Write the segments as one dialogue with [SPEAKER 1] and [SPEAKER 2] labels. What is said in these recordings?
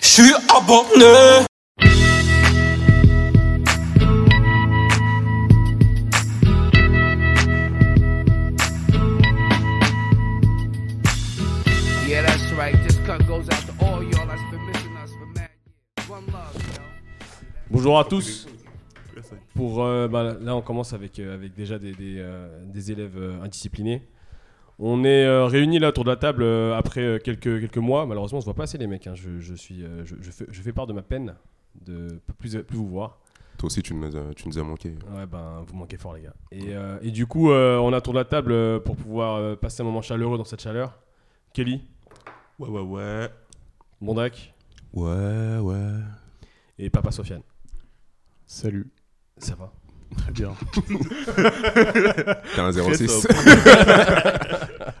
[SPEAKER 1] suis abonné.
[SPEAKER 2] Yeah, that's right. This cut goes out to all y'all that's been missing us for mad years. One love, yo.
[SPEAKER 3] Bonjour à tous. Pour euh, bah, là, on commence avec euh, avec déjà des des, euh, des élèves euh, indisciplinés. On est euh, réunis là autour de la table euh, après euh, quelques quelques mois. Malheureusement, on se voit pas assez les mecs. hein. Je, je suis euh, je, je fais, je fais part de ma peine de plus plus vous voir.
[SPEAKER 4] Toi aussi, tu nous as, tu nous as manqué.
[SPEAKER 3] Ouais, ben, vous manquez fort, les gars. Et, euh, et du coup, euh, on a tourné la table euh, pour pouvoir euh, passer un moment chaleureux dans cette chaleur. Kelly,
[SPEAKER 4] Ouais, ouais, ouais.
[SPEAKER 3] Mondac
[SPEAKER 4] Ouais, ouais.
[SPEAKER 3] et Papa Sofiane.
[SPEAKER 5] Salut.
[SPEAKER 3] Ça va
[SPEAKER 5] Très bien.
[SPEAKER 4] T'as un 06.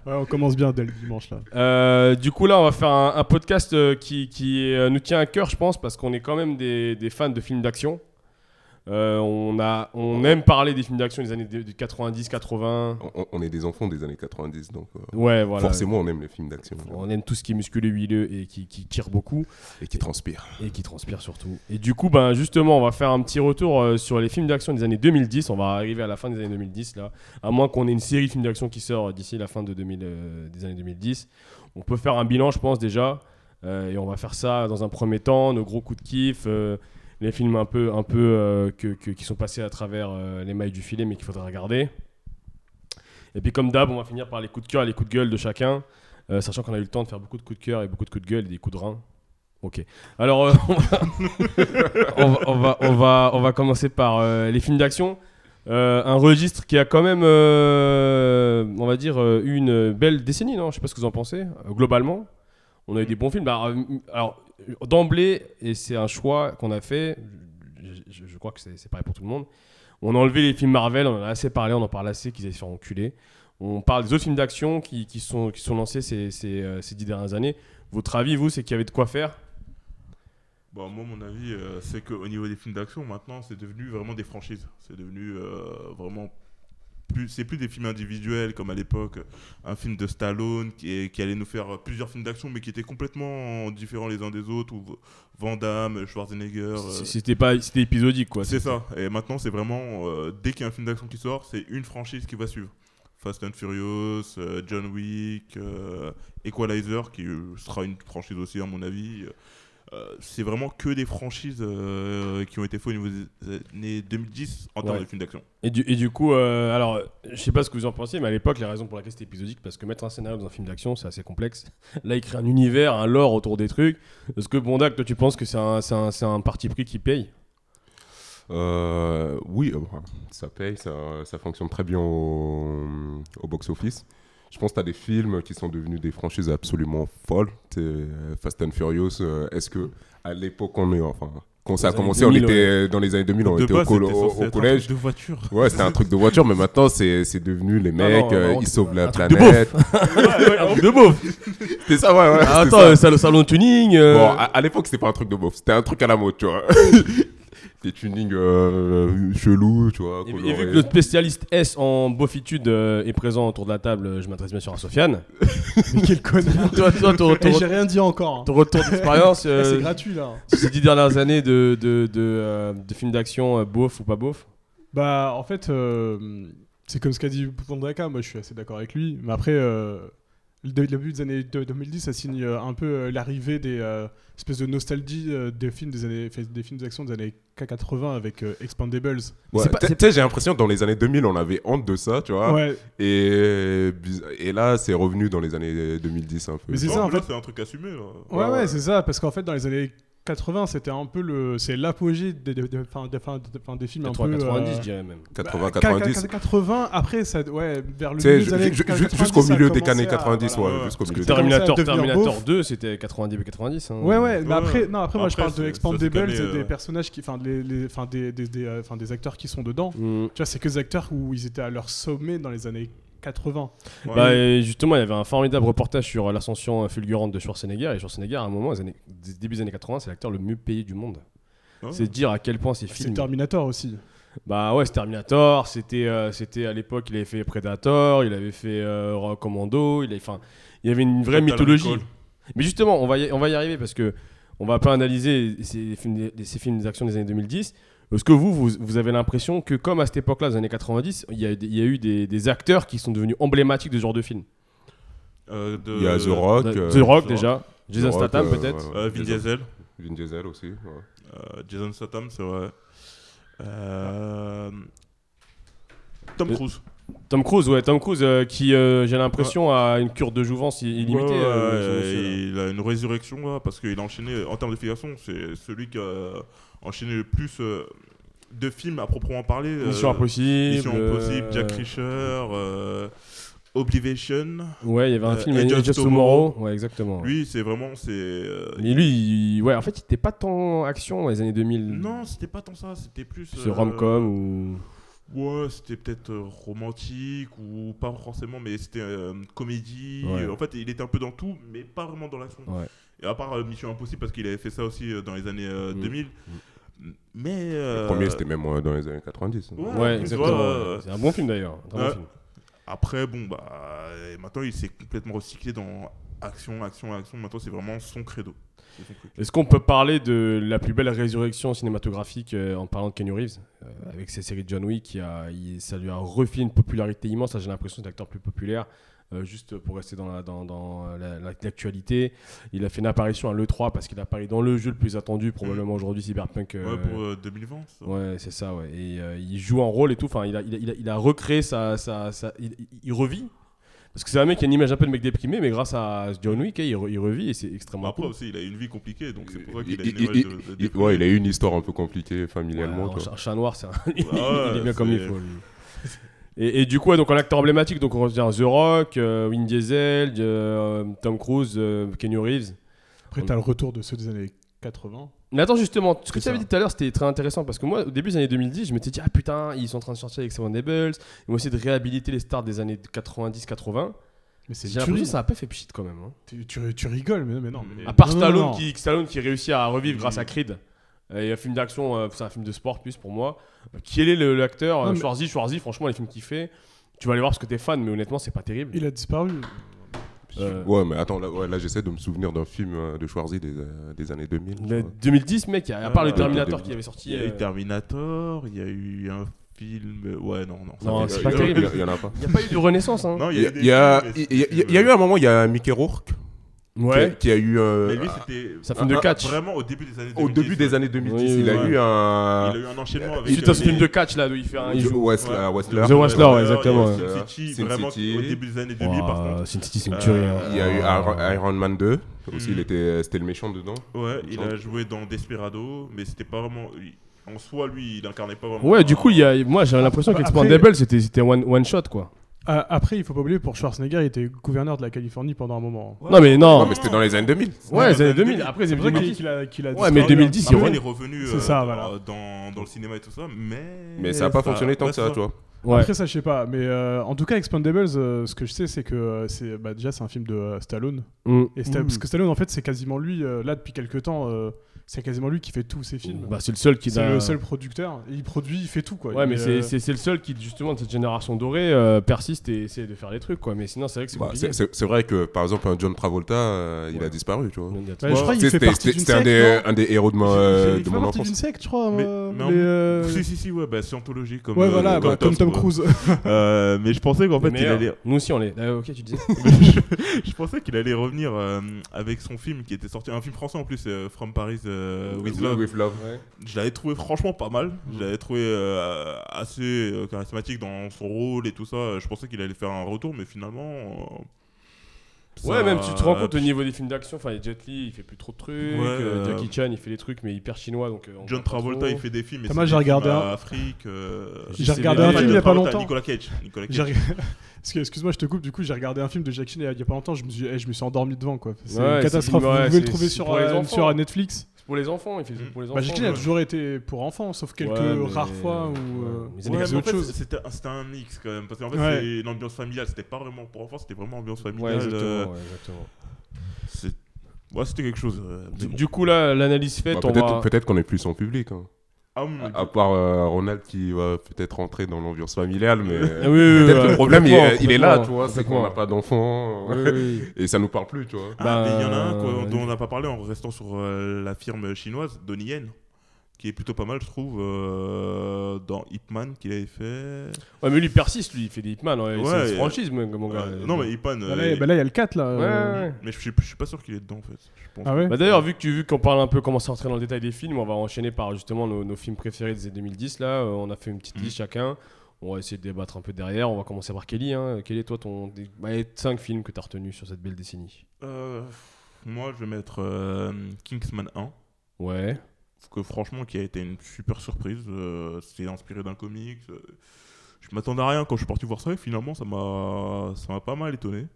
[SPEAKER 5] Ouais, on commence bien dès le dimanche là.
[SPEAKER 3] Euh, du coup, là, on va faire un, un podcast euh, qui, qui, euh, nous tient à cœur, je pense, parce qu'on est quand même des, des fans de films d'action. Euh, on, a, on aime parler des films d'action des années de- de 90, 80.
[SPEAKER 4] on, on est des enfants des années 90, donc euh,
[SPEAKER 3] Ouais, voilà.
[SPEAKER 4] forcément, on aime les films d'action.
[SPEAKER 3] On aime tout ce qui est musculeux, huileux et qui, qui tire beaucoup.
[SPEAKER 4] euh, Et qui transpirent.
[SPEAKER 3] Et qui transpire surtout. Et du coup, ben, justement, on va faire un petit retour euh, sur les films d'action des années 2010. On va arriver à la fin des années 2010, là. À moins qu'on ait une série de films d'action qui sort euh, d'ici la fin de 2000, euh, des années 2010. On peut faire un bilan, je pense, déjà. Euh, et on va faire ça dans un premier temps, nos gros coups de kiff, euh, les films un peu, un peu euh, que, que- qui sont passés à travers euh, les mailles du filet, mais qu'il faudrait regarder. Et puis, comme d'hab, on va finir par les coups de cœur et les coups de gueule de chacun. euh, sachant qu'on a eu le temps de faire beaucoup de coups de cœur et beaucoup de coups de gueule et des coups de rein. Ok. Alors, euh, on, va, on, va, on, va, on, va, on va commencer par euh, les films d'action. Euh, un registre qui a quand même, euh, on va dire, euh, eu une belle décennie, non Je sais pas ce que vous en pensez. euh, globalement, on a eu des bons films. Alors, euh, alors, d'emblée, et c'est un choix qu'on a fait, je, je- je crois que c'est c'est pareil pour tout le monde, on a enlevé les films Marvel, on en a assez parlé, on en parle assez, qu'ils allaient se faire enculer. On parle des autres films d'action qui, qui, sont, qui sont lancés ces, ces, euh, ces dix dernières années. Votre avis, vous, c'est qu'il y avait de quoi faire
[SPEAKER 6] Bon, moi, mon avis, euh, c'est qu'au niveau des films d'action, maintenant, c'est devenu vraiment des franchises. C'est devenu euh, vraiment. plus- C'est plus des films individuels comme à l'époque, un film de Stallone qui, est- qui allait nous faire plusieurs films d'action, mais qui étaient complètement différents les uns des autres, ou Van Damme, Schwarzenegger. euh,
[SPEAKER 3] C- C'était pas, c'était épisodique quoi.
[SPEAKER 6] Bah, c'est ça. Et maintenant, c'est vraiment. euh, dès qu'il y a un film d'action qui sort, c'est une franchise qui va suivre. Fast and Furious, euh, John Wick, euh, Equalizer, qui euh, sera une franchise aussi, à mon avis. Euh, c'est vraiment que des franchises euh, qui ont été faites au niveau des années 2010 en termes
[SPEAKER 3] Ouais.
[SPEAKER 6] de films d'action.
[SPEAKER 3] Et du, et du coup, euh, alors, euh, je sais pas ce que vous en pensiez, mais à l'époque, les raisons pour lesquelles c'était épisodique, parce que mettre un scénario dans un film d'action, c'est assez complexe. Là, il crée un univers, un lore autour des trucs. Est-ce que Bondac, toi, tu penses que c'est un, c'est un, c'est un parti pris qui paye
[SPEAKER 4] Euh, oui, euh, ça paye, ça, ça fonctionne très bien au, au box-office. Je pense que tu as des films qui sont devenus des franchises absolument folles. T'es, euh, Fast and Furious, euh, est-ce que à l'époque, on est. Enfin, quand ça a
[SPEAKER 3] les années
[SPEAKER 4] commencé,
[SPEAKER 3] 2000,
[SPEAKER 4] on était dans les années 2000, on
[SPEAKER 6] de
[SPEAKER 4] était au,
[SPEAKER 6] base,
[SPEAKER 4] col-
[SPEAKER 6] c'était
[SPEAKER 4] au-
[SPEAKER 6] censé
[SPEAKER 4] au
[SPEAKER 6] être un
[SPEAKER 4] collège.
[SPEAKER 6] truc de voiture.
[SPEAKER 4] Ouais, c'était un truc de voiture, mais maintenant c'est c'est devenu les mecs,
[SPEAKER 3] non,
[SPEAKER 4] euh,
[SPEAKER 3] non,
[SPEAKER 4] ils
[SPEAKER 3] c'est
[SPEAKER 4] sauvent
[SPEAKER 3] un
[SPEAKER 4] la
[SPEAKER 3] truc de
[SPEAKER 4] planète.
[SPEAKER 3] Un truc de beauf
[SPEAKER 4] C'est ça, ouais, ouais.
[SPEAKER 3] Ah,
[SPEAKER 4] c'était
[SPEAKER 3] Attends,
[SPEAKER 4] ça.
[SPEAKER 3] euh, c'est le salon de tuning euh,
[SPEAKER 4] Bon, à, à l'époque, c'était pas un truc de beauf, c'était un truc à la mode, tu vois. Des tunings euh, chelous, tu vois.
[SPEAKER 3] et, et
[SPEAKER 4] colorés.
[SPEAKER 3] vu que le spécialiste S en beaufitude euh, est présent autour de la table, euh, je m'adresse bien sûr à Sofiane.
[SPEAKER 5] Mais quel connard.
[SPEAKER 3] toi, toi, ton,
[SPEAKER 5] Et
[SPEAKER 3] ton-
[SPEAKER 5] j'ai rien dit encore. hein.
[SPEAKER 3] ton retour d'expérience
[SPEAKER 5] Eh,
[SPEAKER 3] euh,
[SPEAKER 5] C'est gratuit là.
[SPEAKER 3] ces dix dernières années de, de, de, euh, de films d'action, euh, beauf ou pas beauf
[SPEAKER 5] Bah en fait, euh, c'est comme ce qu'a dit Boutondaka, moi je suis assez d'accord avec lui. Mais après, euh, le dé- le début des années de- 2010, ça signe euh, un peu euh, l'arrivée des euh, espèces de nostalgie euh, des films des années, fait- des films d'action des années 80 avec euh, Expandables.
[SPEAKER 4] Ouais,
[SPEAKER 3] c'est pas-
[SPEAKER 4] t'sais-
[SPEAKER 3] c'est-
[SPEAKER 4] t'sais, j'ai l'impression que dans les années 2000, on avait honte de ça, tu vois.
[SPEAKER 5] ouais,
[SPEAKER 4] Et, biz- et là, c'est revenu dans les années 2010 un peu.
[SPEAKER 5] mais c'est
[SPEAKER 6] Non,
[SPEAKER 5] ça en
[SPEAKER 6] mais
[SPEAKER 5] fait.
[SPEAKER 6] là, c'est un truc assumé. là.
[SPEAKER 5] Ouais, ouais, c'est ça, parce qu'en fait, dans les années 80, c'était un peu le. C'est l'apogée des, des, des, enfin, des, enfin, des- enfin, des films un peu.
[SPEAKER 3] 80-90, je
[SPEAKER 5] euh,
[SPEAKER 3] dirais même.
[SPEAKER 4] 80,
[SPEAKER 5] bah,
[SPEAKER 4] 90.
[SPEAKER 5] 80, après, ça, ouais, vers le
[SPEAKER 4] T'sais,
[SPEAKER 5] milieu
[SPEAKER 4] ju-
[SPEAKER 5] des années
[SPEAKER 4] ju- ju-
[SPEAKER 5] 90,
[SPEAKER 4] jusqu'au
[SPEAKER 5] ça a
[SPEAKER 4] milieu des années
[SPEAKER 5] commencé à-
[SPEAKER 4] 90,
[SPEAKER 5] voilà.
[SPEAKER 4] ouais,
[SPEAKER 6] Ouais.
[SPEAKER 4] jusqu'au milieu des années.
[SPEAKER 3] Terminator,
[SPEAKER 5] commencé à devenir
[SPEAKER 3] Terminator
[SPEAKER 5] beauf.
[SPEAKER 3] 2, c'était 90 début 90. hein.
[SPEAKER 5] Ouais, ouais, mais
[SPEAKER 6] Ouais,
[SPEAKER 5] après,
[SPEAKER 6] ouais.
[SPEAKER 5] non, après, moi, je
[SPEAKER 6] Après,
[SPEAKER 5] parle de
[SPEAKER 6] c'est-
[SPEAKER 5] Expandables
[SPEAKER 6] ça se
[SPEAKER 5] et
[SPEAKER 6] calmait,
[SPEAKER 5] des
[SPEAKER 6] euh.
[SPEAKER 5] personnages qui. Enfin, les, les- enfin, des, des, des, euh, enfin, des acteurs qui sont dedans.
[SPEAKER 3] Mm.
[SPEAKER 5] Tu vois, c'est que des acteurs où ils étaient à leur sommet dans les années 80.
[SPEAKER 6] Ouais.
[SPEAKER 3] Bah, et justement, il y avait un formidable reportage sur l'ascension euh, fulgurante de Schwarzenegger. Et Schwarzenegger, à un moment, aux années- des- début des années 80, c'est l'acteur le mieux payé du monde.
[SPEAKER 6] Ouais.
[SPEAKER 3] C'est dire à quel point ces
[SPEAKER 5] Ah, C'est
[SPEAKER 3] films.
[SPEAKER 5] Terminator aussi.
[SPEAKER 3] Bah ouais, c'est Terminator. C'était, euh, c'était à l'époque, il avait fait Predator, il avait fait euh, Raw Commando. Il, avait, enfin, il y avait une vraie
[SPEAKER 6] Total
[SPEAKER 3] mythologie.
[SPEAKER 6] Recall.
[SPEAKER 3] Mais justement, on va y, on va y arriver parce que on va pas analyser ces films, ces films d'action des années 2010. Est-ce que vous, vous, vous avez l'impression que, comme à cette époque-là, des années 90, il y a, eu des- il y a eu des, des acteurs qui sont devenus emblématiques de ce genre de film
[SPEAKER 6] Euh, de-
[SPEAKER 4] Il y a The Rock. euh,
[SPEAKER 3] The Rock,
[SPEAKER 6] Rock.
[SPEAKER 3] déjà. Jason
[SPEAKER 4] The Rock,
[SPEAKER 3] Statham,
[SPEAKER 4] euh,
[SPEAKER 3] peut-être.
[SPEAKER 4] ouais, ouais,
[SPEAKER 6] Euh, Vin
[SPEAKER 4] Jason-
[SPEAKER 6] Diesel.
[SPEAKER 4] Vin Diesel aussi. ouais.
[SPEAKER 6] euh, Jason Statham, c'est vrai. Euh, Tom
[SPEAKER 3] Euh,
[SPEAKER 6] Cruise.
[SPEAKER 3] Tom Cruise, ouais, Tom Cruise, euh, qui, euh, j'ai l'impression, a une cure de jouvence i- illimitée.
[SPEAKER 6] Ouais, ouais,
[SPEAKER 3] euh, ce monsieur-là.
[SPEAKER 6] il a une résurrection là, parce qu'il a enchaîné, en termes de filiation, c'est celui qui a enchaîné le plus euh, de films à proprement parler. euh,
[SPEAKER 3] Mission Impossible.
[SPEAKER 6] Mission Impossible, Jack
[SPEAKER 3] euh,
[SPEAKER 6] Reacher, euh, Oblivation.
[SPEAKER 3] Ouais, il y avait un
[SPEAKER 6] euh,
[SPEAKER 3] film,
[SPEAKER 6] Edge
[SPEAKER 3] Edge
[SPEAKER 6] of
[SPEAKER 3] of Tomorrow. Ouais, exactement.
[SPEAKER 6] Lui, c'est vraiment. c'est euh,
[SPEAKER 3] Mais lui, il- ouais, en fait, il était pas tant action dans les années 2000.
[SPEAKER 6] Non, c'était pas tant ça, c'était plus.
[SPEAKER 3] Ce
[SPEAKER 6] euh,
[SPEAKER 3] rom-com ou.
[SPEAKER 6] Ouais, c'était peut-être euh, romantique ou pas forcément, mais c'était euh, comédie.
[SPEAKER 3] Ouais.
[SPEAKER 6] Euh, En fait, il était un peu dans tout, mais pas vraiment dans l'action.
[SPEAKER 3] Ouais.
[SPEAKER 6] Et à part euh, Mission Impossible, parce qu'il avait fait ça aussi euh, dans les années euh,
[SPEAKER 3] Mm.
[SPEAKER 6] 2000. Mais.
[SPEAKER 4] Le
[SPEAKER 6] euh,
[SPEAKER 4] premier, c'était même euh, dans les années 90.
[SPEAKER 6] Ouais.
[SPEAKER 3] Ouais,
[SPEAKER 6] plus,
[SPEAKER 3] exactement.
[SPEAKER 6] ouais, ouais.
[SPEAKER 3] C'est un bon film d'ailleurs. un très bon
[SPEAKER 6] Ouais.
[SPEAKER 3] film.
[SPEAKER 6] Après, bon, bah. et Maintenant, il s'est complètement recyclé dans action, action, action. Maintenant, c'est vraiment son credo. C'est son truc.
[SPEAKER 3] Est-ce qu'on peut parler de la plus belle résurrection cinématographique euh, en parlant de Keanu Reeves euh, Avec ses séries de John Wick, qui a, il- ça lui a refilé une popularité immense. Là, J'ai l'impression d'acteur plus populaire. euh, juste pour rester dans l'actualité, dans, dans la- la- l'actualité. il a fait une apparition à l'E3 parce qu'il apparaît dans le jeu le plus attendu, probablement aujourd'hui, Cyberpunk. euh,
[SPEAKER 6] Mm. Ouais, pour euh, 2020. ça.
[SPEAKER 3] Ouais, c'est ça, ouais. Et euh, il joue un rôle et tout. Enfin, il a, il a- il a- il a recréé sa. sa- sa- il, il- il revit. Parce que c'est un mec qui a une image un peu de mec déprimé, mais grâce à John Wick, eh, il, re- il revit et c'est extrêmement
[SPEAKER 6] Après
[SPEAKER 3] cool.
[SPEAKER 6] aussi, il a une vie compliquée, donc c'est pour ça
[SPEAKER 4] Il-
[SPEAKER 6] qu'il a une
[SPEAKER 4] il-
[SPEAKER 6] image
[SPEAKER 4] il-
[SPEAKER 6] de- de-
[SPEAKER 4] il-
[SPEAKER 6] de-
[SPEAKER 4] ouais, il a eu une histoire un peu compliquée
[SPEAKER 3] Ouais, un,
[SPEAKER 4] familialement. quoi.
[SPEAKER 3] chat- un chat noir, c'est un.
[SPEAKER 6] ouais,
[SPEAKER 3] il est bien comme il
[SPEAKER 6] c'est-
[SPEAKER 3] faut. lui. Et, et du coup, ouais, donc en acteur emblématique, donc on revient à The Rock, euh, Vin Diesel, euh, Tom Cruise, euh, Keanu Reeves.
[SPEAKER 5] Après, t'as le retour de ceux des années 80.
[SPEAKER 3] Mais attends, justement, ce que
[SPEAKER 5] C'est
[SPEAKER 3] tu avais
[SPEAKER 5] ça.
[SPEAKER 3] dit tout à l'heure, c'était très intéressant parce que moi, au début des années 2010, je m'étais dit, ah putain, ils sont en train de sortir avec Seven Devils, ils vont essayer de réhabiliter les stars des années 90-80.
[SPEAKER 5] Mais c'est
[SPEAKER 3] J'ai
[SPEAKER 5] une
[SPEAKER 3] l'impression
[SPEAKER 5] tuerie.
[SPEAKER 3] que ça a pas fait pchit quand même. hein.
[SPEAKER 5] Tu, tu- tu rigoles, mais non, mais non. mais-
[SPEAKER 3] À part
[SPEAKER 5] non, non,
[SPEAKER 3] Stallone,
[SPEAKER 5] non.
[SPEAKER 3] Qui, Stallone qui réussit à revivre grâce à Creed. Et un film d'action, euh, c'est un film de sport plus pour moi. Euh, Quel est le- l'acteur euh,
[SPEAKER 5] Non, mais-
[SPEAKER 3] Schwarzy, Schwarzy, franchement, les films qu'il fait, tu vas aller voir parce que t'es fan, mais honnêtement, c'est pas terrible.
[SPEAKER 5] Il a disparu.
[SPEAKER 3] Euh,
[SPEAKER 4] Ouais, mais attends, là, ouais, là, j'essaie de me souvenir d'un film euh, de Schwarzy des, euh, des années 2000. je
[SPEAKER 3] le
[SPEAKER 4] crois.
[SPEAKER 3] 2010, mec, à à part
[SPEAKER 6] Ah,
[SPEAKER 3] le
[SPEAKER 6] ouais,
[SPEAKER 3] Terminator
[SPEAKER 4] 2010.
[SPEAKER 3] qui avait
[SPEAKER 6] Il y
[SPEAKER 3] sorti.
[SPEAKER 6] a eu
[SPEAKER 3] euh,
[SPEAKER 6] Terminator, il y a eu un film. Ouais, non, non. ça
[SPEAKER 3] Non,
[SPEAKER 6] fait-
[SPEAKER 3] c'est
[SPEAKER 4] Il y a-
[SPEAKER 3] pas
[SPEAKER 4] il y a-
[SPEAKER 3] terrible.
[SPEAKER 4] Il y en a pas.
[SPEAKER 3] Il n'y a pas eu de renaissance. Hein.
[SPEAKER 6] Non,
[SPEAKER 4] Il y a-
[SPEAKER 6] des
[SPEAKER 4] il y a
[SPEAKER 6] films, mais
[SPEAKER 4] il y a-
[SPEAKER 6] si
[SPEAKER 4] il
[SPEAKER 6] tu
[SPEAKER 4] y a eu
[SPEAKER 6] veux.
[SPEAKER 4] un moment, il y a Mickey Rourke qui,
[SPEAKER 3] Ouais,
[SPEAKER 4] qui a eu. euh,
[SPEAKER 6] Mais lui, c'était
[SPEAKER 3] c'est un film de
[SPEAKER 4] Ah,
[SPEAKER 3] catch.
[SPEAKER 6] vraiment au début des années 2010.
[SPEAKER 4] au début des
[SPEAKER 6] ouais.
[SPEAKER 4] années 2010,
[SPEAKER 3] Oui,
[SPEAKER 4] il a
[SPEAKER 6] oui.
[SPEAKER 4] eu
[SPEAKER 6] hein. Il
[SPEAKER 4] un.
[SPEAKER 6] a eu un enchaînement avec.
[SPEAKER 3] Suite à ce
[SPEAKER 6] euh,
[SPEAKER 3] film
[SPEAKER 6] les-
[SPEAKER 3] de catch, là, où il fait un. il
[SPEAKER 4] Wes-
[SPEAKER 3] joue-
[SPEAKER 4] Wes-
[SPEAKER 6] Ouais.
[SPEAKER 4] euh, Westler.
[SPEAKER 3] The Wrestler, ouais,
[SPEAKER 6] il y a
[SPEAKER 3] exactement,
[SPEAKER 6] Sin
[SPEAKER 4] ouais.
[SPEAKER 6] City,
[SPEAKER 4] Sin
[SPEAKER 6] vraiment
[SPEAKER 4] City.
[SPEAKER 6] au début des années 2000, par
[SPEAKER 3] Ouah,
[SPEAKER 6] contre.
[SPEAKER 3] Sin City, c'est une
[SPEAKER 6] Euh,
[SPEAKER 3] tuerie. hein.
[SPEAKER 4] Il y a eu Iron, Iron Man 2 aussi,
[SPEAKER 6] Mhm.
[SPEAKER 4] il était, euh, c'était le méchant dedans.
[SPEAKER 6] Ouais, il a joué dans Desperado, mais c'était pas vraiment. il- En soi, lui, il incarnait pas vraiment.
[SPEAKER 3] Ouais, du coup, il y a... moi j'avais l'impression
[SPEAKER 5] Bah,
[SPEAKER 3] qu'Expandable c'était c'était one, one shot quoi.
[SPEAKER 5] Ah, après, il faut pas oublier, pour Schwarzenegger, il était gouverneur de la Californie pendant un moment.
[SPEAKER 3] Non, mais non.
[SPEAKER 4] Non, mais c'était dans les années 2000.
[SPEAKER 3] Ouais,
[SPEAKER 6] dans
[SPEAKER 3] les années
[SPEAKER 6] les
[SPEAKER 3] 2000.
[SPEAKER 6] années
[SPEAKER 3] Après, c'est
[SPEAKER 5] C'est
[SPEAKER 3] vrai
[SPEAKER 5] pour ça
[SPEAKER 3] qu'il-
[SPEAKER 5] qu'il a, qu'il a
[SPEAKER 3] Ouais,
[SPEAKER 5] disparu.
[SPEAKER 3] mais 2010,
[SPEAKER 5] Après,
[SPEAKER 3] il
[SPEAKER 6] Après,
[SPEAKER 3] re-
[SPEAKER 6] il est revenu
[SPEAKER 5] C'est
[SPEAKER 6] euh,
[SPEAKER 5] ça,
[SPEAKER 6] dans-
[SPEAKER 5] voilà.
[SPEAKER 6] dans, dans le cinéma et tout ça, mais.
[SPEAKER 4] Mais ça n'a pas fonctionné tant que ça, tu vois.
[SPEAKER 3] Ouais.
[SPEAKER 5] Après ça, je sais pas, mais euh, en tout cas, Expendables, euh, ce que je sais, c'est que euh, c'est bah, déjà c'est un film de euh, Stallone.
[SPEAKER 3] Mm.
[SPEAKER 5] Et Sta- parce que Stallone, en fait, c'est quasiment lui euh, là depuis quelques temps, euh, c'est quasiment lui qui fait tous ses films.
[SPEAKER 3] Bah, c'est le seul qui
[SPEAKER 5] c'est
[SPEAKER 3] n'a-
[SPEAKER 5] le seul producteur. Il produit, il fait tout quoi.
[SPEAKER 3] Ouais,
[SPEAKER 5] Il,
[SPEAKER 3] mais
[SPEAKER 5] euh,
[SPEAKER 3] c'est- c'est c'est le seul qui, justement, de cette génération dorée, euh, persiste et essaie de faire des trucs, quoi. Mais sinon, c'est vrai que c'est
[SPEAKER 4] Bah,
[SPEAKER 3] compliqué.
[SPEAKER 4] c'est- c'est c'est vrai que par exemple, un John Travolta, euh, il
[SPEAKER 3] Ouais.
[SPEAKER 4] a disparu, tu vois.
[SPEAKER 3] Il y a tout-
[SPEAKER 5] Ouais, je crois
[SPEAKER 4] Tu sais,
[SPEAKER 5] qu'il fait
[SPEAKER 4] C'était
[SPEAKER 5] partie d'une
[SPEAKER 4] c'était un,
[SPEAKER 5] secte.
[SPEAKER 4] des-
[SPEAKER 5] non
[SPEAKER 4] un des héros de,
[SPEAKER 5] Bah,
[SPEAKER 4] ma,
[SPEAKER 5] Il fait-
[SPEAKER 4] euh,
[SPEAKER 5] il
[SPEAKER 4] de
[SPEAKER 5] fait
[SPEAKER 4] mon
[SPEAKER 5] partie
[SPEAKER 4] enfance.
[SPEAKER 5] d'une secte, je crois.
[SPEAKER 6] Mais-
[SPEAKER 5] euh,
[SPEAKER 6] mais en-
[SPEAKER 5] mais, euh,
[SPEAKER 6] Si, si, si, ouais, bah, scientologie comme.
[SPEAKER 5] Ouais,
[SPEAKER 6] euh,
[SPEAKER 5] voilà, bah, comme Tom
[SPEAKER 6] Cruise.
[SPEAKER 5] Cruise.
[SPEAKER 6] Euh, mais je pensais qu'en fait,
[SPEAKER 3] Mais,
[SPEAKER 6] il
[SPEAKER 3] euh,
[SPEAKER 6] allait.
[SPEAKER 3] Nous aussi, on l'est. Ah, ok, tu disais.
[SPEAKER 6] je, je pensais qu'il allait revenir euh, avec son film qui était sorti, un film français en plus, euh, From Paris euh, with Love. Je l'avais trouvé franchement pas mal.
[SPEAKER 3] Mm.
[SPEAKER 6] Je l'avais trouvé euh, assez euh, charismatique dans son rôle et tout ça. Je pensais qu'il allait faire un retour, mais finalement. euh, ça-
[SPEAKER 3] Ouais, même tu te rends compte au niveau des films d'action, enfin, il y a Jet Li, il fait plus trop de trucs. euh,
[SPEAKER 6] euh,
[SPEAKER 3] Jackie Chan, il fait des trucs, mais hyper chinois. Donc, euh, on
[SPEAKER 6] John
[SPEAKER 3] voit pas
[SPEAKER 6] Travolta,
[SPEAKER 3] trop.
[SPEAKER 6] il fait des films. mais
[SPEAKER 5] Thomas,
[SPEAKER 6] c'est des
[SPEAKER 5] j'ai regardé
[SPEAKER 6] films à
[SPEAKER 5] un-
[SPEAKER 6] Afrique. euh,
[SPEAKER 3] J'ai
[SPEAKER 5] J'ai
[SPEAKER 3] c'est
[SPEAKER 5] regardé
[SPEAKER 3] les-
[SPEAKER 5] un
[SPEAKER 6] pas
[SPEAKER 5] film il
[SPEAKER 6] John
[SPEAKER 5] y a pas
[SPEAKER 6] Travolta,
[SPEAKER 5] longtemps.
[SPEAKER 6] Nicolas Cage. Nicolas Cage.
[SPEAKER 5] J'ai reg- Parce que, excuse-moi, je te coupe. Du coup, j'ai regardé un film de Jack Chan il y a il y a pas longtemps. Je me suis, eh, je me suis endormi devant quoi. C'est
[SPEAKER 3] Ouais,
[SPEAKER 5] une
[SPEAKER 3] c'est-
[SPEAKER 5] catastrophe.
[SPEAKER 3] ouais,
[SPEAKER 5] Vous pouvez le
[SPEAKER 3] c'est-
[SPEAKER 5] trouver
[SPEAKER 3] c'est
[SPEAKER 5] sur
[SPEAKER 3] pour les
[SPEAKER 5] euh,
[SPEAKER 3] enfants.
[SPEAKER 5] sur Netflix.
[SPEAKER 3] C'est pour les enfants, il fait des trucs pour les enfants.
[SPEAKER 5] Bah, Jekyll a
[SPEAKER 6] ouais.
[SPEAKER 5] toujours été pour enfants, sauf quelques
[SPEAKER 3] Ouais, mais-
[SPEAKER 5] rares fois où. euh,
[SPEAKER 3] Ouais, mais
[SPEAKER 5] il
[SPEAKER 6] Ouais,
[SPEAKER 5] y
[SPEAKER 6] mais
[SPEAKER 5] avait
[SPEAKER 6] en
[SPEAKER 5] autre
[SPEAKER 6] fait,
[SPEAKER 5] chose.
[SPEAKER 6] c'était un, c'était un mix quand même. Parce qu'en fait,
[SPEAKER 5] Ouais.
[SPEAKER 6] c'est une ambiance familiale. C'était pas vraiment pour enfants, c'était vraiment ambiance
[SPEAKER 3] Ouais,
[SPEAKER 6] familiale. euh,
[SPEAKER 3] exactement. ouais, exactement.
[SPEAKER 6] c'est- ouais, c'était quelque chose. euh, mais
[SPEAKER 3] Du,
[SPEAKER 6] bon.
[SPEAKER 3] du coup, là, l'analyse faite,
[SPEAKER 4] Bah,
[SPEAKER 3] on
[SPEAKER 4] peut-être
[SPEAKER 3] va.
[SPEAKER 4] peut-être qu'on est plus son public. hein.
[SPEAKER 6] Ah, oui, mais-
[SPEAKER 4] À part euh, Ronald qui va peut-être rentrer dans l'ambiance familiale, mais
[SPEAKER 3] Ah oui, oui,
[SPEAKER 4] peut-être
[SPEAKER 3] oui,
[SPEAKER 4] le problème il,
[SPEAKER 3] complètement,
[SPEAKER 4] est- il est là, tu
[SPEAKER 3] complètement,
[SPEAKER 4] vois, c'est qu'on n'a pas d'enfant
[SPEAKER 3] Oui, oui, oui.
[SPEAKER 4] et ça nous parle plus, tu vois.
[SPEAKER 6] Ah,
[SPEAKER 3] Bah,
[SPEAKER 6] mais il y en a un
[SPEAKER 3] euh,
[SPEAKER 6] qu'on- dont on n'a pas parlé en restant sur euh, la firme chinoise, Donnie Yen, qui est plutôt pas mal, je trouve, euh, dans Ip Man qu'il avait fait.
[SPEAKER 3] Ouais, mais lui il persiste, lui, il fait des Hitman. Ouais,
[SPEAKER 6] Ouais,
[SPEAKER 3] c'est
[SPEAKER 6] et-
[SPEAKER 3] une franchise, même, mon gars.
[SPEAKER 6] Euh, non, mais Ip Man.
[SPEAKER 5] Bah
[SPEAKER 6] euh,
[SPEAKER 5] là, bah là, il y a le 4 là.
[SPEAKER 3] Ouais,
[SPEAKER 5] euh,
[SPEAKER 3] ouais, ouais.
[SPEAKER 6] Mais je suis, je suis pas sûr qu'il est dedans en fait. Je pense
[SPEAKER 5] Ah ouais
[SPEAKER 3] Bah d'ailleurs, vu que tu vu qu'on parle un peu comment sortir dans le détail des films, on va enchaîner par justement nos, nos films préférés des années 2010. Là, Euh, on a fait une petite
[SPEAKER 6] Mhm.
[SPEAKER 3] liste chacun. On va essayer de débattre un peu derrière. On va commencer par Kelly. Hein. Quel est toi ton des- bah, les cinq films que t'as retenus sur cette belle décennie
[SPEAKER 6] Euh, moi, je vais mettre euh, Kingsman 1.
[SPEAKER 3] Ouais.
[SPEAKER 6] Parce que franchement, qui a été une super surprise. euh, c'est inspiré d'un comics. euh, je m'attendais à rien quand je suis parti voir ça et finalement, ça m'a, ça m'a pas mal étonné.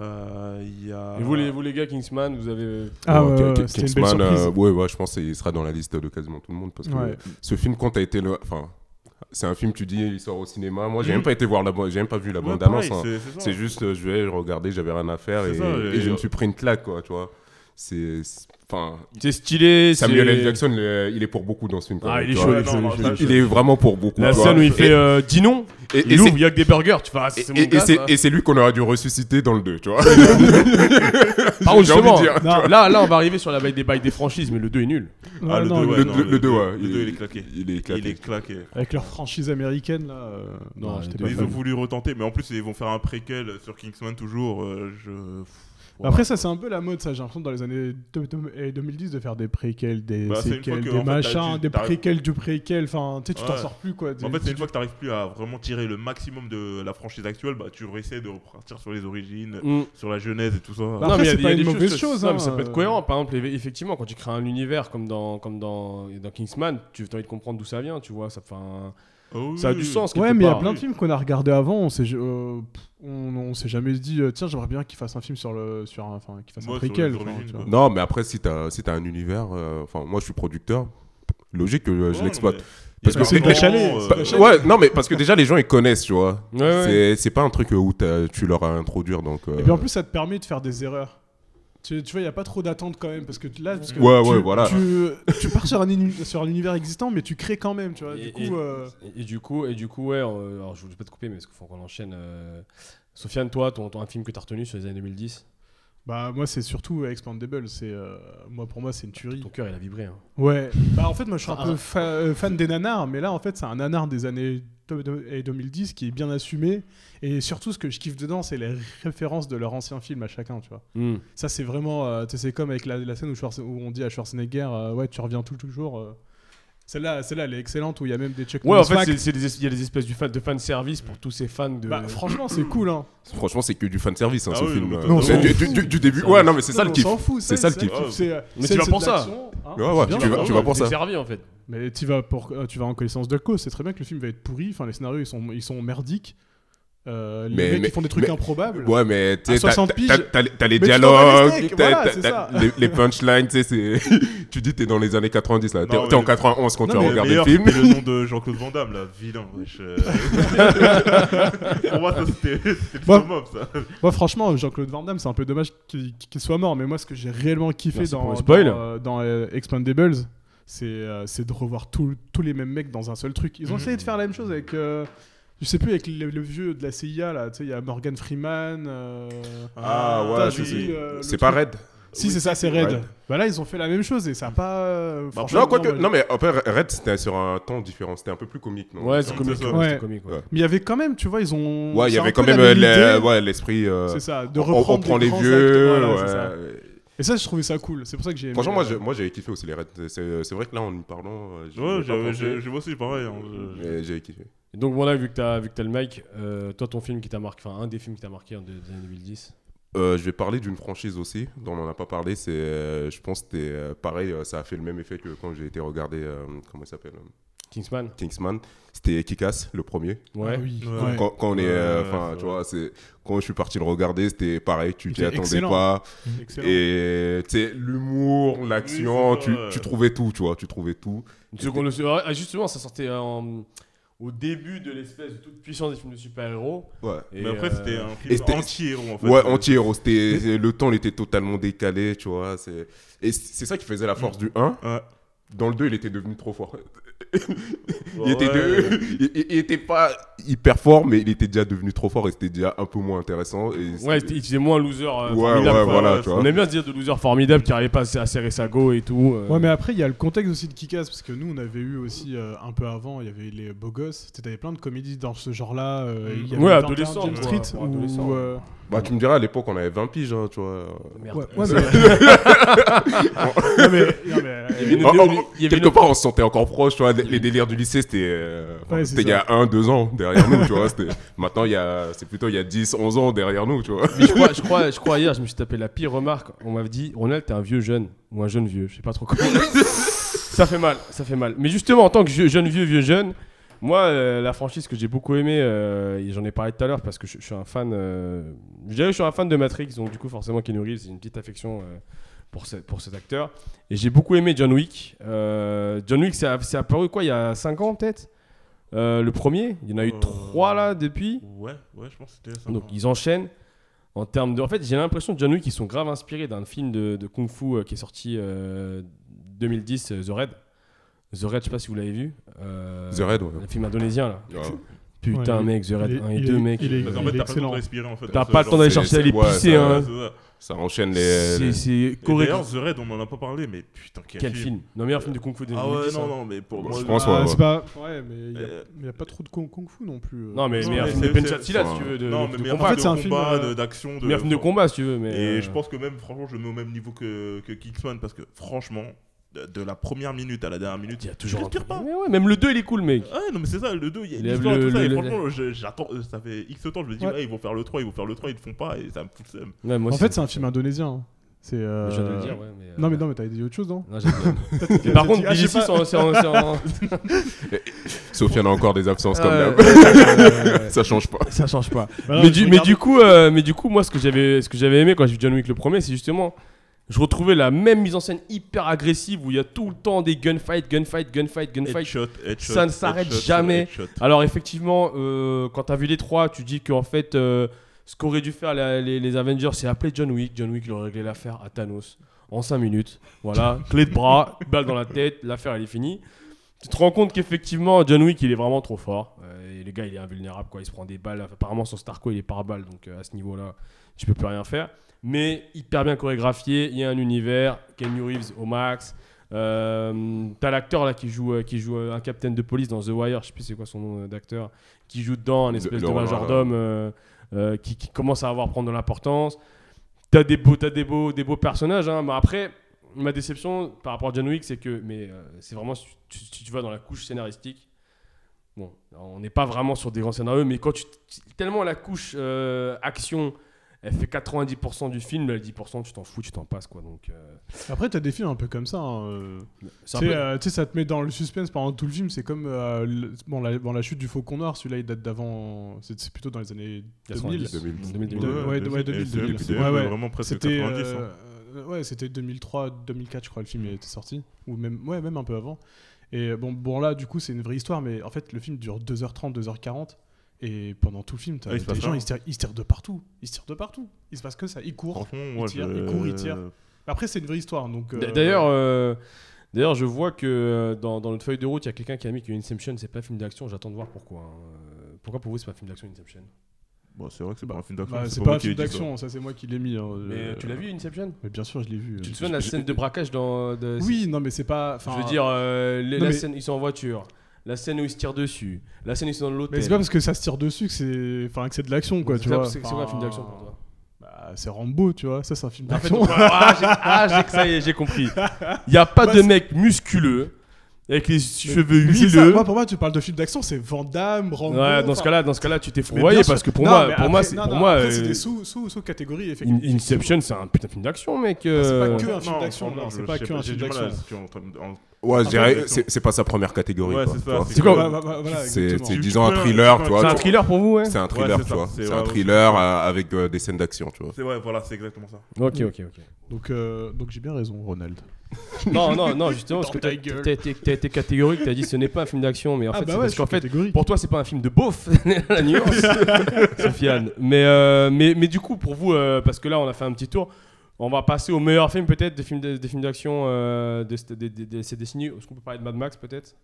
[SPEAKER 6] Euh, Il y a.
[SPEAKER 3] Et vous les vous les gars Kingsman, vous avez euh,
[SPEAKER 5] Ah ouais,
[SPEAKER 4] K-
[SPEAKER 5] ouais,
[SPEAKER 4] K-
[SPEAKER 5] ouais, c'était une belle
[SPEAKER 4] Kingsman,
[SPEAKER 5] surprise.
[SPEAKER 4] euh, ouais, ouais, je pense qu'il sera dans la liste de quasiment tout le monde parce que
[SPEAKER 5] Ouais.
[SPEAKER 4] ce film, quand t'as été le. Enfin, c'est un film, tu dis, il sort au cinéma. Moi, j'ai
[SPEAKER 5] Mm.
[SPEAKER 6] Mhm.
[SPEAKER 4] même pas été voir la bande, j'ai même pas vu la
[SPEAKER 6] Ouais,
[SPEAKER 4] bande
[SPEAKER 6] pareil,
[SPEAKER 4] annonce. hein.
[SPEAKER 6] c'est, c'est ça.
[SPEAKER 4] C'est juste, euh, je vais regarder, j'avais rien à faire
[SPEAKER 6] C'est
[SPEAKER 4] et,
[SPEAKER 6] ça,
[SPEAKER 4] et
[SPEAKER 6] et-
[SPEAKER 4] je me suis pris une claque, quoi, tu vois. C'est. c'est- Enfin,
[SPEAKER 3] C'est stylé.
[SPEAKER 4] Samuel
[SPEAKER 3] c'est-
[SPEAKER 4] L. Jackson, il est- il est pour beaucoup dans ce film. quand
[SPEAKER 3] Ah,
[SPEAKER 4] même,
[SPEAKER 3] il est
[SPEAKER 4] tu
[SPEAKER 3] chaud,
[SPEAKER 4] vois.
[SPEAKER 3] il est chaud, il est
[SPEAKER 6] non,
[SPEAKER 3] chaud,
[SPEAKER 6] non,
[SPEAKER 3] il est chaud.
[SPEAKER 4] Il est vraiment pour beaucoup.
[SPEAKER 3] La
[SPEAKER 4] tu vois.
[SPEAKER 3] scène où il
[SPEAKER 4] Et-
[SPEAKER 3] fait euh, dis non,
[SPEAKER 4] et- et
[SPEAKER 3] il
[SPEAKER 4] c'est-
[SPEAKER 3] ouvre, il y a que des burgers. Tu fais ah,
[SPEAKER 4] Et,
[SPEAKER 3] c'est mon
[SPEAKER 4] et- et
[SPEAKER 3] gars.
[SPEAKER 4] c'est-
[SPEAKER 3] ça.
[SPEAKER 4] et c'est lui qu'on aurait dû ressusciter dans le 2, tu
[SPEAKER 3] Par
[SPEAKER 4] vois.
[SPEAKER 3] contre,
[SPEAKER 4] j'ai envie de
[SPEAKER 3] justement,
[SPEAKER 4] dire,
[SPEAKER 5] tu vois.
[SPEAKER 3] là là on va arriver sur la baille des bails des franchises, mais le 2 est nul.
[SPEAKER 5] Ouais,
[SPEAKER 6] Ah, le
[SPEAKER 5] non,
[SPEAKER 6] deux, ouais,
[SPEAKER 5] le-
[SPEAKER 6] non,
[SPEAKER 4] le- le deux, ouais,
[SPEAKER 6] Le
[SPEAKER 4] il-
[SPEAKER 6] 2, il est claqué.
[SPEAKER 4] Il est
[SPEAKER 6] Il
[SPEAKER 4] éclaté.
[SPEAKER 6] est claqué.
[SPEAKER 5] Avec leur franchise américaine là. euh, Non,
[SPEAKER 3] Ouais,
[SPEAKER 5] j'étais
[SPEAKER 3] deux
[SPEAKER 5] pas
[SPEAKER 6] Mais ils
[SPEAKER 5] fan.
[SPEAKER 6] ont voulu retenter, mais en plus ils vont faire un préquel sur Kingsman toujours. euh, je...
[SPEAKER 5] Bah Après ça c'est un peu la mode ça j'ai l'impression dans les années deux- deux- et 2010 de faire des préquels, des
[SPEAKER 6] Bah, c'est une fois
[SPEAKER 5] séquels,
[SPEAKER 6] que,
[SPEAKER 5] des
[SPEAKER 6] en fait, t'as-
[SPEAKER 5] machins,
[SPEAKER 6] tu-
[SPEAKER 5] des
[SPEAKER 6] t'arrives-
[SPEAKER 5] préquels du préquel, enfin tu sais tu t'en
[SPEAKER 6] Ouais.
[SPEAKER 5] sors plus quoi. des-
[SPEAKER 6] En fait, c'est une fois que tu n'arrives plus à vraiment tirer le maximum de la franchise actuelle, bah, tu essaies de repartir sur les origines,
[SPEAKER 3] Mm.
[SPEAKER 6] sur la genèse et tout ça.
[SPEAKER 5] Bah, après,
[SPEAKER 3] mais il y a
[SPEAKER 5] c'est
[SPEAKER 3] des-
[SPEAKER 5] pas
[SPEAKER 3] il y a
[SPEAKER 5] une
[SPEAKER 3] des
[SPEAKER 5] mauvaise
[SPEAKER 3] choses,
[SPEAKER 5] chose,
[SPEAKER 3] non,
[SPEAKER 5] hein,
[SPEAKER 3] mais ça peut être
[SPEAKER 5] euh.
[SPEAKER 3] cohérent. Par exemple, éve- effectivement, quand tu crées un univers comme dans, comme dans, dans Kingsman, tu as envie de comprendre d'où ça vient, tu vois. Ça, fait un-
[SPEAKER 6] Ah oui,
[SPEAKER 3] ça a
[SPEAKER 6] oui,
[SPEAKER 3] du
[SPEAKER 6] oui.
[SPEAKER 3] sens.
[SPEAKER 5] Hmm. Ouais
[SPEAKER 3] quelque
[SPEAKER 5] mais il y a
[SPEAKER 3] part.
[SPEAKER 5] plein de films qu'on a regardé avant, on s'est euh, pff, on, on s'est jamais dit euh, tiens j'aimerais bien qu'il fasse un film sur le sur un enfin qu'il fasse
[SPEAKER 6] Ouais,
[SPEAKER 5] un
[SPEAKER 6] sur les
[SPEAKER 5] préquel. enfin,
[SPEAKER 6] origines,
[SPEAKER 5] tu
[SPEAKER 6] quoi.
[SPEAKER 5] vois.
[SPEAKER 4] Non, mais après, si t'as si t'as un univers, euh, enfin, moi je suis producteur, logique que euh, je
[SPEAKER 6] Ouais,
[SPEAKER 4] l'exploite.
[SPEAKER 6] non, mais-
[SPEAKER 4] Parce
[SPEAKER 6] il y a
[SPEAKER 4] que
[SPEAKER 6] des
[SPEAKER 4] c'est de la
[SPEAKER 6] moments,
[SPEAKER 5] chalet,
[SPEAKER 6] euh,
[SPEAKER 5] c'est de la
[SPEAKER 4] Bah,
[SPEAKER 5] chaîne.
[SPEAKER 4] ouais, non, mais parce que déjà les gens ils connaissent, tu vois.
[SPEAKER 3] Ouais, ouais.
[SPEAKER 4] C'est- C'est pas un truc euh, où t'as- tu leur as introduire, donc. euh,
[SPEAKER 5] Et puis en plus, ça te permet de faire des erreurs. Tu, tu vois, il n'y a pas trop d'attente quand même, parce que tu- là, parce que
[SPEAKER 4] Ouais,
[SPEAKER 5] tu,
[SPEAKER 4] Mmh. Bah ouais, voilà.
[SPEAKER 5] tu, tu pars sur un, uni- sur un univers existant, mais tu crées quand même, tu vois.
[SPEAKER 3] Et-
[SPEAKER 5] du coup,
[SPEAKER 3] et-
[SPEAKER 5] euh,
[SPEAKER 3] Et, et du coup, et du coup, ouais. euh, alors, je voulais pas te couper, mais parce qu'il faut qu'on enchaîne. euh, Sofiane, toi, ton, ton- un film que t'as retenu sur les années 2010,
[SPEAKER 5] bah moi, c'est surtout euh, Expandable. C'est euh, moi, pour moi, c'est une tuerie.
[SPEAKER 3] ton cœur il a vibré. hein.
[SPEAKER 5] Ouais. Bah en fait, moi, je suis un
[SPEAKER 3] Ah.
[SPEAKER 5] peu fa- euh, fan des nanars, mais là, en fait, c'est un nanar des années de- de- et 2010 qui est bien assumé. Et surtout, ce que je kiffe dedans, c'est les références de leur ancien film à chacun, tu vois.
[SPEAKER 3] Mm.
[SPEAKER 5] Ça, c'est vraiment. euh, tu sais, c'est comme avec la, la scène où, Schwarz- où on dit à Schwarzenegger euh, Ouais, tu reviens tout, toujours. euh. Celle-là, celle-là, elle est excellente où il y a même des checkpoints.
[SPEAKER 3] Ouais, en fait,
[SPEAKER 5] fact.
[SPEAKER 3] c'est- c'est des es- il y a des espèces du fan- de fan service pour tous ces fans de.
[SPEAKER 5] Bah, franchement, c'est cool. Hein.
[SPEAKER 4] Franchement, c'est que du fan service hein,
[SPEAKER 6] Ah
[SPEAKER 4] ce
[SPEAKER 6] oui,
[SPEAKER 4] film.
[SPEAKER 6] non, mais
[SPEAKER 4] euh,
[SPEAKER 6] totalement.
[SPEAKER 4] c'est du, du- du- du début. Ouais, non, mais c'est ça le
[SPEAKER 5] qui
[SPEAKER 4] kiff.
[SPEAKER 5] s'en fout.
[SPEAKER 4] C'est ça le kiff.
[SPEAKER 6] kiff.
[SPEAKER 5] C'est, euh,
[SPEAKER 3] Mais
[SPEAKER 5] c'est-
[SPEAKER 3] tu vas
[SPEAKER 5] c'est
[SPEAKER 3] pour
[SPEAKER 5] de
[SPEAKER 3] ça.
[SPEAKER 5] l'action, hein.
[SPEAKER 4] Ouais, ouais,
[SPEAKER 5] C'est
[SPEAKER 4] tu
[SPEAKER 5] bien.
[SPEAKER 4] vas, tu vas pour
[SPEAKER 3] T'es
[SPEAKER 4] ça.
[SPEAKER 3] servi en fait.
[SPEAKER 5] Mais tu vas, pour, euh, tu vas en connaissance de cause. C'est très bien que le film va être pourri. Enfin, les scénarios, ils sont, ils sont merdiques. Euh, les
[SPEAKER 4] Mais-
[SPEAKER 5] mecs,
[SPEAKER 4] mais-
[SPEAKER 5] ils font des trucs
[SPEAKER 4] mais-
[SPEAKER 5] improbables.
[SPEAKER 4] Ouais, mais tu sais, t'as-
[SPEAKER 5] 60
[SPEAKER 4] t'as-
[SPEAKER 5] piges.
[SPEAKER 4] t'as les- t'as les
[SPEAKER 5] Mais tu t'en bats les
[SPEAKER 4] dialogues,
[SPEAKER 5] steaks,
[SPEAKER 4] t'as-
[SPEAKER 5] voilà,
[SPEAKER 4] t'as-
[SPEAKER 5] c'est
[SPEAKER 4] t'as
[SPEAKER 5] ça.
[SPEAKER 4] les, les punchlines, tu sais, c'est- tu dis t'es dans les années 90 là, t'es
[SPEAKER 6] Non,
[SPEAKER 4] t'es en
[SPEAKER 6] mais-
[SPEAKER 4] 91 quand
[SPEAKER 5] Non,
[SPEAKER 4] tu
[SPEAKER 5] mais
[SPEAKER 4] as
[SPEAKER 6] Le
[SPEAKER 4] regardé le
[SPEAKER 6] meilleur,
[SPEAKER 4] film.
[SPEAKER 6] c'était le nom de Jean-Claude Van Damme, là, vilain, wesh. euh. Pour moi, ça, c'était c'était le
[SPEAKER 5] Bon.
[SPEAKER 6] summum, ça.
[SPEAKER 5] Moi, franchement, Jean-Claude Van Damme, c'est un peu dommage qu'il qu'il soit mort, mais moi, ce que j'ai réellement kiffé
[SPEAKER 3] Merci pour
[SPEAKER 5] dans,
[SPEAKER 3] le spoil.
[SPEAKER 5] dans, euh, dans, euh, Expendables, c'est euh, c'est de revoir tout- tous les mêmes mecs dans un seul truc. Ils ont
[SPEAKER 6] Mhm.
[SPEAKER 5] essayé de faire la même chose avec. euh, je sais plus, avec le, le vieux de la CIA, là, tu sais, il y a Morgan Freeman. euh,
[SPEAKER 4] Ah
[SPEAKER 5] putain,
[SPEAKER 4] ouais,
[SPEAKER 5] j'ai
[SPEAKER 4] je
[SPEAKER 5] oublié,
[SPEAKER 4] sais.
[SPEAKER 5] euh, le
[SPEAKER 4] C'est
[SPEAKER 5] truc.
[SPEAKER 4] pas raide.
[SPEAKER 5] Si,
[SPEAKER 6] Oui,
[SPEAKER 5] c'est ça, c'est Red.
[SPEAKER 4] Red. Bah,
[SPEAKER 5] Bah là, ils ont fait la même chose et ça a pas. euh, franchement,
[SPEAKER 4] Non, quoique,
[SPEAKER 5] moi,
[SPEAKER 4] non, mais après, Red, c'était sur un temps différent, c'était un peu plus comique. Non
[SPEAKER 3] Ouais, c'est
[SPEAKER 6] c'est
[SPEAKER 3] comique.
[SPEAKER 6] ça.
[SPEAKER 3] ouais,
[SPEAKER 5] Ouais.
[SPEAKER 3] c'était comique, ouais.
[SPEAKER 4] Ouais.
[SPEAKER 5] Mais il y avait quand même, tu vois, ils ont.
[SPEAKER 4] Ouais, il y
[SPEAKER 5] c'est un
[SPEAKER 4] avait quand
[SPEAKER 5] peu la
[SPEAKER 4] même euh,
[SPEAKER 5] même
[SPEAKER 4] les-
[SPEAKER 5] idée.
[SPEAKER 4] ouais, l'esprit. euh,
[SPEAKER 5] C'est ça, de
[SPEAKER 4] on- on,
[SPEAKER 5] reprendre.
[SPEAKER 4] prend
[SPEAKER 5] des
[SPEAKER 4] les
[SPEAKER 5] grands
[SPEAKER 4] vieux.
[SPEAKER 5] actes, voilà, c'est ça.
[SPEAKER 4] ouais.
[SPEAKER 5] Et ça, je trouvais ça cool. C'est pour ça que j'ai. aimé,
[SPEAKER 4] Franchement, moi,
[SPEAKER 5] euh,
[SPEAKER 4] j'ai- moi, j'avais kiffé aussi les Red. C'est c'est vrai que là, en y parlant, euh, j'y
[SPEAKER 6] Ouais,
[SPEAKER 4] avais pas
[SPEAKER 6] j'avais-
[SPEAKER 4] pensé,
[SPEAKER 6] j'ai- j'ai- moi aussi, pareil. hein, je-
[SPEAKER 4] mais j'avais kiffé.
[SPEAKER 3] Et Donc voilà, vu que t'as vu que t'as le mic, euh, toi ton film qui t'a marqué, enfin un des films qui t'a marqué en de- des années 2010.
[SPEAKER 4] Euh, je vais parler d'une franchise aussi, dont on n'en a pas parlé. C'est, euh, je pense, que c'était euh, pareil. euh, ça a fait le même effet que quand j'ai été regarder, euh, comment il s'appelle, euh,
[SPEAKER 3] Kingsman.
[SPEAKER 4] Kingsman. C'était Kikas, le premier.
[SPEAKER 3] Ouais.
[SPEAKER 5] ah oui.
[SPEAKER 6] Ouais.
[SPEAKER 5] ouais.
[SPEAKER 4] Quand, quand on est, euh,
[SPEAKER 6] Ouais,
[SPEAKER 4] enfin,
[SPEAKER 6] ouais,
[SPEAKER 4] tu
[SPEAKER 6] ouais.
[SPEAKER 4] vois, c'est quand je suis parti le regarder, c'était pareil. Tu
[SPEAKER 5] Il
[SPEAKER 4] t'y
[SPEAKER 5] était
[SPEAKER 4] attendais
[SPEAKER 5] excellent.
[SPEAKER 4] pas.
[SPEAKER 5] Excellent.
[SPEAKER 4] Et tu sais, l'humour, l'action,
[SPEAKER 6] Oui, c'est
[SPEAKER 4] tu,
[SPEAKER 6] ça, ouais.
[SPEAKER 4] tu trouvais tout, tu vois, tu trouvais tout.
[SPEAKER 3] Une seconde, le- ah, justement, ça sortait en- au début de l'espèce de toute puissance des films de super-héros.
[SPEAKER 4] Ouais.
[SPEAKER 3] Et,
[SPEAKER 6] Mais après,
[SPEAKER 3] euh,
[SPEAKER 6] c'était un
[SPEAKER 4] et
[SPEAKER 6] film
[SPEAKER 4] c'était-
[SPEAKER 6] anti-héros, en fait.
[SPEAKER 4] Ouais, anti-héros, c'était- le temps il était totalement décalé, tu vois. c'est- Et c'est ça qui faisait la force du 1.
[SPEAKER 6] Mm. Ouais.
[SPEAKER 4] Dans le 2, il était devenu trop fort.
[SPEAKER 3] Bah
[SPEAKER 4] il,
[SPEAKER 6] Ouais.
[SPEAKER 4] était de- il- il- il était pas hyper fort, mais il était déjà devenu trop fort et c'était déjà un peu moins intéressant. Et c'était-
[SPEAKER 3] Ouais, c'était- il faisait moins loser. euh,
[SPEAKER 4] ouais,
[SPEAKER 3] formidable,
[SPEAKER 4] ouais,
[SPEAKER 3] quoi.
[SPEAKER 4] voilà, tu vois.
[SPEAKER 3] On aime bien se dire de loser formidable qui arrivait pas à serrer sa go et tout. euh.
[SPEAKER 5] Ouais, mais après, il y a le contexte aussi de Kikas, parce que nous, on avait eu aussi euh, un peu avant, il y avait les beaux gosses, c'était t'avais plein de comédies dans ce genre-là. euh, il y avait
[SPEAKER 3] Ouais,
[SPEAKER 5] 21
[SPEAKER 3] adolescent,
[SPEAKER 5] Jump
[SPEAKER 3] quoi,
[SPEAKER 5] Street,
[SPEAKER 3] pour
[SPEAKER 5] où,
[SPEAKER 3] adolescent.
[SPEAKER 5] euh,
[SPEAKER 4] Bah, tu me diras, à l'époque, on avait 20 piges, hein, tu vois.
[SPEAKER 3] Merde.
[SPEAKER 5] Ouais, ouais, mais. Non, mais- non, mais, euh,
[SPEAKER 3] Il y avait une-
[SPEAKER 4] Oh, oh,
[SPEAKER 3] il y avait
[SPEAKER 4] quelque
[SPEAKER 3] une-
[SPEAKER 4] part, on se sentait encore proche, tu vois. Les, les délires du lycée, c'était euh, enfin,
[SPEAKER 5] Ouais, c'est
[SPEAKER 4] c'était il y
[SPEAKER 5] ça.
[SPEAKER 4] a un, deux ans derrière nous, tu vois. c'était- Maintenant, il y a, c'est plutôt il y a 10, 11 ans derrière nous, tu vois.
[SPEAKER 3] Mais je crois, je, crois, je crois hier, je me suis tapé la pire remarque. On m'a dit, Ronald, t'es un vieux jeune. Ou un jeune vieux, je sais pas trop comment. ça fait mal, ça fait mal. Mais justement, en tant que vieux- jeune vieux, vieux jeune, moi, euh, la franchise que j'ai beaucoup aimée, euh, et j'en ai parlé tout à l'heure parce que je, je suis un fan. euh, je dirais que je suis un fan de Matrix, donc du coup, forcément, Keanu Reeves, j'ai une petite affection euh, pour, ce- pour cet acteur. Et j'ai beaucoup aimé John Wick. Euh, John Wick, c'est a- c'est apparu quoi, il y a 5 ans peut-être Euh, Le premier Il y en a eu
[SPEAKER 6] Euh,
[SPEAKER 3] 3 là depuis
[SPEAKER 6] Ouais, ouais, je pense que c'était ça. hein.
[SPEAKER 3] donc ils enchaînent en termes de. En fait, j'ai l'impression que John Wick, ils sont grave inspirés d'un film de, de Kung Fu euh, qui est sorti euh, 2010, euh, The Raid. The Raid, je sais pas si vous l'avez vu. Euh,
[SPEAKER 4] The Raid, ouais.
[SPEAKER 3] Le film indonésien, là.
[SPEAKER 4] Ouais.
[SPEAKER 3] Putain,
[SPEAKER 5] Ouais,
[SPEAKER 3] mec, The
[SPEAKER 5] il
[SPEAKER 3] Raid
[SPEAKER 5] est-
[SPEAKER 3] 1 et
[SPEAKER 5] il
[SPEAKER 3] 2,
[SPEAKER 5] est-
[SPEAKER 3] mec.
[SPEAKER 5] il est-
[SPEAKER 6] Parce qu'en fait, t'as pas le temps
[SPEAKER 5] excellent.
[SPEAKER 6] de respirer en fait.
[SPEAKER 3] T'as
[SPEAKER 6] ce
[SPEAKER 3] pas le temps
[SPEAKER 6] genre-
[SPEAKER 3] d'aller
[SPEAKER 4] c'est-
[SPEAKER 3] chercher,
[SPEAKER 4] c'est-
[SPEAKER 3] d'aller
[SPEAKER 4] ouais,
[SPEAKER 3] pisser.
[SPEAKER 4] ça-
[SPEAKER 3] hein.
[SPEAKER 6] Ouais, c'est ça.
[SPEAKER 4] Ça enchaîne
[SPEAKER 3] C'est
[SPEAKER 4] les.
[SPEAKER 3] c'est
[SPEAKER 6] Et
[SPEAKER 3] correct.
[SPEAKER 6] D'ailleurs, The Raid, on en a pas parlé, mais putain, quel,
[SPEAKER 3] Quel film Non, meilleur film de Kung Fu de
[SPEAKER 6] Ah ouais,
[SPEAKER 3] 2010, hein.
[SPEAKER 6] non, non, mais pour
[SPEAKER 4] Bon,
[SPEAKER 6] moi,
[SPEAKER 4] je
[SPEAKER 6] le-
[SPEAKER 4] pense,
[SPEAKER 5] Ah,
[SPEAKER 4] ouais.
[SPEAKER 5] c'est pas. Ouais, mais il y a-
[SPEAKER 6] Euh,
[SPEAKER 5] mais il n'y a pas trop de kung, kung-fu non plus. euh.
[SPEAKER 3] Non, mais
[SPEAKER 6] Non,
[SPEAKER 3] meilleur
[SPEAKER 6] mais
[SPEAKER 3] film de
[SPEAKER 6] c'est-
[SPEAKER 3] Benchati, là,
[SPEAKER 4] c'est-
[SPEAKER 3] si tu veux. de-
[SPEAKER 6] Non,
[SPEAKER 3] de
[SPEAKER 6] mais
[SPEAKER 3] Kung
[SPEAKER 6] meilleur
[SPEAKER 3] Fu.
[SPEAKER 5] En fait,
[SPEAKER 6] de
[SPEAKER 5] c'est un
[SPEAKER 6] combat,
[SPEAKER 5] film, euh,
[SPEAKER 6] de- d'action. de-
[SPEAKER 3] meilleur film de combat, si tu veux. Mais,
[SPEAKER 6] Et
[SPEAKER 3] euh,
[SPEAKER 6] je pense que même, franchement, je le mets au même niveau que, que Kingsman parce que, franchement, de, de la première minute à la dernière minute,
[SPEAKER 3] Il y a toujours
[SPEAKER 6] je
[SPEAKER 3] un
[SPEAKER 6] respire
[SPEAKER 3] truc.
[SPEAKER 6] pas.
[SPEAKER 3] Mais ouais, même le 2, il est cool, mec.
[SPEAKER 6] Ouais, non, mais c'est ça, le 2, il y a
[SPEAKER 3] Lève
[SPEAKER 6] l'histoire et
[SPEAKER 3] le-
[SPEAKER 6] tout ça.
[SPEAKER 3] le-
[SPEAKER 6] Et
[SPEAKER 3] le-
[SPEAKER 6] franchement, je- j'attends, euh, ça fait X temps, je me dis,
[SPEAKER 5] Ouais.
[SPEAKER 6] ouais, ils vont faire le 3, ils vont faire le 3, ils le font pas, et ça me fout le seum.
[SPEAKER 3] Ouais, moi
[SPEAKER 5] en
[SPEAKER 3] aussi.
[SPEAKER 5] fait, c'est un film indonésien. hein. C'est. euh,
[SPEAKER 3] Je viens de le dire, ouais. mais, euh,
[SPEAKER 5] Non, mais non, mais t'avais dit autre chose,
[SPEAKER 3] non, j'ai-
[SPEAKER 5] non
[SPEAKER 3] Mais Par
[SPEAKER 5] t'as
[SPEAKER 3] contre,
[SPEAKER 5] dit, ah, je
[SPEAKER 3] BG6,
[SPEAKER 5] sais pas.
[SPEAKER 3] c'est en- c'est en-
[SPEAKER 4] Sauf qu'il y en a encore des absences
[SPEAKER 3] c'est en-
[SPEAKER 4] comme
[SPEAKER 3] Euh,
[SPEAKER 4] d'hab. Ça change pas.
[SPEAKER 3] Ça change pas.
[SPEAKER 5] Bah non,
[SPEAKER 3] mais,
[SPEAKER 5] je
[SPEAKER 3] du, mais
[SPEAKER 5] regarde-
[SPEAKER 3] du coup, euh, mais du coup, moi, ce que j'avais, ce que j'avais aimé quand j'ai vu John Wick le premier, c'est justement, je retrouvais la même mise en scène hyper agressive où il y a tout le temps des gunfights, gunfights, gunfights, gunfights.
[SPEAKER 6] Headshot, headshot,
[SPEAKER 3] Ça ne s'arrête
[SPEAKER 6] headshot,
[SPEAKER 3] jamais. Ah,
[SPEAKER 6] headshot.
[SPEAKER 3] Alors effectivement, euh, quand t'as vu les trois, tu dis qu'en fait, euh, ce qu'auraient dû faire la- les, les Avengers, c'est appeler John Wick. John Wick leur réglé l'affaire à Thanos en 5 minutes. Voilà, clé de bras, balle dans la tête, l'affaire elle est finie. Tu te rends compte qu'effectivement, John Wick, il est vraiment trop fort. Euh, et le gars, il est invulnérable, quoi. Il se prend des balles. Apparemment, son Starco, il est par balle. Donc, euh, à ce niveau-là, tu peux plus rien faire. Mais hyper bien chorégraphié. Il y a un univers. Keanu Reeves au max. Euh, T'as l'acteur là qui joue, euh, qui joue euh, un capitaine de police dans The Wire. Je sais plus c'est quoi son nom euh, d'acteur. Qui joue dedans, un espèce
[SPEAKER 4] le
[SPEAKER 3] de
[SPEAKER 4] Roland, là.
[SPEAKER 3] majordome euh, euh, qui, qui commence à avoir prendre de l'importance. T'as des beaux, t'as des beaux, des beaux personnages. hein. Mais après, ma déception par rapport à John Wick, c'est que, mais euh, c'est vraiment si tu, si tu vas dans la couche scénaristique. Bon, on n'est pas vraiment sur des grands scénarios, mais quand tu tellement la couche euh, action, elle fait 90% du film, là, le 10% tu t'en fous, tu t'en passes quoi. Donc euh,
[SPEAKER 5] Après, t'as des films un peu comme ça. hein, euh,
[SPEAKER 3] c'est
[SPEAKER 5] Tu
[SPEAKER 3] un
[SPEAKER 5] sais,
[SPEAKER 3] peu-
[SPEAKER 5] euh, tu sais, ça te met dans le suspense pendant tout le film. C'est comme euh, le- bon, la, bon, la chute du Faucon Noir, celui-là il date d'avant. C'est c'est plutôt dans les années 2000.
[SPEAKER 3] 90.
[SPEAKER 4] 2000.
[SPEAKER 3] 2000,
[SPEAKER 5] Ouais, ouais, ouais, 2000,
[SPEAKER 6] Et c'est-
[SPEAKER 5] 2000.
[SPEAKER 6] c'est
[SPEAKER 5] Ouais, ouais.
[SPEAKER 6] vraiment presque
[SPEAKER 5] C'était
[SPEAKER 6] 90. hein. Mm.
[SPEAKER 5] euh, ouais, c'était 2003, 2004, je crois, le film était sorti. Ou même, ouais, même un peu avant. Et bon, bon là, du coup, c'est une vraie histoire, mais en fait, le film dure 2h30, 2h40. Et pendant tout le film, t'as
[SPEAKER 6] Ah, il se passe
[SPEAKER 5] des gens,
[SPEAKER 6] rien.
[SPEAKER 5] ils se, tirent, ils se tirent de partout. Ils se tirent de partout. Il se passe que ça. Ils courent.
[SPEAKER 6] Franchement, moi,
[SPEAKER 5] tire,
[SPEAKER 6] je-
[SPEAKER 5] il court, il tire. Après, c'est une vraie histoire. donc
[SPEAKER 3] D-
[SPEAKER 5] euh,
[SPEAKER 3] D'ailleurs, euh, d'ailleurs, je vois que euh, dans, dans notre feuille de route, il y a quelqu'un qui a mis que Inception c'est pas un film d'action. J'attends de voir pourquoi. hein. Euh, Pourquoi pour vous c'est pas un film d'action Inception
[SPEAKER 6] Bon, c'est vrai que c'est pas un film d'action.
[SPEAKER 5] bah, c'est
[SPEAKER 6] moi
[SPEAKER 5] pas un
[SPEAKER 6] qui ai
[SPEAKER 5] film
[SPEAKER 6] dit ça.
[SPEAKER 5] d'action, ça, c'est moi qui l'ai mis. hein,
[SPEAKER 3] Mais
[SPEAKER 5] euh,
[SPEAKER 3] tu l'as vu Inception
[SPEAKER 5] Mais bien sûr, je l'ai vu.
[SPEAKER 3] Tu te
[SPEAKER 5] euh.
[SPEAKER 3] souviens de la scène de braquage dans de-
[SPEAKER 5] Oui, non, mais c'est pas.
[SPEAKER 3] Je
[SPEAKER 5] enfin,
[SPEAKER 3] veux dire, euh, les-
[SPEAKER 5] non,
[SPEAKER 3] la
[SPEAKER 5] mais-
[SPEAKER 3] scène ils sont en voiture, la scène où ils se tirent dessus, la scène où ils sont dans l'hôtel.
[SPEAKER 5] Mais c'est pas parce que ça se tire dessus que c'est, enfin, que c'est de l'action, quoi,
[SPEAKER 3] C'est
[SPEAKER 5] tu
[SPEAKER 3] pas-
[SPEAKER 5] vois.
[SPEAKER 3] C'est c'est quoi un film d'action
[SPEAKER 5] Enfin,
[SPEAKER 3] pour toi
[SPEAKER 5] bah, C'est Rambo, tu vois. Ça, c'est un film
[SPEAKER 3] En fait,
[SPEAKER 5] d'action.
[SPEAKER 3] on- ah, j'ai- ah, j'ai- ça y est, j'ai compris. Il n'y a pas de mec musculeux avec les cheveux
[SPEAKER 5] Mais c'est ça,
[SPEAKER 3] huileux.
[SPEAKER 5] Moi, pour moi, tu parles de film d'action, c'est Van Damme, Rambo.
[SPEAKER 3] Ouais, dans
[SPEAKER 5] enfin,
[SPEAKER 3] ce cas-là, dans ce cas-là, tu t'es
[SPEAKER 5] mais bien
[SPEAKER 3] fourvoyé
[SPEAKER 5] sûr.
[SPEAKER 3] parce que pour
[SPEAKER 5] Non,
[SPEAKER 3] moi,
[SPEAKER 5] mais
[SPEAKER 3] pour moi,
[SPEAKER 5] après-
[SPEAKER 3] c'est
[SPEAKER 5] non,
[SPEAKER 3] pour
[SPEAKER 5] non,
[SPEAKER 3] moi,
[SPEAKER 5] après, c'est
[SPEAKER 3] euh,
[SPEAKER 5] des sous, sous, sous catégories.
[SPEAKER 3] In- Inception, c'est un putain de film d'action, mec. euh.
[SPEAKER 5] Bah, que- un film
[SPEAKER 6] Non,
[SPEAKER 5] d'action,
[SPEAKER 6] franchement,
[SPEAKER 5] là, c'est
[SPEAKER 6] je
[SPEAKER 5] pas
[SPEAKER 6] sais
[SPEAKER 5] que un
[SPEAKER 6] j'ai
[SPEAKER 5] film
[SPEAKER 6] du mal à la
[SPEAKER 5] d'action.
[SPEAKER 6] situation en termes de- en-
[SPEAKER 4] Ouais, je dirais,
[SPEAKER 6] Après,
[SPEAKER 4] c'est c'est pas sa première catégorie.
[SPEAKER 6] Ouais,
[SPEAKER 4] quoi,
[SPEAKER 6] c'est
[SPEAKER 4] tu
[SPEAKER 6] ça,
[SPEAKER 4] vois.
[SPEAKER 6] c'est
[SPEAKER 3] C'est quoi
[SPEAKER 4] C'est, c'est,
[SPEAKER 6] Tu-
[SPEAKER 4] disons,
[SPEAKER 6] tu
[SPEAKER 4] un
[SPEAKER 6] peux-
[SPEAKER 4] thriller,
[SPEAKER 6] tu
[SPEAKER 4] tu
[SPEAKER 6] peux-
[SPEAKER 4] vois.
[SPEAKER 3] C'est un
[SPEAKER 4] tu-
[SPEAKER 3] thriller pour vous, ouais
[SPEAKER 4] C'est un thriller,
[SPEAKER 6] c'est
[SPEAKER 4] tu
[SPEAKER 6] ça,
[SPEAKER 4] vois.
[SPEAKER 6] c'est-
[SPEAKER 4] C'est
[SPEAKER 6] ouais,
[SPEAKER 4] un
[SPEAKER 6] ouais,
[SPEAKER 4] thriller euh, avec euh, des scènes d'action, tu vois.
[SPEAKER 6] C'est ouais, voilà, c'est exactement ça.
[SPEAKER 3] Ok, ok, ok.
[SPEAKER 5] Donc, euh, donc j'ai bien raison, Ronald.
[SPEAKER 3] Non, non, non, justement, parce que
[SPEAKER 5] Dans ta
[SPEAKER 3] t'as
[SPEAKER 5] gueule. Ah bah
[SPEAKER 3] t'as été t'as été catégorique, t'as dit ce n'est pas un film d'action, mais en fait, c'est parce qu'en fait,
[SPEAKER 5] catégorie.
[SPEAKER 3] Pour toi, c'est pas un film de beauf, la nuance, Sofiane. Mais, euh, mais, mais du coup, pour vous, euh, parce que là, on a fait un petit tour, On va passer au meilleur film peut-être des films de- des films d'action euh, de, cette- de- de- de ces décennies. Est-ce qu'on peut parler de Mad Max peut-être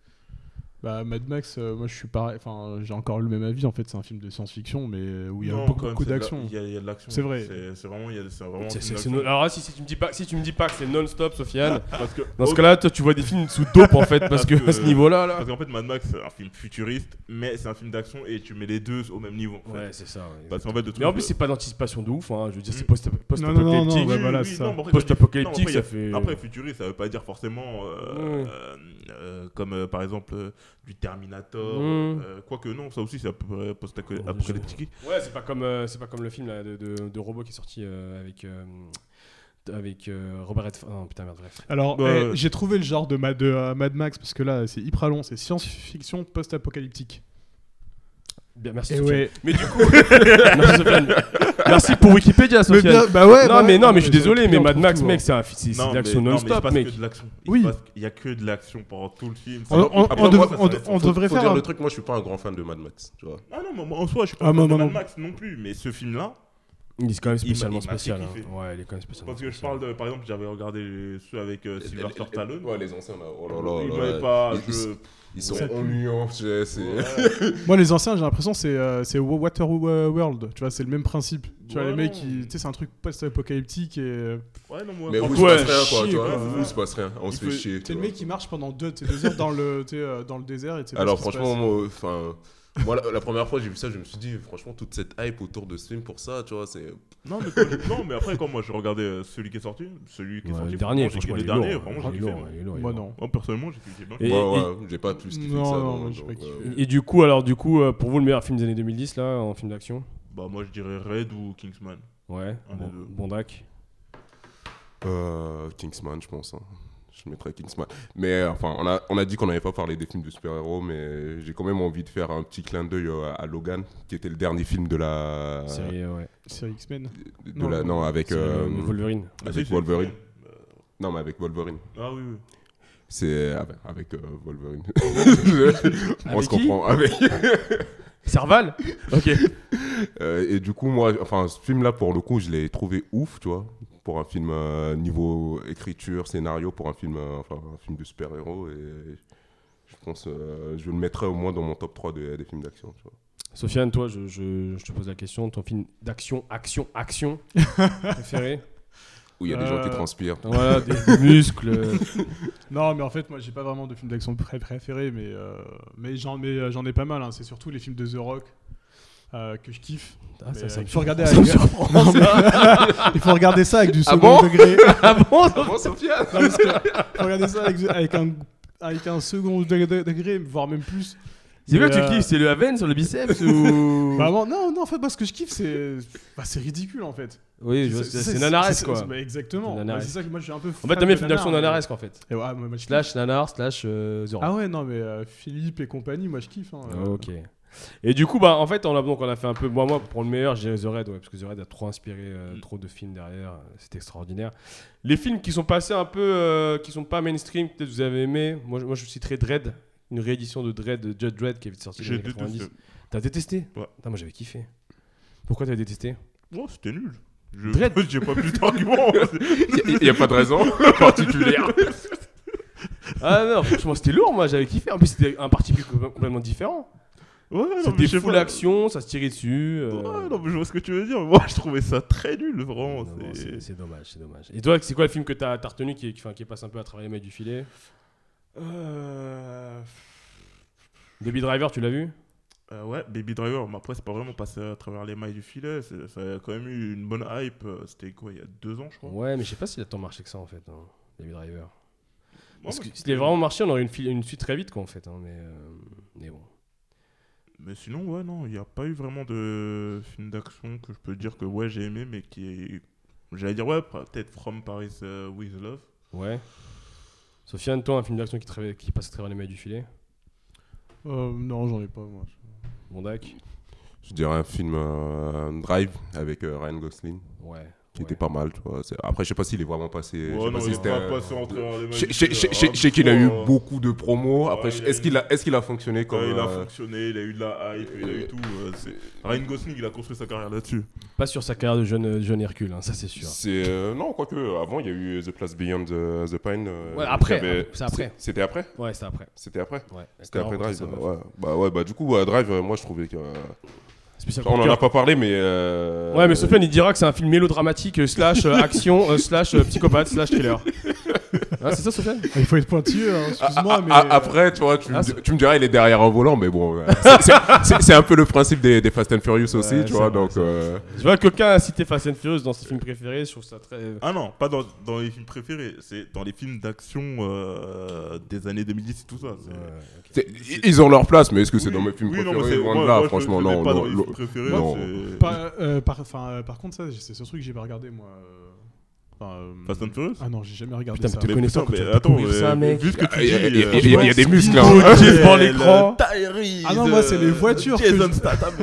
[SPEAKER 5] Bah, Mad Max, euh, moi je suis pareil. Enfin, j'ai encore le même avis. En fait, c'est un film de science-fiction, mais euh, où il y a
[SPEAKER 6] Non,
[SPEAKER 5] beaucoup,
[SPEAKER 6] quand même,
[SPEAKER 5] beaucoup
[SPEAKER 6] c'est de la-
[SPEAKER 5] d'action.
[SPEAKER 6] Il y a- il y a de l'action.
[SPEAKER 5] C'est vrai.
[SPEAKER 6] C'est c'est vraiment. il y a- c'est vraiment un
[SPEAKER 3] C'est-
[SPEAKER 6] film
[SPEAKER 3] c'est- c'est
[SPEAKER 6] d'action.
[SPEAKER 3] non- Alors là, si, si tu me dis pas, si tu me dis pas que c'est non-stop, Sofiane,
[SPEAKER 6] Parce que.
[SPEAKER 3] dans ce cas-là, toi, tu vois des films sous dope en fait, Oh. parce que à ce niveau-là, là.
[SPEAKER 6] Parce qu'en fait, Mad Max, c'est un film futuriste, mais c'est un film d'action et tu mets les deux au même niveau. en fait.
[SPEAKER 3] Ouais, c'est ça. ouais.
[SPEAKER 6] Parce qu'en fait, de
[SPEAKER 3] Mais en plus, c'est pas d'anticipation de ouf. hein. Je veux dire, c'est post-
[SPEAKER 5] Non, non, non, non,
[SPEAKER 3] post-apocalyptique.
[SPEAKER 5] ouais, voilà, ça.
[SPEAKER 3] Post-apocalyptique, ça fait-
[SPEAKER 6] Après, futuriste, ça veut pas dire forcément euh,
[SPEAKER 3] Mm.
[SPEAKER 6] euh, euh, comme euh, par exemple euh, du Terminator.
[SPEAKER 3] Mm.
[SPEAKER 6] euh, Quoique, non, ça aussi, c'est à peu près post-apocalyptique.
[SPEAKER 3] Ouais, c'est pas comme euh, c'est pas comme le film là, de, de, de robot qui est sorti euh, avec euh, avec euh, Robert Redford. Non, putain merde, bref.
[SPEAKER 5] Alors,
[SPEAKER 6] Bah,
[SPEAKER 5] eh,
[SPEAKER 6] ouais.
[SPEAKER 5] j'ai trouvé le genre de Mad, de, euh, Mad Max parce que là, c'est hyper long. C'est science-fiction post-apocalyptique.
[SPEAKER 3] Bien, merci.
[SPEAKER 5] Et
[SPEAKER 3] Sofiane.
[SPEAKER 5] Eh ouais.
[SPEAKER 3] Mais du coup, merci, Sofiane. Merci pour Wikipédia,
[SPEAKER 5] Mais
[SPEAKER 3] Sofiane.
[SPEAKER 5] bien- bah ouais.
[SPEAKER 3] non,
[SPEAKER 5] bah
[SPEAKER 3] mais
[SPEAKER 5] ouais,
[SPEAKER 3] non, mais je suis
[SPEAKER 5] sur
[SPEAKER 3] désolé, mais
[SPEAKER 5] Wikipédia, on
[SPEAKER 3] Mad
[SPEAKER 5] trouve
[SPEAKER 3] Max,
[SPEAKER 5] tout,
[SPEAKER 3] mec,
[SPEAKER 5] hein.
[SPEAKER 3] c'est un- c'est- c'est de
[SPEAKER 6] Non,
[SPEAKER 3] l'action
[SPEAKER 6] mais- non, mais il se
[SPEAKER 3] non-stop,
[SPEAKER 6] passe
[SPEAKER 3] mec.
[SPEAKER 6] que de l'action.
[SPEAKER 5] Oui. Ah
[SPEAKER 6] Il se passe- il y a que de l'action pendant tout le film.
[SPEAKER 5] On, on-
[SPEAKER 4] Après,
[SPEAKER 5] on
[SPEAKER 4] moi,
[SPEAKER 5] dev-
[SPEAKER 6] ça, ça
[SPEAKER 5] on-
[SPEAKER 6] va être-
[SPEAKER 5] on devrait
[SPEAKER 4] faut
[SPEAKER 5] faire.
[SPEAKER 4] dire
[SPEAKER 5] un-
[SPEAKER 4] le truc, moi je suis pas un grand fan de Mad Max, tu vois.
[SPEAKER 6] Ah non, mais moi, en soi, je suis
[SPEAKER 5] Ah,
[SPEAKER 6] pas
[SPEAKER 5] moi,
[SPEAKER 6] fan de
[SPEAKER 5] moi,
[SPEAKER 6] Mad
[SPEAKER 5] non.
[SPEAKER 6] Max non plus, mais ce film-là,
[SPEAKER 3] Il est quand même
[SPEAKER 6] Il m'a-
[SPEAKER 3] spécialement
[SPEAKER 6] il m'a fait
[SPEAKER 3] spécial. hein.
[SPEAKER 6] kiffer.
[SPEAKER 3] Ouais, il est quand même spécial.
[SPEAKER 6] parce que je parle de. Par exemple, j'avais regardé les- ceux avec euh, Sylvester Stallone.
[SPEAKER 4] Ouais, les anciens là. Oh là là.
[SPEAKER 6] Il
[SPEAKER 4] là,
[SPEAKER 6] m'avait
[SPEAKER 4] là.
[SPEAKER 6] pas.
[SPEAKER 4] Ils-
[SPEAKER 6] je-
[SPEAKER 4] Ils sont
[SPEAKER 5] Ça pue.
[SPEAKER 4] ennuyants, tu sais, c'est.
[SPEAKER 5] Moi, les anciens, j'ai l'impression c'est euh, c'est Waterworld. Tu vois, c'est le même principe. Tu vois,
[SPEAKER 6] Ouais,
[SPEAKER 5] les mecs,
[SPEAKER 6] non.
[SPEAKER 5] ils- tu sais, c'est un truc post-apocalyptique et euh,
[SPEAKER 6] Ouais, non, moi,
[SPEAKER 4] Mais
[SPEAKER 6] en
[SPEAKER 4] où il
[SPEAKER 6] fait,
[SPEAKER 4] se
[SPEAKER 3] Ouais,
[SPEAKER 4] passe rien, quoi,
[SPEAKER 5] chier,
[SPEAKER 4] tu vois.
[SPEAKER 5] quoi.
[SPEAKER 4] Où il se passe rien, on se
[SPEAKER 6] peut-
[SPEAKER 4] fait chier.
[SPEAKER 5] C'est
[SPEAKER 4] tu
[SPEAKER 5] le
[SPEAKER 4] vois.
[SPEAKER 5] mec qui marche pendant deux, tu sais, deux heures dans le, tu sais, euh, dans le désert. Et tu sais pas
[SPEAKER 4] Alors
[SPEAKER 5] ce qui se
[SPEAKER 4] franchement,
[SPEAKER 5] passe.
[SPEAKER 4] moi, enfin, moi la, la première fois que j'ai vu ça, je me suis dit, franchement, toute cette hype autour de ce film pour ça, tu vois, c'est.
[SPEAKER 6] non, mais quand- non, mais après, quand moi je regardais euh, celui qui est sorti, celui qui est sorti,
[SPEAKER 3] le dernier, franchement,
[SPEAKER 6] franchement, j'ai-
[SPEAKER 3] il
[SPEAKER 6] le
[SPEAKER 3] est
[SPEAKER 6] dernier,
[SPEAKER 3] lourd. hein.
[SPEAKER 6] vraiment, j'ai
[SPEAKER 3] Il est
[SPEAKER 6] kiffé.
[SPEAKER 3] lourd,
[SPEAKER 6] moi.
[SPEAKER 3] il est lourd, il est
[SPEAKER 5] Moi,
[SPEAKER 3] lourd.
[SPEAKER 5] non.
[SPEAKER 6] Moi, personnellement, j'ai kiffé. bien.
[SPEAKER 3] Et-
[SPEAKER 4] moi,
[SPEAKER 3] et-
[SPEAKER 4] ouais, j'ai pas plus kiffé
[SPEAKER 5] Non,
[SPEAKER 4] que ça.
[SPEAKER 5] non,
[SPEAKER 4] donc,
[SPEAKER 5] moi, j'ai pas
[SPEAKER 4] donc,
[SPEAKER 5] kiffé.
[SPEAKER 4] euh,
[SPEAKER 3] Et du coup, alors, du coup, euh, pour vous, le meilleur film des années 2010, là, en film d'action
[SPEAKER 6] Bah, moi, je dirais Red ou Kingsman.
[SPEAKER 3] Ouais,
[SPEAKER 6] Un
[SPEAKER 3] bon,
[SPEAKER 6] des deux.
[SPEAKER 3] Bondac.
[SPEAKER 4] euh, Kingsman, je pense. hein. Je mettrais Kingsman. Mais euh, enfin, on a, on a dit qu'on n'avait pas parlé des films de super-héros, mais j'ai quand même envie de faire un petit clin d'œil euh, à Logan, qui était le dernier film de la.
[SPEAKER 3] Série, euh, ouais.
[SPEAKER 5] C'est X-Men.
[SPEAKER 4] de
[SPEAKER 5] Non,
[SPEAKER 4] la-
[SPEAKER 5] non,
[SPEAKER 4] non, avec.
[SPEAKER 3] C'est
[SPEAKER 4] euh,
[SPEAKER 3] le- le Wolverine.
[SPEAKER 6] Ah,
[SPEAKER 4] avec
[SPEAKER 6] si, c'est
[SPEAKER 4] Wolverine.
[SPEAKER 6] Kingsman.
[SPEAKER 4] Non, mais avec Wolverine.
[SPEAKER 6] Ah oui, oui.
[SPEAKER 4] C'est avec, avec, euh, Wolverine. on
[SPEAKER 3] Avec qui
[SPEAKER 4] se comprend. Avec.
[SPEAKER 3] Serval Ok.
[SPEAKER 4] Euh, et du coup, moi, enfin, ce film-là, pour le coup, je l'ai trouvé ouf, tu vois, pour un film euh, niveau écriture, scénario, pour un film, euh, enfin, un film de super-héros. Et je pense, euh, je le mettrais au moins dans mon top 3 des, des films d'action, tu vois.
[SPEAKER 3] Sofiane, toi, je, je- je te pose la question. Ton film d'action, action, action préféré Ah,
[SPEAKER 4] Où il y a des gens qui
[SPEAKER 5] Euh,
[SPEAKER 4] transpirent.
[SPEAKER 3] Voilà, des muscles.
[SPEAKER 5] Non, mais en fait, moi, j'ai pas vraiment de films d'action pré- préférés, mais, euh, mais j'en mais, euh, j'en ai pas mal. hein. C'est surtout les films de The Rock euh, que je kiffe.
[SPEAKER 3] Ah,
[SPEAKER 5] Mais, euh,
[SPEAKER 3] me
[SPEAKER 5] il faut regarder
[SPEAKER 3] surprend.
[SPEAKER 5] avec-
[SPEAKER 3] Ça me surprend.
[SPEAKER 5] Non, mais- Il faut regarder ça avec du
[SPEAKER 4] Ah
[SPEAKER 5] second
[SPEAKER 4] bon
[SPEAKER 5] degré. Non,
[SPEAKER 3] Ah bon
[SPEAKER 4] Ah bon, Sofiane
[SPEAKER 5] parce que- faut regarder ça avec, avec un, avec un second degré, degré, voire même plus.
[SPEAKER 3] C'est quoi que
[SPEAKER 5] Mais,
[SPEAKER 3] tu
[SPEAKER 5] euh,
[SPEAKER 3] kiffes C'est le Haven sur le biceps ou...
[SPEAKER 5] Bah, bon, non, non, en fait, moi, ce que je kiffe, c'est bah, c'est ridicule, en fait.
[SPEAKER 3] Oui, je vois, c'est c'est nanaresque,
[SPEAKER 5] c'est-
[SPEAKER 3] quoi.
[SPEAKER 5] bah, exactement.
[SPEAKER 3] C'est
[SPEAKER 5] Bah, C'est
[SPEAKER 3] nanaresque.
[SPEAKER 5] ça que moi, je suis un peu.
[SPEAKER 3] En fait, t'as mis le film d'action nanaresque, en fait.
[SPEAKER 5] Slash.
[SPEAKER 3] Slash nanar, slash euh, The Rock.
[SPEAKER 5] Ah ouais, non, mais euh, Philippe et compagnie, moi, je kiffe. hein.
[SPEAKER 3] Ah, Ok. Et du coup, bah, en fait, on a, donc, on a fait un peu. Moi, moi pour le meilleur, j'ai The Raid, ouais, parce que The Raid a trop inspiré euh,
[SPEAKER 6] Mm.
[SPEAKER 3] trop de films derrière. euh, C'est extraordinaire. Les films qui sont passés un peu. euh, qui sont pas mainstream, peut-être vous avez aimé. Moi, je- moi je citerai Dread, une réédition de Dread, de Judge Dread qui est sortie dans
[SPEAKER 6] J'ai
[SPEAKER 3] les années 90.
[SPEAKER 6] détesté.
[SPEAKER 3] T'as détesté
[SPEAKER 6] Ouais.
[SPEAKER 3] Putain, moi, j'avais kiffé. Pourquoi t'avais détesté
[SPEAKER 6] Oh, c'était nul. Je-
[SPEAKER 3] Dread.
[SPEAKER 6] J'ai pas plus d'arguments.
[SPEAKER 4] Il n'y a pas de raison particulière.
[SPEAKER 3] Ah non, franchement, c'était lourd, moi, j'avais kiffé. En plus, c'était un parti pris com- complètement différent.
[SPEAKER 6] Ouais, non, mais je
[SPEAKER 3] C'était
[SPEAKER 6] sais
[SPEAKER 3] full
[SPEAKER 6] pas.
[SPEAKER 3] action, ça se tirait dessus. euh,
[SPEAKER 6] Ouais, non, mais je vois ce que tu veux dire. Moi, je trouvais ça très nul,
[SPEAKER 3] non,
[SPEAKER 6] vraiment.
[SPEAKER 3] non,
[SPEAKER 6] c'est-
[SPEAKER 3] c'est c'est dommage, c'est dommage. Et toi, c'est quoi le film que t'as t'as retenu qui, qui, enfin, qui passe un peu à travailler les mailles du filet
[SPEAKER 6] Euh,
[SPEAKER 3] Baby Driver, tu l'as vu
[SPEAKER 6] Euh, ouais, Baby Driver, mais après, c'est pas vraiment passé à travers les mailles du filet. c'est- Ça a quand même eu une bonne hype. euh, C'était quoi, il y a deux ans, je crois
[SPEAKER 3] Ouais, mais je sais pas s'il a tant marché que ça en fait, hein, Baby Driver. Parce
[SPEAKER 6] Ouais,
[SPEAKER 3] que
[SPEAKER 6] mais-
[SPEAKER 3] s'il est vraiment marché, on aurait une, file- une suite très vite quoi en fait. hein, mais, euh, mais bon.
[SPEAKER 6] Mais sinon, ouais, non, il n'y a pas eu vraiment de film d'action que je peux dire que ouais, j'ai aimé, mais qui est. J'allais dire, ouais, peut-être From Paris euh, with Love.
[SPEAKER 3] Ouais. Sofiane, toi, un film d'action qui, tra- qui passe à travers les mailles du filet
[SPEAKER 5] Euh, non, j'en ai pas, moi.
[SPEAKER 3] Bondac
[SPEAKER 4] Je dirais un film euh, Drive avec euh, Ryan Gosling.
[SPEAKER 3] Ouais.
[SPEAKER 4] qui était pas mal. Tu vois. C'est- Après, je sais pas s'il est vraiment passé. Euh, je sais
[SPEAKER 6] Ouais, non,
[SPEAKER 4] pas si
[SPEAKER 6] il
[SPEAKER 4] c'était
[SPEAKER 6] va
[SPEAKER 4] un-
[SPEAKER 6] pas se rentrer dans les
[SPEAKER 4] Je
[SPEAKER 6] mains
[SPEAKER 4] je-
[SPEAKER 6] du-
[SPEAKER 4] je- je-
[SPEAKER 6] Ah,
[SPEAKER 4] je sais qu'il a eu
[SPEAKER 6] bon,
[SPEAKER 4] beaucoup de promos. Après,
[SPEAKER 6] ouais,
[SPEAKER 4] je-
[SPEAKER 6] il a
[SPEAKER 4] est-ce
[SPEAKER 6] eu-
[SPEAKER 4] qu'il a, est-ce qu'il a fonctionné comme.
[SPEAKER 6] Ouais, il a
[SPEAKER 4] euh,
[SPEAKER 6] fonctionné, il a eu de la hype, il a eu tout. euh, c'est- Ryan Gosling, il a construit sa carrière là-dessus.
[SPEAKER 3] Pas sur sa carrière de jeune, euh, jeune Hercule, hein, ça c'est sûr.
[SPEAKER 4] C'est euh, non quoique avant il y a eu The Place Beyond euh, the, Pine. euh,
[SPEAKER 3] Ouais, après, hein,
[SPEAKER 4] qui avait-
[SPEAKER 3] c'est après.
[SPEAKER 4] c'est- C'était après.
[SPEAKER 3] Ouais, c'est après.
[SPEAKER 4] C'était après.
[SPEAKER 3] Ouais,
[SPEAKER 4] C'était après
[SPEAKER 3] D'accord,
[SPEAKER 4] Drive.
[SPEAKER 3] ça va.
[SPEAKER 4] ouais. Bah ouais bah du coup euh, Drive euh, moi je trouvais que euh,
[SPEAKER 3] Spécial
[SPEAKER 4] on
[SPEAKER 3] coup de
[SPEAKER 4] en a
[SPEAKER 3] cœur.
[SPEAKER 4] pas parlé mais. euh,
[SPEAKER 3] Ouais, mais Sofiane il dira que c'est un film mélodramatique, euh, slash euh, action, euh, slash euh, psychopathe, slash killer. Ah, c'est ça, Sofiane
[SPEAKER 5] Il faut être pointilleux, hein,
[SPEAKER 4] Ah, ah,
[SPEAKER 5] excuse-moi,
[SPEAKER 4] ah,
[SPEAKER 5] mais.
[SPEAKER 4] ah,
[SPEAKER 5] euh,
[SPEAKER 4] après, tu vois, tu,
[SPEAKER 3] Ah,
[SPEAKER 4] me,
[SPEAKER 3] c'est-
[SPEAKER 4] tu me diras, il est derrière un volant, mais bon, euh, c'est- c'est- c'est c'est un peu le principe des, des Fast and Furious aussi,
[SPEAKER 3] Ouais, c'est
[SPEAKER 4] tu vois.
[SPEAKER 3] vrai,
[SPEAKER 4] donc,
[SPEAKER 3] c'est vrai,
[SPEAKER 4] euh,
[SPEAKER 3] Je vois que quelqu'un a cité Fast and Furious dans ses films préférés, je trouve ça très.
[SPEAKER 6] Ah non, pas dans, dans les films préférés, c'est dans les films d'action euh, des années 2010 et tout ça. c'est-
[SPEAKER 4] c'est- ils ont leur place, mais est-ce que c'est
[SPEAKER 6] Oui,
[SPEAKER 4] dans mes films
[SPEAKER 6] oui, non, mais
[SPEAKER 4] préférés
[SPEAKER 6] c'est-
[SPEAKER 4] loin de
[SPEAKER 6] moi-
[SPEAKER 4] là,
[SPEAKER 6] moi, je-
[SPEAKER 4] franchement,
[SPEAKER 6] je les mets
[SPEAKER 4] non.
[SPEAKER 6] pas
[SPEAKER 4] non,
[SPEAKER 6] dans les
[SPEAKER 4] non.
[SPEAKER 6] films préférés,
[SPEAKER 4] non.
[SPEAKER 6] c'est-
[SPEAKER 5] Par, euh, par, enfin, euh, par contre, ça, c'est ce truc que j'ai pas regardé, moi. euh, enfin, euh,
[SPEAKER 6] Fast and Furious
[SPEAKER 5] Ah non, j'ai jamais regardé
[SPEAKER 3] Putain,
[SPEAKER 5] ça.
[SPEAKER 3] mais t'es connaissant
[SPEAKER 6] putain,
[SPEAKER 3] quand
[SPEAKER 6] mais
[SPEAKER 3] tu
[SPEAKER 6] attends,
[SPEAKER 3] découvres ça,
[SPEAKER 6] mais
[SPEAKER 3] mec.
[SPEAKER 6] vu ce que
[SPEAKER 4] Il y a-
[SPEAKER 6] tu
[SPEAKER 4] il y
[SPEAKER 6] dis.
[SPEAKER 4] a-
[SPEAKER 6] euh,
[SPEAKER 4] il y a- il y a des muscles, hein.
[SPEAKER 3] Tout est devant
[SPEAKER 6] le-
[SPEAKER 3] l'écran.
[SPEAKER 6] Tyrese,
[SPEAKER 5] Ah non, moi, c'est les
[SPEAKER 6] eh, euh,
[SPEAKER 5] voitures que
[SPEAKER 6] Jason
[SPEAKER 5] je-
[SPEAKER 6] Statham.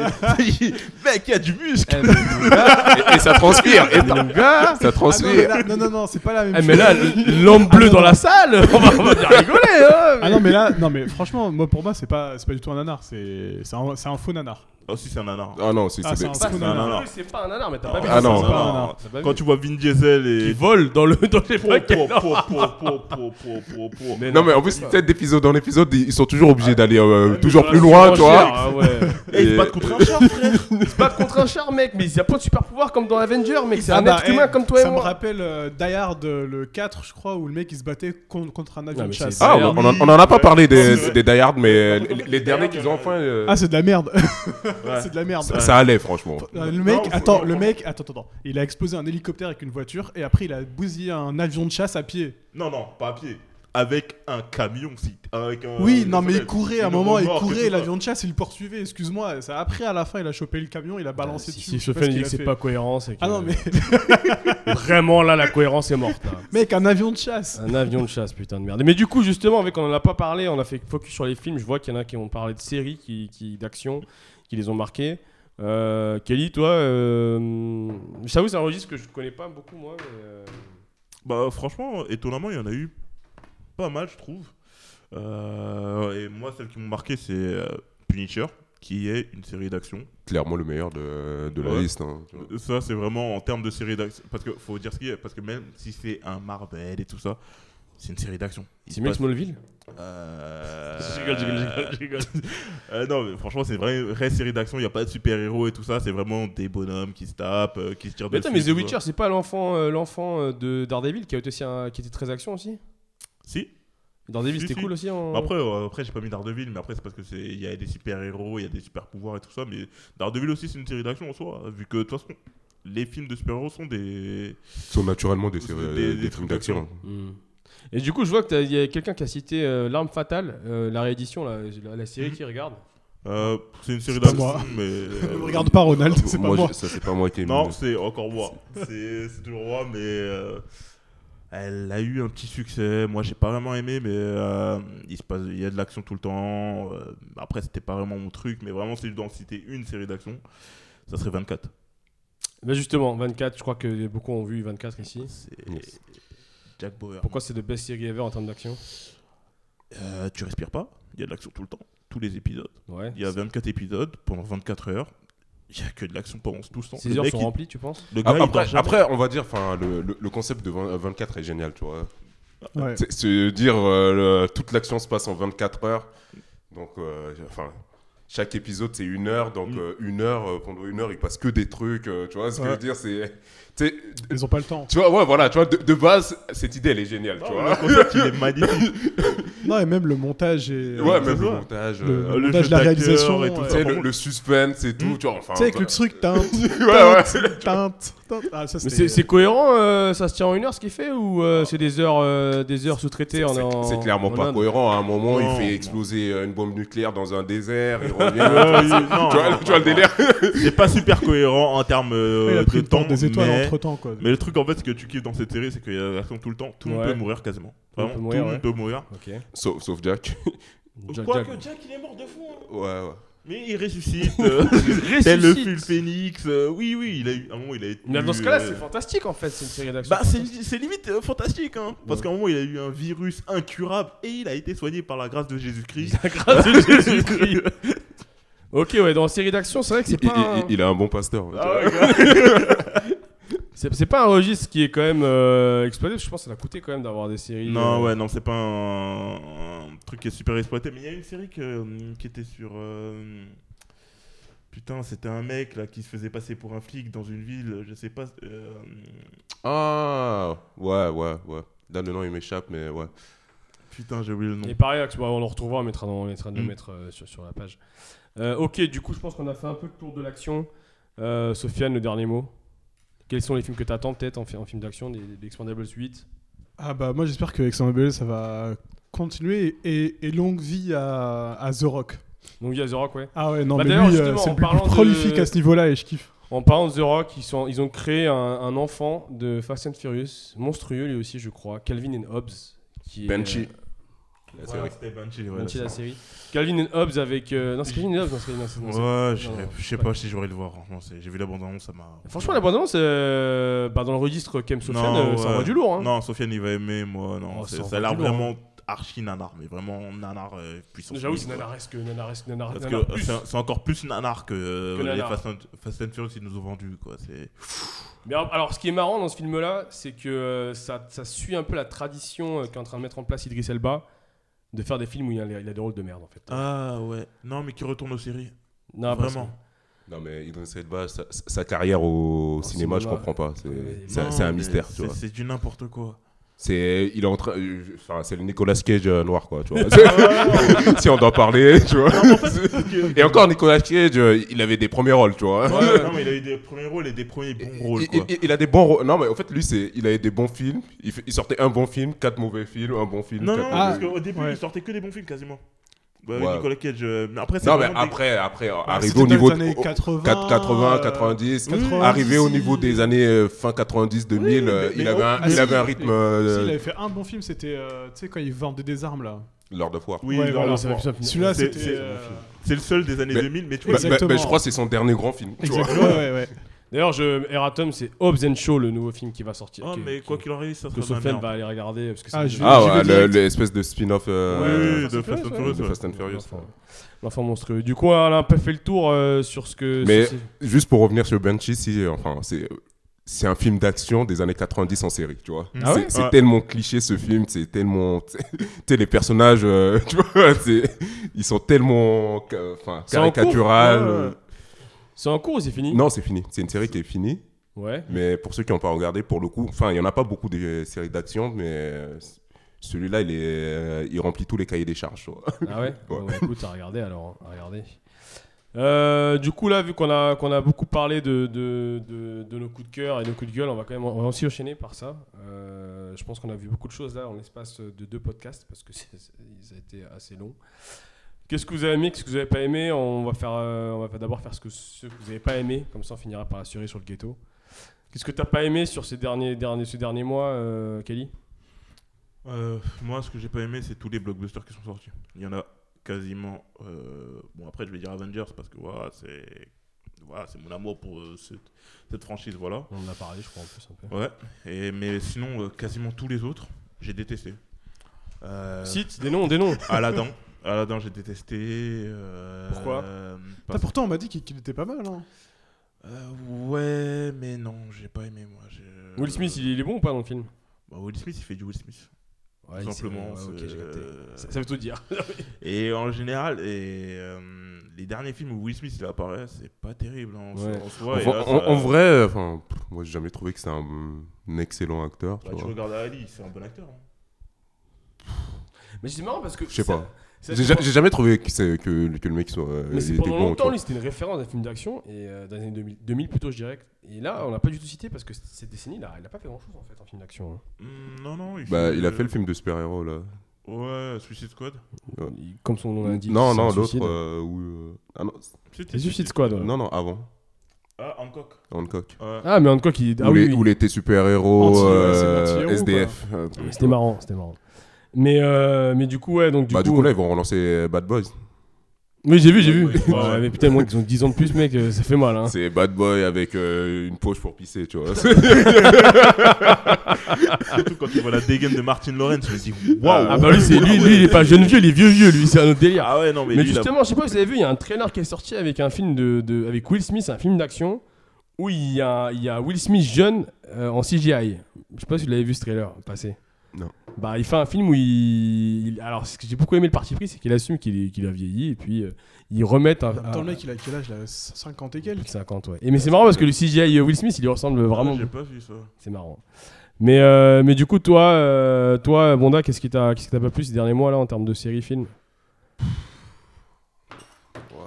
[SPEAKER 6] Mec, il y a du muscle.
[SPEAKER 3] Eh, mais mon gars,
[SPEAKER 4] Et, et ça transpire, et
[SPEAKER 3] eh, mon gars
[SPEAKER 4] ça
[SPEAKER 5] Ah non, mais
[SPEAKER 4] transpire.
[SPEAKER 5] là- non, non, non, c'est pas la même
[SPEAKER 3] Eh,
[SPEAKER 5] chose.
[SPEAKER 3] mais là, le- l'homme bleu dans la salle, on va, on va bien rigoler, hein
[SPEAKER 5] Ah non, mais là, non, mais franchement, moi, pour moi, c'est pas, c'est pas du tout un nanar, c'est, c'est un, c'est un faux nanar.
[SPEAKER 6] Oh, si, c'est un nanar.
[SPEAKER 4] Ah non, c'est
[SPEAKER 5] Ah,
[SPEAKER 4] c'est
[SPEAKER 5] c'est
[SPEAKER 4] des-
[SPEAKER 5] un faux
[SPEAKER 6] non,
[SPEAKER 5] nanar.
[SPEAKER 6] non.
[SPEAKER 3] C'est pas un nanar, mais t'as
[SPEAKER 6] pas
[SPEAKER 3] pas
[SPEAKER 6] vu
[SPEAKER 3] vu
[SPEAKER 4] Ah, ça, non.
[SPEAKER 5] c'est pas un nanar.
[SPEAKER 6] Quand tu vois Vin Diesel
[SPEAKER 3] Qui
[SPEAKER 6] et.
[SPEAKER 3] vole dans le dans les
[SPEAKER 6] Pour,
[SPEAKER 3] paquets,
[SPEAKER 6] pour,
[SPEAKER 3] non.
[SPEAKER 6] pour, pour, pour, pour, pour, pour, pour.
[SPEAKER 3] Mais
[SPEAKER 4] Non, mais en plus, peut-être d'épisode en épisode, ils sont toujours obligés d'aller euh, toujours plus loin, tu vois.
[SPEAKER 3] Ah ouais.
[SPEAKER 6] Eh, ils se
[SPEAKER 4] Et-
[SPEAKER 6] battent contre un char, frère.
[SPEAKER 3] Ils se battent contre un char, mec, mais ils a pas de super pouvoir comme dans Avenger, mec, c'est
[SPEAKER 5] Ah
[SPEAKER 3] un
[SPEAKER 5] bah,
[SPEAKER 3] être
[SPEAKER 5] eh,
[SPEAKER 3] humain comme toi et
[SPEAKER 5] Ça me
[SPEAKER 3] moi.
[SPEAKER 5] rappelle euh, Die Hard, euh, le 4, je crois, où le mec il se battait con- contre un avion
[SPEAKER 3] Ah,
[SPEAKER 5] de
[SPEAKER 3] mais
[SPEAKER 5] chasse.
[SPEAKER 3] c'est-
[SPEAKER 4] Ah, on, on en- on en a pas parlé
[SPEAKER 6] Ouais,
[SPEAKER 4] des,
[SPEAKER 6] c'est vrai.
[SPEAKER 4] des Die Hard, mais euh, les, les derniers qu'ils ont enfin, euh,
[SPEAKER 5] Ah, c'est de la merde. c'est de la merde.
[SPEAKER 4] ça, ça allait, franchement.
[SPEAKER 5] Euh, Le mec,
[SPEAKER 6] Non, faut-
[SPEAKER 5] attends, le mec, attends, attends, attends. il a explosé un hélicoptère avec une voiture et après il a bousillé un avion de chasse à pied.
[SPEAKER 6] Non, non, pas à pied. Avec un camion, si. Avec un-
[SPEAKER 5] oui, non,
[SPEAKER 6] une
[SPEAKER 5] mais il
[SPEAKER 6] fenêtre,
[SPEAKER 5] courait à un
[SPEAKER 6] une
[SPEAKER 5] moment, il
[SPEAKER 6] remorque et
[SPEAKER 5] courait
[SPEAKER 6] tout ça.
[SPEAKER 5] l'avion de chasse, il le poursuivait, excuse-moi. ça- Après, à la fin, il a chopé le camion, il a balancé
[SPEAKER 3] Ah, Si,
[SPEAKER 5] dessus.
[SPEAKER 3] si
[SPEAKER 5] je sais pas
[SPEAKER 3] Sofiane
[SPEAKER 5] ce
[SPEAKER 3] dit
[SPEAKER 5] qu'il
[SPEAKER 3] que
[SPEAKER 5] a
[SPEAKER 3] c'est
[SPEAKER 5] fait.
[SPEAKER 3] pas cohérent, c'est que
[SPEAKER 5] Ah non, mais
[SPEAKER 3] vraiment là la cohérence est morte. là.
[SPEAKER 5] mec, un avion de chasse.
[SPEAKER 3] Un avion de chasse, putain de merde. Mais du coup, justement, avec on en a pas parlé, on a fait focus sur les films. Je vois qu'il y en a qui ont parlé de séries, qui, qui- d'action, qui les ont marqués. Euh, Kelly, toi, euh, je t'avoue, c'est un registre que je connais pas beaucoup, moi. mais, euh,
[SPEAKER 6] Bah, franchement, étonnamment, il y en a eu pas mal, je trouve. Euh, et moi, celle qui m'a marqué, c'est euh, Punisher, qui est une série d'action.
[SPEAKER 4] Clairement, le meilleur de, de la
[SPEAKER 6] Ouais.
[SPEAKER 4] liste. hein.
[SPEAKER 6] Ça, c'est vraiment en termes de série d'action. Parce que faut dire ce qu'il y a, parce que même si c'est un Marvel et tout ça, c'est une série d'action. Il
[SPEAKER 3] C'est mieux que
[SPEAKER 6] passe-
[SPEAKER 3] Smallville
[SPEAKER 6] Euh...
[SPEAKER 3] Je rigole, je rigole, je rigole,
[SPEAKER 6] Euh, non, mais franchement, c'est une vraie, vraie série d'action. Il n'y a pas de super-héros et tout ça. C'est vraiment des bonhommes qui se tapent, euh, qui se tirent
[SPEAKER 3] Mais
[SPEAKER 6] dessus.
[SPEAKER 3] attends, mais The
[SPEAKER 6] tout ça.
[SPEAKER 3] Witcher, c'est pas l'enfant euh, l'enfant euh, de Daredevil qui, a été aussi un- qui était très action aussi
[SPEAKER 6] Si.
[SPEAKER 3] Daredevil,
[SPEAKER 6] Si,
[SPEAKER 3] c'était
[SPEAKER 6] si.
[SPEAKER 3] cool aussi en...
[SPEAKER 6] Après, euh, après j'ai pas mis Daredevil, mais après, c'est parce que c'est il y a des super-héros, il y a des super-pouvoirs et tout ça. Mais Daredevil aussi, c'est une série d'action en soi. hein, Vu que, de toute façon, les films de super-héros sont des.
[SPEAKER 4] Ce sont naturellement des,
[SPEAKER 6] Des-
[SPEAKER 4] séries- des,
[SPEAKER 6] des- des
[SPEAKER 4] films
[SPEAKER 6] trucs
[SPEAKER 4] d'action.
[SPEAKER 6] d'action.
[SPEAKER 3] Hmm. Et du coup, je vois qu'il y a quelqu'un qui a cité euh, L'Arme Fatale, euh, la réédition, la, la- la série
[SPEAKER 6] Mhm.
[SPEAKER 3] qui regarde.
[SPEAKER 6] Euh, c'est une série
[SPEAKER 5] pas
[SPEAKER 6] d'action,
[SPEAKER 5] moi.
[SPEAKER 6] mais.
[SPEAKER 5] Ne
[SPEAKER 6] euh,
[SPEAKER 5] regarde pas Ronald, c'est pas
[SPEAKER 4] je-
[SPEAKER 5] moi.
[SPEAKER 4] Ça, c'est pas moi qui ai
[SPEAKER 6] Non,
[SPEAKER 4] mis.
[SPEAKER 6] c'est encore moi. C'est c'est toujours moi, mais euh, elle a eu un petit succès. Moi, j'ai pas vraiment aimé, mais euh, il se passe, il y a de l'action tout le temps. Euh, après, c'était pas vraiment mon truc, mais vraiment, si je dois en citer une série d'action, ça serait 24.
[SPEAKER 3] Bah justement, 24, je crois que beaucoup ont vu 24 ici.
[SPEAKER 6] C'est
[SPEAKER 4] Yes.
[SPEAKER 6] Jack Bauer.
[SPEAKER 3] Pourquoi c'est the best série ever en termes d'action
[SPEAKER 6] Euh, Tu respires pas. Il y a de l'action tout le temps, tous les épisodes.
[SPEAKER 3] Ouais.
[SPEAKER 6] Il y a 24 épisodes pendant 24 heures. Il y a que de l'action pendant tout ce temps.
[SPEAKER 3] Ces
[SPEAKER 6] Le
[SPEAKER 3] heures
[SPEAKER 6] mec,
[SPEAKER 3] sont
[SPEAKER 6] il-
[SPEAKER 3] remplies, tu penses
[SPEAKER 6] le gars, il dort
[SPEAKER 4] Ah, Après,
[SPEAKER 6] jamais.
[SPEAKER 4] après, on va dire, enfin, le, le- le concept de 20 24 est génial, tu vois.
[SPEAKER 5] Ouais.
[SPEAKER 4] C'est- Se dire euh, le- toute l'action se passe en 24 heures. Donc, euh, enfin, chaque épisode c'est une heure. Donc,
[SPEAKER 6] Mm.
[SPEAKER 4] euh, une heure, euh, pendant une heure, il passe que des trucs. euh, tu vois ce que
[SPEAKER 5] Ouais.
[SPEAKER 4] je veux dire C'est, tu sais,
[SPEAKER 5] Ils ont pas le temps.
[SPEAKER 4] tu vois, ouais, voilà, tu vois, de, de base, cette idée elle est géniale, tu
[SPEAKER 6] Non,
[SPEAKER 4] vois.
[SPEAKER 6] le concept, il est magnifique.
[SPEAKER 5] Non, et même le montage et.
[SPEAKER 4] Ouais,
[SPEAKER 6] tu
[SPEAKER 4] même le
[SPEAKER 6] vois.
[SPEAKER 4] montage,
[SPEAKER 5] Le-
[SPEAKER 4] euh,
[SPEAKER 5] le
[SPEAKER 6] le
[SPEAKER 5] montage,
[SPEAKER 6] jeu
[SPEAKER 5] la
[SPEAKER 6] d'acteur
[SPEAKER 5] réalisation.
[SPEAKER 6] et tout
[SPEAKER 5] ouais.
[SPEAKER 4] tu
[SPEAKER 6] ça.
[SPEAKER 4] sais, le, le suspense et tout, tu vois. Enfin,
[SPEAKER 5] Tu sais, avec le
[SPEAKER 4] voilà.
[SPEAKER 5] truc, teinte,
[SPEAKER 4] ouais.
[SPEAKER 5] teinte, teinte, teinte. Ah, ça,
[SPEAKER 3] Mais
[SPEAKER 5] c'était-
[SPEAKER 3] c'est c'est cohérent, euh, ça se tient en une heure ce qu'il fait ou euh, c'est des heures, euh, des heures sous-traitées
[SPEAKER 4] C'est-
[SPEAKER 3] en
[SPEAKER 4] c'est-
[SPEAKER 3] en-
[SPEAKER 4] C'est clairement
[SPEAKER 3] en
[SPEAKER 4] pas
[SPEAKER 3] Inde
[SPEAKER 4] cohérent. À un moment,
[SPEAKER 6] Non.
[SPEAKER 4] il fait exploser euh, une bombe nucléaire dans un désert, il revient.
[SPEAKER 6] Ouais,
[SPEAKER 4] tu
[SPEAKER 6] oui,
[SPEAKER 4] vois,
[SPEAKER 6] non,
[SPEAKER 4] tu vois,
[SPEAKER 6] non,
[SPEAKER 4] tu vois le
[SPEAKER 6] non, non.
[SPEAKER 4] délire
[SPEAKER 6] C'est pas super cohérent en termes euh,
[SPEAKER 5] Il a pris
[SPEAKER 6] de
[SPEAKER 5] le temps
[SPEAKER 6] temps.
[SPEAKER 5] des étoiles
[SPEAKER 6] mais...
[SPEAKER 5] entre temps, quoi.
[SPEAKER 6] mais le truc en fait, ce que tu kiffes dans cette série, c'est qu'il y a de l'action tout le temps. Tout le monde
[SPEAKER 3] Ouais.
[SPEAKER 6] peut mourir quasiment.
[SPEAKER 3] Tout le
[SPEAKER 6] Vraiment,
[SPEAKER 3] monde
[SPEAKER 6] tout
[SPEAKER 3] peut
[SPEAKER 6] le
[SPEAKER 3] mourir,
[SPEAKER 6] monde peut mourir.
[SPEAKER 3] Ok.
[SPEAKER 4] Sauf, sauf Jack.
[SPEAKER 3] Jack-
[SPEAKER 6] Quoique
[SPEAKER 3] Jack-
[SPEAKER 6] Jack, il est mort de fou. hein.
[SPEAKER 4] Ouais, ouais.
[SPEAKER 6] Mais il ressuscite. euh, tel le fil phénix. euh, oui, oui, il a eu, à un moment, il a été.
[SPEAKER 3] Mais dans ce cas-là,
[SPEAKER 6] euh,
[SPEAKER 3] c'est fantastique en fait, c'est une série d'action.
[SPEAKER 6] Bah, c'est c'est limite euh, fantastique, hein, parce
[SPEAKER 3] Ouais.
[SPEAKER 6] qu'à un moment il a eu un virus incurable et il a été soigné par la grâce de Jésus-Christ.
[SPEAKER 3] grâce à Jésus-Christ. Ah, Ok, ouais, dans série d'action, c'est vrai que c'est
[SPEAKER 4] Il,
[SPEAKER 3] pas. un-
[SPEAKER 4] il- il a un bon pasteur.
[SPEAKER 6] Ah ouais, grave.
[SPEAKER 3] C'est c'est pas un registre qui est quand même euh, exploité. parce que Je pense que ça a coûté quand même d'avoir des séries.
[SPEAKER 6] non,
[SPEAKER 3] euh,
[SPEAKER 6] ouais, non, c'est pas un, un truc qui est super exploité, mais il y a une série que, hum, qui était sur. euh, Putain, c'était un mec là qui se faisait passer pour un flic dans une ville, je sais pas. euh,
[SPEAKER 4] Ah, ouais, ouais, ouais. Là, le nom, il m'échappe, mais ouais.
[SPEAKER 6] Putain, j'ai oublié le nom.
[SPEAKER 3] Et pareil, Axe, bon, on le retrouvera, on mettra, dans- on mettra de le
[SPEAKER 6] Mm.
[SPEAKER 3] mettre euh, sur, sur la page. Euh, ok, du coup, je pense qu'on a fait un peu le tour de l'action. Euh, Sofiane, le dernier mot. Quels sont les films que t'attends peut-être en, fi- en film d'action des, des Expendables 8
[SPEAKER 5] Ah bah moi j'espère que Exxon ça va continuer et, et longue vie à, à The Rock.
[SPEAKER 3] Donc il y a The Rock, ouais.
[SPEAKER 5] Ah ouais non
[SPEAKER 3] Bah
[SPEAKER 5] mais
[SPEAKER 3] d'ailleurs,
[SPEAKER 5] lui euh,
[SPEAKER 3] justement,
[SPEAKER 5] c'est
[SPEAKER 3] en
[SPEAKER 5] le plus,
[SPEAKER 3] parlant de-
[SPEAKER 5] prolifique à ce niveau-là et je kiffe.
[SPEAKER 3] En parlant de The Rock, ils, sont, ils ont créé un, un enfant de Fast and Furious, monstrueux lui aussi, je crois, Calvin and Hobbes. Qui est,
[SPEAKER 4] Benchi.
[SPEAKER 6] Ouais,
[SPEAKER 4] La série.
[SPEAKER 6] c'était Banshee,
[SPEAKER 3] euh,
[SPEAKER 6] ouais,
[SPEAKER 3] Benchi,
[SPEAKER 6] la
[SPEAKER 3] la
[SPEAKER 6] série.
[SPEAKER 3] série. Calvin and Hobbes avec. euh, non, c'est Calvin and Hobbes, non, c'est Calvin and Hobbes, non, c'est-
[SPEAKER 6] Ouais, je
[SPEAKER 3] Non,
[SPEAKER 6] je sais pas si j'aurais le voir. franchement, c'est- J'ai vu l'abandon, ça m'a.
[SPEAKER 3] Franchement, l'abondance, bah, dans le registre qu'aime Sofiane,
[SPEAKER 6] Non,
[SPEAKER 3] euh, ça
[SPEAKER 6] ouais.
[SPEAKER 3] envoie du lourd. Hein.
[SPEAKER 6] Non, Sofiane il va aimer, moi non.
[SPEAKER 3] Oh,
[SPEAKER 6] c'est-
[SPEAKER 3] ça
[SPEAKER 6] ça
[SPEAKER 3] va
[SPEAKER 6] a l'air
[SPEAKER 3] du lourd, hein.
[SPEAKER 6] vraiment archi nanar, mais vraiment nanar euh, puissant.
[SPEAKER 3] J'avoue,
[SPEAKER 6] Oui,
[SPEAKER 3] c'est
[SPEAKER 6] quoi.
[SPEAKER 3] nanaresque, nanaresque, nanaresque.
[SPEAKER 6] Parce que c'est un- c'est encore plus nanar que, euh,
[SPEAKER 3] Que
[SPEAKER 6] les
[SPEAKER 3] nanar.
[SPEAKER 6] Fast and, Fast and Furious ils nous ont vendu quoi. C'est
[SPEAKER 3] Mais alors, alors, ce qui est marrant dans ce film-là, c'est que euh, ça, ça suit un peu la tradition euh, qu'est en train de mettre en place Idris Elba de faire des films où il a, il a des rôles de merde, en fait.
[SPEAKER 6] ah ouais. Non mais qui retourne aux séries.
[SPEAKER 3] non, Ah, parce
[SPEAKER 6] vraiment.
[SPEAKER 4] Non, mais Idris Elba, sa, sa- sa carrière au
[SPEAKER 3] cinéma,
[SPEAKER 4] cinéma, je comprends pas. C'est-
[SPEAKER 3] ouais.
[SPEAKER 4] C'est
[SPEAKER 6] Non,
[SPEAKER 4] un- c'est un
[SPEAKER 6] mais
[SPEAKER 4] mystère, tu
[SPEAKER 6] c'est-
[SPEAKER 4] vois.
[SPEAKER 6] C'est du n'importe quoi.
[SPEAKER 4] C'est il est en train, euh, je- enfin, c'est le Nicolas Cage euh, noir, quoi, tu vois.
[SPEAKER 3] Ah,
[SPEAKER 4] si on doit parler, tu vois. Et encore Nicolas Cage, euh, il avait des premiers rôles, tu vois.
[SPEAKER 6] Ouais, non mais il a eu des premiers rôles et des premiers bons rôles
[SPEAKER 4] Il,
[SPEAKER 6] quoi.
[SPEAKER 4] il- il a des bons rôles. Non, mais en fait, lui, c'est, il avait des bons films. Il, fait- il sortait un bon film, quatre mauvais films, un bon film.
[SPEAKER 6] Non non
[SPEAKER 4] quatre
[SPEAKER 5] Ah,
[SPEAKER 6] parce
[SPEAKER 4] mauvais
[SPEAKER 6] qu'au début
[SPEAKER 5] ouais.
[SPEAKER 6] il sortait que des bons films quasiment. Bah,
[SPEAKER 4] Ouais.
[SPEAKER 6] Nicolas Cage. euh, mais après c'est
[SPEAKER 4] films. Non, mais
[SPEAKER 6] vraiment des-
[SPEAKER 4] après, après, euh,
[SPEAKER 5] Bah,
[SPEAKER 4] arrivé
[SPEAKER 5] c'était
[SPEAKER 4] au
[SPEAKER 5] dans les
[SPEAKER 4] niveau de-
[SPEAKER 5] années
[SPEAKER 4] au-
[SPEAKER 5] 80,
[SPEAKER 4] 80,
[SPEAKER 5] euh,
[SPEAKER 4] 90,
[SPEAKER 5] 90,
[SPEAKER 4] arrivé au
[SPEAKER 5] il-
[SPEAKER 4] niveau des années euh, fin 90, 2000,
[SPEAKER 6] mais-
[SPEAKER 4] euh,
[SPEAKER 6] mais
[SPEAKER 4] il
[SPEAKER 6] au-
[SPEAKER 4] avait un,
[SPEAKER 5] Ah,
[SPEAKER 4] il
[SPEAKER 5] si,
[SPEAKER 4] avait un
[SPEAKER 5] mais-
[SPEAKER 4] rythme
[SPEAKER 5] Si, il
[SPEAKER 4] euh,
[SPEAKER 5] avait fait un bon film, c'était euh, tu sais quand il vendait des armes là.
[SPEAKER 4] Lord of War.
[SPEAKER 6] Oui,
[SPEAKER 5] Ouais,
[SPEAKER 6] voilà,
[SPEAKER 5] voilà,
[SPEAKER 3] c'est vrai,
[SPEAKER 6] bon.
[SPEAKER 3] c'est un film-
[SPEAKER 5] Celui-là
[SPEAKER 6] C'est-
[SPEAKER 5] c'était
[SPEAKER 6] c'est-
[SPEAKER 5] euh,
[SPEAKER 6] C'est le seul des années
[SPEAKER 4] Mais-
[SPEAKER 6] 2000 mais tu
[SPEAKER 4] Bah,
[SPEAKER 6] vois.
[SPEAKER 4] bah,
[SPEAKER 5] Exactement.
[SPEAKER 4] bah, je crois que c'est son dernier grand film. tu vois.
[SPEAKER 5] exactement ouais, ouais.
[SPEAKER 3] que- D'ailleurs, je... Eratom, c'est Hobbes and Shaw, le nouveau film qui va sortir.
[SPEAKER 6] Oh
[SPEAKER 3] que-
[SPEAKER 6] mais
[SPEAKER 3] que-
[SPEAKER 6] quoi qu'il en arrive ça
[SPEAKER 3] que
[SPEAKER 6] sera de la
[SPEAKER 3] Sofiane
[SPEAKER 6] merde.
[SPEAKER 3] va aller regarder. Parce que
[SPEAKER 5] Ah,
[SPEAKER 3] c'est-
[SPEAKER 5] je vais-
[SPEAKER 4] Ah
[SPEAKER 5] j'y
[SPEAKER 4] ouais, le-
[SPEAKER 5] direct.
[SPEAKER 4] l'espèce de spin-off euh,
[SPEAKER 6] Oui, de Fast and Furious.
[SPEAKER 4] de
[SPEAKER 6] ouais.
[SPEAKER 4] Fast and Furious.
[SPEAKER 3] L'enfant- L'enfant monstrueux. Du coup, on a un peu fait le tour euh, sur ce que.
[SPEAKER 4] Mais-
[SPEAKER 3] sur ce-
[SPEAKER 4] Juste pour revenir sur Banshee, si, euh, enfin, c'est c'est un film d'action des années 90 en série, tu vois.
[SPEAKER 3] Ah
[SPEAKER 4] c'est
[SPEAKER 3] ouais
[SPEAKER 4] c'est
[SPEAKER 6] Ouais.
[SPEAKER 4] tellement cliché ce film, c'est tellement, tu sais les personnages, euh, tu vois, c'est- ils sont tellement, ca- enfin,
[SPEAKER 3] C'est en cours
[SPEAKER 4] caricatural.
[SPEAKER 3] Ouais, ouais,
[SPEAKER 4] euh.
[SPEAKER 3] ouais. C'est en cours ou c'est fini
[SPEAKER 4] Non, c'est fini. C'est une série qui est finie.
[SPEAKER 3] Ouais.
[SPEAKER 4] Mais pour ceux qui n'ont pas regardé, pour le coup, enfin, il y en a pas beaucoup de euh, séries d'action, mais euh, c- celui-là, il est, euh, il remplit tous les cahiers des charges. tu vois.
[SPEAKER 3] Ah ouais
[SPEAKER 4] Ouais.
[SPEAKER 3] Bon, bah, Écoute, à regarder alors. hein, à regarder. Euh, du coup, là, vu qu'on a, qu'on a beaucoup parlé de, de, de- de nos coups de cœur et nos coups de gueule, on va quand même on va aussi enchaîner par ça. Euh, je pense qu'on a vu beaucoup de choses là en l'espace de deux podcasts parce que c'est- c'est- ça a été assez long. Qu'est-ce que vous avez aimé, qu'est-ce que vous n'avez pas aimé On va, faire, euh, on va faire d'abord faire ce que, ce que vous n'avez pas aimé, comme ça on finira par assurer sur le ghetto. Qu'est-ce que tu n'as pas aimé sur ces derniers, derniers, ces derniers mois, euh, Kelly
[SPEAKER 6] Euh, moi, ce que j'ai pas aimé, c'est tous les blockbusters qui sont sortis. Il y en a quasiment. euh, Bon, après, je vais dire Avengers parce que voilà, c'est voilà, c'est mon amour pour euh, cette, cette franchise, voilà.
[SPEAKER 3] On en a parlé, je crois, en plus un peu.
[SPEAKER 6] Ouais. Et mais sinon, euh, quasiment tous les autres, j'ai détesté. Euh,
[SPEAKER 3] Cite des noms, des noms.
[SPEAKER 6] Aladdin. Aladdin, j'ai détesté. euh,
[SPEAKER 3] Pourquoi
[SPEAKER 6] euh,
[SPEAKER 5] Putain,
[SPEAKER 6] parce-
[SPEAKER 5] Ah, pourtant on m'a dit qu'il qu'il était pas mal hein.
[SPEAKER 6] Euh, ouais, mais non, j'ai pas aimé moi. j'ai- euh,
[SPEAKER 3] Will Smith, il est- il est bon ou pas dans le film
[SPEAKER 6] Bah, Will Smith, il fait du Will Smith.
[SPEAKER 3] Ouais,
[SPEAKER 6] tout
[SPEAKER 3] il-
[SPEAKER 6] simplement.
[SPEAKER 3] ouais, ok,
[SPEAKER 6] c'est-
[SPEAKER 3] j'ai capté.
[SPEAKER 6] euh,
[SPEAKER 3] Ça, ça veut tout dire.
[SPEAKER 6] Et en général, et, euh, les derniers films où Will Smith il apparaît, c'est pas terrible hein, en,
[SPEAKER 3] Ouais.
[SPEAKER 6] en soi. et
[SPEAKER 4] en,
[SPEAKER 6] là,
[SPEAKER 4] en-
[SPEAKER 6] ça-
[SPEAKER 4] en vrai, euh, enfin, pff, moi, j'ai jamais trouvé que c'est un, un excellent acteur. tu
[SPEAKER 6] bah, tu
[SPEAKER 4] vois.
[SPEAKER 6] regardes Ali, c'est un bon acteur. hein.
[SPEAKER 3] Mais c'est marrant parce que.
[SPEAKER 4] Je sais
[SPEAKER 3] ça-
[SPEAKER 4] pas.
[SPEAKER 3] ça-
[SPEAKER 4] J'ai ja- j'ai jamais trouvé que, c'est- que, que le mec soit. euh,
[SPEAKER 3] Mais c'est
[SPEAKER 4] il était
[SPEAKER 3] pendant
[SPEAKER 4] bon, tu
[SPEAKER 3] longtemps,
[SPEAKER 4] vois.
[SPEAKER 3] lui, c'était une référence d'un film d'action, et euh, dans les années 2000, 2000 plutôt, je dirais. Et là, on l'a pas du tout cité parce que c- cette décennie, là, il a pas fait grand chose en fait en film d'action. hein.
[SPEAKER 6] Mm, non, non. Il
[SPEAKER 4] Bah,
[SPEAKER 6] fait-
[SPEAKER 4] il a fait le film de super-héros là.
[SPEAKER 6] Ouais, Suicide Squad.
[SPEAKER 4] Ouais.
[SPEAKER 3] Il- Comme son nom l'indique.
[SPEAKER 4] Euh, non,
[SPEAKER 3] c'est un
[SPEAKER 4] non, l'autre.
[SPEAKER 3] suicide.
[SPEAKER 4] euh, où, euh, Ah non, c'est-
[SPEAKER 3] C'est
[SPEAKER 6] C'était
[SPEAKER 3] Suicide Squad. ouais.
[SPEAKER 4] non, non, avant.
[SPEAKER 6] Ah, Hancock.
[SPEAKER 4] Hancock.
[SPEAKER 6] Ouais.
[SPEAKER 3] Ah, mais en quoi qui. Ah
[SPEAKER 4] où,
[SPEAKER 3] oui,
[SPEAKER 4] il-
[SPEAKER 3] oui.
[SPEAKER 4] où il était super-héros,
[SPEAKER 5] Anti- ouais,
[SPEAKER 4] euh,
[SPEAKER 5] c'est l'anti-héros,
[SPEAKER 4] SDF. euh,
[SPEAKER 3] C'était marrant, c'était marrant. Mais, euh, mais du coup, ouais, donc du
[SPEAKER 4] bah,
[SPEAKER 3] coup.
[SPEAKER 4] du coup, là, ils vont relancer Bad Boys.
[SPEAKER 3] Oui, j'ai vu, j'ai vu.
[SPEAKER 6] Ouais, ouais.
[SPEAKER 3] Ouais, mais putain, moi, ils ont 10 ans de plus, mec, euh, ça fait mal. Hein.
[SPEAKER 4] C'est Bad Boy avec euh, une poche pour pisser, tu vois.
[SPEAKER 6] Surtout quand tu vois la dégaine de Martin Lawrence, je me dis waouh.
[SPEAKER 3] Ah bah lui, c'est lui, lui, il est pas jeune vieux, il est vieux vieux, lui, c'est un autre délire.
[SPEAKER 6] Ah ouais, non, mais,
[SPEAKER 3] Mais
[SPEAKER 6] lui, il a-
[SPEAKER 3] justement, je sais pas si vous avez vu, il y a un trailer qui est sorti avec un film de, de- avec Will Smith, un film d'action où il y a, il y a Will Smith jeune euh, en CGI. Je sais pas si vous l'avez vu ce trailer passer.
[SPEAKER 4] Non.
[SPEAKER 3] Bah, il fait un film où il, il- alors ce que j'ai beaucoup aimé le parti pris, c'est qu'il assume qu'il est- qu'il a vieilli et puis euh, ils remettent un,
[SPEAKER 5] Attends, le
[SPEAKER 3] un-
[SPEAKER 5] mec, il a quel âge là 50 et
[SPEAKER 3] plus
[SPEAKER 5] quelques
[SPEAKER 3] de 50 ouais. Et mais c'est marrant parce que le CGI euh, Will Smith, il lui ressemble vraiment.
[SPEAKER 6] Ah, J'ai pas vu ça.
[SPEAKER 3] c'est marrant. Mais euh, mais du coup, toi, euh, toi, Bonda, qu'est-ce qui t'a, qu'est-ce qui t'a pas plu ces derniers mois là en termes de séries, films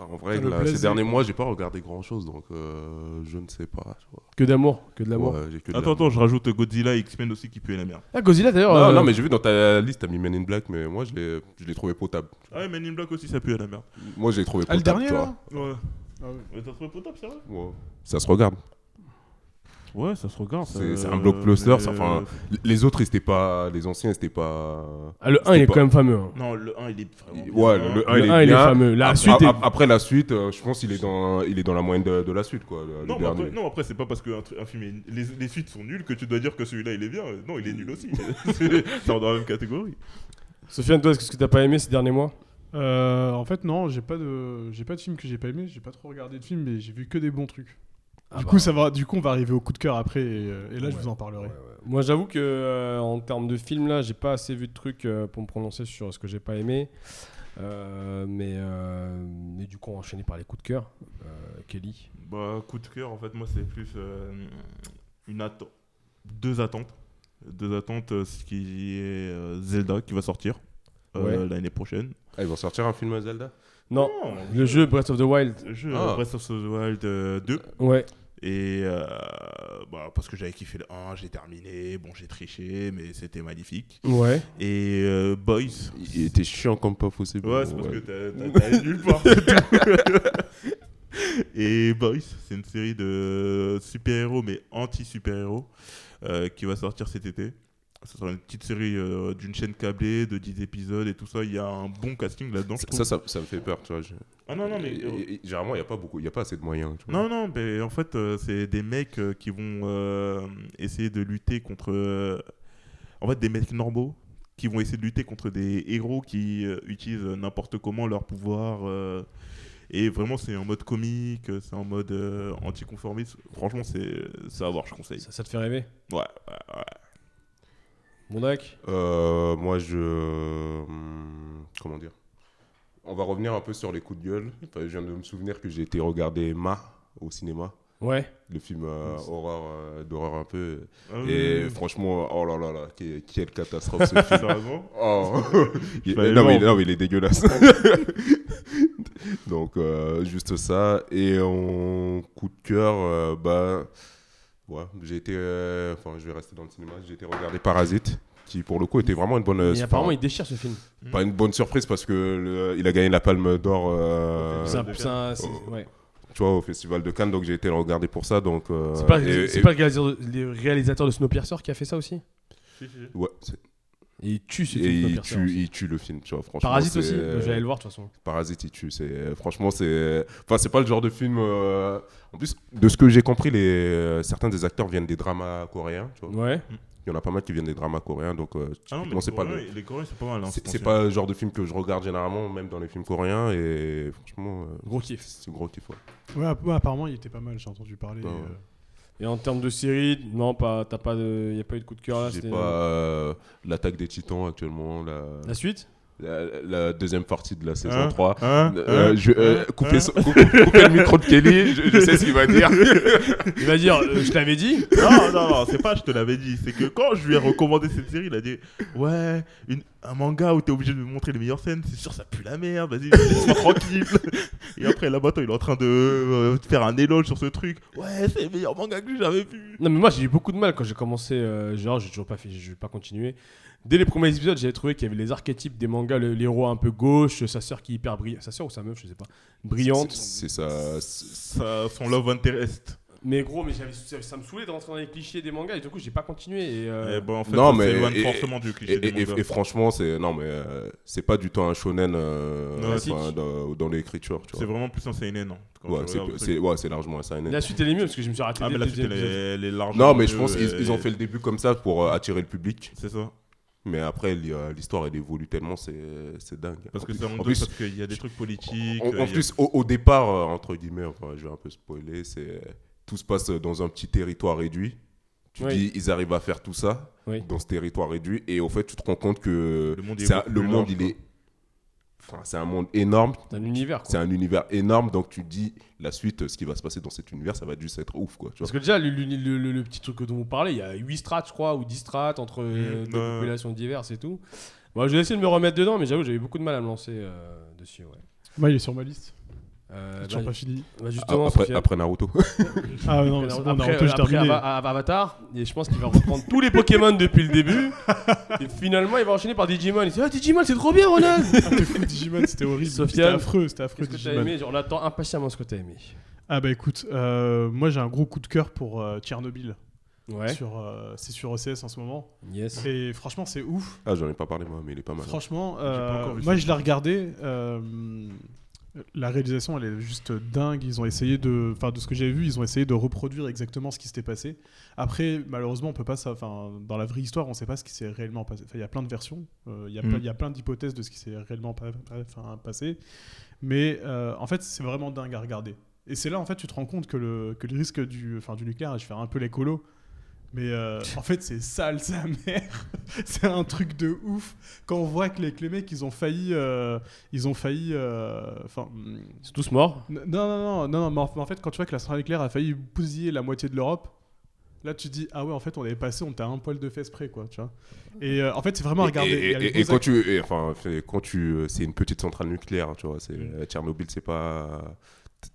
[SPEAKER 4] Ouais, en vrai,
[SPEAKER 5] T'as le
[SPEAKER 4] là,
[SPEAKER 5] blasé,
[SPEAKER 4] ces derniers
[SPEAKER 5] quoi.
[SPEAKER 4] mois, j'ai pas regardé grand chose, donc euh, je ne sais pas. tu vois.
[SPEAKER 3] Que d'amour, que de l'amour.
[SPEAKER 4] Ouais, j'ai que de
[SPEAKER 6] Attends,
[SPEAKER 4] la-
[SPEAKER 6] attends, je rajoute Godzilla et X-Men aussi qui puaient la merde.
[SPEAKER 3] Ah, Godzilla d'ailleurs.
[SPEAKER 4] Non,
[SPEAKER 3] euh,
[SPEAKER 4] non, mais j'ai vu dans ta liste, t'as mis Men in Black, mais moi, je l'ai- je l'ai trouvé potable.
[SPEAKER 6] Ah ouais, Men in Black aussi, ça pue à la merde.
[SPEAKER 4] Moi, je l'ai trouvé
[SPEAKER 5] Ah, le
[SPEAKER 4] potable.
[SPEAKER 5] dernier
[SPEAKER 4] tu vois.
[SPEAKER 5] là
[SPEAKER 6] Ouais.
[SPEAKER 5] Ah oui.
[SPEAKER 6] Mais t'as trouvé potable, c'est vrai
[SPEAKER 4] Ouais. Ça se regarde.
[SPEAKER 6] Ouais, ça se regarde.
[SPEAKER 4] C'est- c'est un blockbuster, ça, enfin, L- Les autres, ils étaient pas. Les anciens, c'était pas.
[SPEAKER 3] Ah, le 1 il est
[SPEAKER 4] C'était pas-
[SPEAKER 3] quand même fameux. hein.
[SPEAKER 6] Non, le 1, il est vraiment.
[SPEAKER 4] Ouais,
[SPEAKER 6] bien, hein.
[SPEAKER 4] le 1
[SPEAKER 3] Le
[SPEAKER 4] il est,
[SPEAKER 3] 1 il est
[SPEAKER 4] bien. Ah,
[SPEAKER 3] fameux. La
[SPEAKER 4] Ap-
[SPEAKER 3] suite
[SPEAKER 4] ap-
[SPEAKER 3] est-
[SPEAKER 4] ap- Après la suite, euh, je pense qu'il est dans, il est dans la moyenne de, de la suite, quoi. le- le
[SPEAKER 6] Non, mais
[SPEAKER 4] dernier.
[SPEAKER 6] après, non, après, c'est pas parce qu'un tru- un film est- les, les suites sont nulles que tu dois dire que celui-là il est bien. Non, il est nul aussi. c'est dans la même catégorie.
[SPEAKER 3] Sofiane, toi, qu'est-ce que t'as pas aimé ces derniers mois
[SPEAKER 5] Euh, en fait, non, j'ai pas de, j'ai pas de film que j'ai pas aimé. J'ai pas trop regardé de films, mais j'ai vu que des bons trucs.
[SPEAKER 4] Ah,
[SPEAKER 5] du
[SPEAKER 4] bah.
[SPEAKER 5] coup, ça va. Du coup, on va arriver au coup de cœur après, et, euh, et là,
[SPEAKER 3] Ah bah
[SPEAKER 5] je
[SPEAKER 3] Ouais.
[SPEAKER 5] vous en parlerai.
[SPEAKER 3] Moi, j'avoue que euh, en termes de films, là, j'ai pas assez vu de trucs euh, pour me prononcer sur ce que j'ai pas aimé. Euh, mais, euh, mais du coup, on va enchaîner par les coups de cœur. Euh, Kelly.
[SPEAKER 6] Bah, coup de cœur, en fait, moi, c'est plus euh, une atte- deux attentes. Deux attentes, euh, ce qui est euh, Zelda qui va sortir euh,
[SPEAKER 3] Ouais.
[SPEAKER 6] l'année prochaine.
[SPEAKER 4] Ah, ils vont sortir un film à Zelda Oh.
[SPEAKER 3] Non, le jeu Breath of the Wild.
[SPEAKER 6] Oh, Le jeu
[SPEAKER 4] Ah.
[SPEAKER 6] euh, Breath of the Wild euh, 2.
[SPEAKER 3] Ouais.
[SPEAKER 6] Et euh, bah, parce que j'avais kiffé le 1, j'ai terminé. Bon, j'ai triché, mais c'était magnifique.
[SPEAKER 3] Ouais.
[SPEAKER 6] Et euh, Boys.
[SPEAKER 4] Il était chiant comme pas possible.
[SPEAKER 6] Ouais, c'est parce que t'as- t'as- t'allais nulle part. c'est tout. Et Boys, c'est une série de super-héros, mais anti-super-héros, euh, qui va sortir cet été. Ce sera une petite série euh, d'une chaîne câblée, de 10 épisodes et tout ça. Il y a un bon casting là-dedans. je
[SPEAKER 4] Ça,
[SPEAKER 6] trouve.
[SPEAKER 4] ça, ça me fait peur, tu vois. je-
[SPEAKER 6] Ah non, non, mais.
[SPEAKER 4] Et- et- et généralement, il n'y a pas beaucoup, il n'y a pas assez de moyens. tu vois.
[SPEAKER 6] Non, non, mais en fait, euh, c'est des mecs euh, qui vont euh, essayer de lutter contre. euh, en fait, des mecs normaux qui vont essayer de lutter contre des héros qui euh, utilisent n'importe comment leur pouvoir. euh, et vraiment, c'est en mode comique, c'est en mode euh, anticonformiste. Franchement, c'est c'est à voir, je conseille.
[SPEAKER 3] Ça, ça te fait rêver
[SPEAKER 6] Ouais, ouais, ouais.
[SPEAKER 3] Bon dac
[SPEAKER 4] Euh, moi, je. hum, Comment dire On va revenir un peu sur les coups de gueule. Enfin, je viens de me souvenir que j'ai été regarder Ma au cinéma,
[SPEAKER 3] Ouais.
[SPEAKER 4] le film euh,
[SPEAKER 6] Yes.
[SPEAKER 4] horreur euh, d'horreur un peu.
[SPEAKER 6] Ah oui,
[SPEAKER 4] Et
[SPEAKER 6] oui, oui.
[SPEAKER 4] franchement, oh là là là, que- quelle catastrophe ce film.
[SPEAKER 6] Sérieusement
[SPEAKER 4] Oh. Il-
[SPEAKER 6] l'avais
[SPEAKER 4] non, mais,
[SPEAKER 6] vendu.
[SPEAKER 4] non, mais il est dégueulasse. Donc, euh, juste ça. Et en coup de cœur, euh, bah, ouais, j'ai été. euh, Enfin, je vais rester dans le cinéma. J'ai été regarder Parasite, qui pour le coup était vraiment une bonne. euh,
[SPEAKER 3] Et
[SPEAKER 4] enfin,
[SPEAKER 3] apparemment, il déchire ce film.
[SPEAKER 4] Pas une bonne surprise parce que le- il a gagné la Palme d'Or, euh,
[SPEAKER 3] c'est un.
[SPEAKER 6] Cannes.
[SPEAKER 3] c'est un- c'est-
[SPEAKER 4] Oh.
[SPEAKER 3] ouais.
[SPEAKER 4] tu vois, au Festival de Cannes. Donc, j'ai été le regarder pour ça. Donc, euh,
[SPEAKER 3] C'est pas,
[SPEAKER 4] et-
[SPEAKER 3] c'est
[SPEAKER 4] et-
[SPEAKER 3] pas le réalisateur de- le réalisateur de Snowpiercer qui a fait ça aussi
[SPEAKER 6] Si, si.
[SPEAKER 4] ouais, c'est-
[SPEAKER 3] Et il tue ce
[SPEAKER 4] et
[SPEAKER 3] film.
[SPEAKER 4] il
[SPEAKER 3] Snowpiercer
[SPEAKER 4] tue,
[SPEAKER 3] aussi.
[SPEAKER 4] il tue le film, tu vois. franchement,
[SPEAKER 3] Parasite
[SPEAKER 4] c'est-
[SPEAKER 3] aussi
[SPEAKER 6] euh,
[SPEAKER 3] Bah, J'allais le voir de toute façon.
[SPEAKER 4] Parasite, il tue. C'est franchement, c'est enfin, c'est pas le genre de film. euh, En plus, de ce que j'ai compris, les euh, certains des acteurs viennent des dramas coréens. tu vois.
[SPEAKER 3] Ouais.
[SPEAKER 4] Il y en a pas mal qui viennent des dramas coréens, donc euh,
[SPEAKER 6] Ah non, mais
[SPEAKER 4] typiquement, c'est
[SPEAKER 6] les
[SPEAKER 4] pas le-
[SPEAKER 6] Coréens, les Coréens, c'est pas mal. hein,
[SPEAKER 4] c'est
[SPEAKER 6] ces
[SPEAKER 4] c'est
[SPEAKER 6] temps-ci.
[SPEAKER 4] pas le genre de film que je regarde généralement, même dans les films coréens. Et franchement, euh,
[SPEAKER 3] Gros kiff.
[SPEAKER 4] c'est gros kiff. ouais.
[SPEAKER 5] Ouais, app- ouais, apparemment, il était pas mal. J'ai entendu parler.
[SPEAKER 4] Ouais, ouais.
[SPEAKER 5] euh,
[SPEAKER 3] Et en termes de série, non, pas, t'as pas de, y a pas eu de coup de cœur là.
[SPEAKER 4] J'ai
[SPEAKER 3] c'était-
[SPEAKER 4] pas euh, l'attaque des Titans actuellement, la,
[SPEAKER 3] La suite
[SPEAKER 4] la- la deuxième partie de la saison
[SPEAKER 6] Hein
[SPEAKER 4] 3.
[SPEAKER 6] Hein
[SPEAKER 4] Euh,
[SPEAKER 6] Hein
[SPEAKER 4] je, euh,
[SPEAKER 6] Hein
[SPEAKER 4] coupez, son- coupez- coupez le micro de Kelly, je, je sais ce qu'il va dire.
[SPEAKER 3] Il va dire, euh, je t'avais dit.
[SPEAKER 6] Non, non, non, c'est pas je te l'avais dit. C'est que quand je lui ai recommandé cette série, il a dit Ouais, une- un manga où t'es obligé de me montrer les meilleures scènes, c'est sûr, ça pue la merde, vas-y, laisse-moi tranquille. Et après, là, maintenant, il est en train de euh, faire un éloge sur ce truc. Ouais, c'est le meilleur manga que j'ai jamais vu.
[SPEAKER 3] Non mais moi j'ai eu beaucoup de mal quand j'ai commencé, euh, genre j'ai toujours pas fait, j'ai pas continué. Dès les premiers épisodes j'avais trouvé qu'il y avait les archétypes des mangas, le- l'héros un peu gauche, sa sœur qui est hyper brillante, sa sœur ou sa meuf je sais pas, brillante.
[SPEAKER 4] C'est ça.
[SPEAKER 6] Ça, son love interest.
[SPEAKER 3] Mais gros, mais j'avais- ça, ça me saoulait de rentrer dans les clichés des mangas et du coup j'ai pas continué. Et, euh,
[SPEAKER 6] Eh ben, en fait,
[SPEAKER 4] non,
[SPEAKER 6] ça
[SPEAKER 4] mais-
[SPEAKER 6] s'éloigne
[SPEAKER 4] et-
[SPEAKER 6] fortement du cliché
[SPEAKER 4] Et,
[SPEAKER 6] des
[SPEAKER 4] et-
[SPEAKER 6] mangas.
[SPEAKER 4] et franchement, c'est non mais euh, c'est pas du tout un shonen euh,
[SPEAKER 6] Non,
[SPEAKER 4] enfin,
[SPEAKER 3] classique.
[SPEAKER 4] dans, dans l'écriture, tu
[SPEAKER 6] C'est
[SPEAKER 4] vois.
[SPEAKER 6] vraiment plus un seinen, non quand
[SPEAKER 4] Ouais,
[SPEAKER 6] tu
[SPEAKER 4] c'est
[SPEAKER 6] regardes le
[SPEAKER 4] peu-
[SPEAKER 6] truc.
[SPEAKER 4] c'est ouais, c'est largement un seinen.
[SPEAKER 3] La suite elle est mieux parce que je me suis raté
[SPEAKER 6] ben, Ah,
[SPEAKER 3] dès
[SPEAKER 6] mais
[SPEAKER 3] le
[SPEAKER 6] la suite,
[SPEAKER 3] deuxième
[SPEAKER 6] elle
[SPEAKER 3] épisode.
[SPEAKER 6] est elle est largement
[SPEAKER 4] Non, mais je
[SPEAKER 6] mieux,
[SPEAKER 4] pense qu'ils
[SPEAKER 6] elle
[SPEAKER 4] ils ont
[SPEAKER 6] est-
[SPEAKER 4] fait le début comme ça pour euh, attirer le public.
[SPEAKER 6] C'est ça.
[SPEAKER 4] Mais après, il y a- l'histoire, elle évolue tellement, c'est c'est dingue.
[SPEAKER 6] Parce
[SPEAKER 4] En
[SPEAKER 6] que
[SPEAKER 4] plus-
[SPEAKER 6] c'est en
[SPEAKER 4] en
[SPEAKER 6] deux,
[SPEAKER 4] plus,
[SPEAKER 6] parce qu'il y a des trucs politiques.
[SPEAKER 4] en- en
[SPEAKER 6] euh, il y a-
[SPEAKER 4] plus, au, au départ, euh, entre guillemets, enfin, je vais un peu spoiler, c'est tout se passe dans un petit territoire réduit. Tu
[SPEAKER 3] Oui.
[SPEAKER 4] dis, ils arrivent à faire tout ça
[SPEAKER 3] Oui.
[SPEAKER 4] dans ce territoire réduit, et au fait, tu te rends compte que
[SPEAKER 6] Le monde est
[SPEAKER 4] c'est un-
[SPEAKER 6] beaucoup
[SPEAKER 4] le
[SPEAKER 6] plus
[SPEAKER 4] monde,
[SPEAKER 6] large,
[SPEAKER 4] il est, enfin, c'est un monde énorme.
[SPEAKER 3] C'est un univers quoi.
[SPEAKER 4] C'est un univers énorme, donc tu dis la suite, euh, ce qui va se passer dans cet univers, ça va juste être ouf, quoi. Tu vois.
[SPEAKER 3] Parce que déjà, le, le- le- le- le petit truc dont vous parlez, il y a 8 strates, je crois, ou 10 strates entre
[SPEAKER 4] Mmh.
[SPEAKER 3] euh,
[SPEAKER 6] Mm,
[SPEAKER 3] des
[SPEAKER 6] ouais.
[SPEAKER 3] populations diverses et tout. Moi, je vais essayer de me remettre dedans, mais j'avoue, j'avais beaucoup de mal à me lancer euh, dessus. Ouais.
[SPEAKER 5] Moi, il est sur ma liste.
[SPEAKER 3] Euh,
[SPEAKER 5] J'ai
[SPEAKER 3] bah,
[SPEAKER 5] toujours pas fini.
[SPEAKER 3] bah,
[SPEAKER 4] Ah,
[SPEAKER 3] justement,
[SPEAKER 4] après,
[SPEAKER 3] Sofiane,
[SPEAKER 4] après Naruto.
[SPEAKER 5] Ah non,
[SPEAKER 3] après-
[SPEAKER 5] c'est bon,
[SPEAKER 3] après-
[SPEAKER 5] Naruto, j'ai
[SPEAKER 3] après
[SPEAKER 5] terminé.
[SPEAKER 3] Ava- Ava- Avatar, et je pense qu'il va reprendre tous les Pokémon depuis le début. Et finalement, il va enchaîner par Digimon. Il dit Ah, Digimon, c'est trop bien, Ronald
[SPEAKER 5] De fou, Digimon, c'était horrible.
[SPEAKER 3] Sofiane,
[SPEAKER 5] C'était affreux, c'était affreux,
[SPEAKER 3] Qu'est-ce que t'as
[SPEAKER 5] Digimon.
[SPEAKER 3] aimé Genre, on attend impatiemment ce que t'as aimé.
[SPEAKER 5] Ah bah écoute, euh, moi j'ai un gros coup de cœur pour euh, Tchernobyl.
[SPEAKER 3] Ouais.
[SPEAKER 5] Sur, euh, c'est sur OCS en ce moment.
[SPEAKER 3] Yes.
[SPEAKER 5] Et franchement, c'est ouf.
[SPEAKER 4] Ah, j'en ai pas parlé, moi, mais il est pas mal. hein.
[SPEAKER 5] Franchement,
[SPEAKER 6] pas
[SPEAKER 5] euh,
[SPEAKER 6] encore vu
[SPEAKER 5] moi
[SPEAKER 6] ça.
[SPEAKER 5] je l'ai regardé. euh, la réalisation, elle est juste dingue. Ils ont essayé de, enfin, de ce que j'avais vu, ils ont essayé de reproduire exactement ce qui s'était passé. Après, malheureusement, on peut pas ça. Enfin, dans la vraie histoire, on sait pas ce qui s'est réellement passé. Enfin, il y a plein de versions. euh, Il y a
[SPEAKER 6] Mm.
[SPEAKER 5] plein- il y a plein d'hypothèses de ce qui s'est réellement pa- pa- enfin, passé. Mais euh, en fait, c'est vraiment dingue à regarder. Et c'est là, en fait, tu te rends compte que le, que le risque du, enfin, du nucléaire, et je vais faire un peu l'écolo, mais euh, en fait, c'est sale, sa mère. c'est un truc de ouf. Quand on voit que les, que les mecs, ils ont failli. euh, ils ont failli. euh, Enfin. mm,
[SPEAKER 3] Ils sont tous morts.
[SPEAKER 5] non, non, non, non, non, mais en- mais en fait, quand tu vois que la centrale nucléaire a failli bousiller la moitié de l'Europe. Là, tu te dis, ah ouais, en fait, on avait passé, on était à un poil de fesses près, quoi, tu vois. Et euh, en fait, c'est vraiment à
[SPEAKER 4] Et-
[SPEAKER 5] regarder.
[SPEAKER 4] Et,
[SPEAKER 5] Il y a les
[SPEAKER 4] et-
[SPEAKER 5] beaux
[SPEAKER 4] et quand
[SPEAKER 5] actes.
[SPEAKER 4] tu, et, enfin, fait- quand tu, euh, c'est une petite centrale nucléaire, tu vois. C'est euh, Tchernobyl, c'est pas.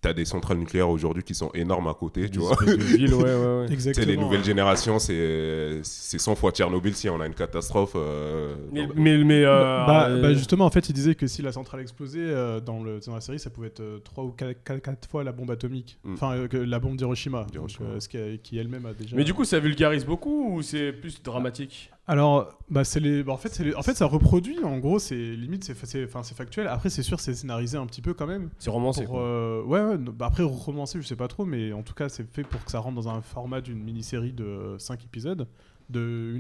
[SPEAKER 4] T'as des centrales nucléaires aujourd'hui qui sont énormes à côté,
[SPEAKER 3] Des
[SPEAKER 4] tu vois.
[SPEAKER 3] espèces de villes, ouais, ouais, ouais.
[SPEAKER 4] Tu sais,
[SPEAKER 5] Exactement.
[SPEAKER 4] les nouvelles générations, c'est c'est 100 fois Tchernobyl si on a une catastrophe. euh,
[SPEAKER 3] Mais,
[SPEAKER 4] dans-
[SPEAKER 3] mais, mais, euh,
[SPEAKER 5] bah,
[SPEAKER 3] euh,
[SPEAKER 5] bah, justement, en fait, il disait que si la centrale explosait euh, dans, le, dans la série, ça pouvait être 3 ou 4, fois la bombe atomique.
[SPEAKER 4] Mm.
[SPEAKER 5] Enfin, euh, que la bombe d'Hiroshima. donc,
[SPEAKER 4] D'Hiroshima.
[SPEAKER 5] euh, ce qui, a- qui elle-même a déjà.
[SPEAKER 3] Mais du coup, ça vulgarise beaucoup ou c'est plus dramatique
[SPEAKER 5] Alors, bah, c'est les... bah, en, fait, c'est les- en fait, ça reproduit, en gros, c'est limite, c'est fa- c'est enfin, c'est factuel. Après, c'est sûr, c'est scénarisé un petit peu quand même.
[SPEAKER 3] C'est romancé.
[SPEAKER 5] Pour,
[SPEAKER 3] quoi.
[SPEAKER 5] euh, ouais, ouais, bah, après, romancer, je sais pas trop, mais en tout cas, c'est fait pour que ça rentre dans un format d'une mini-série de 5 épisodes, de euh,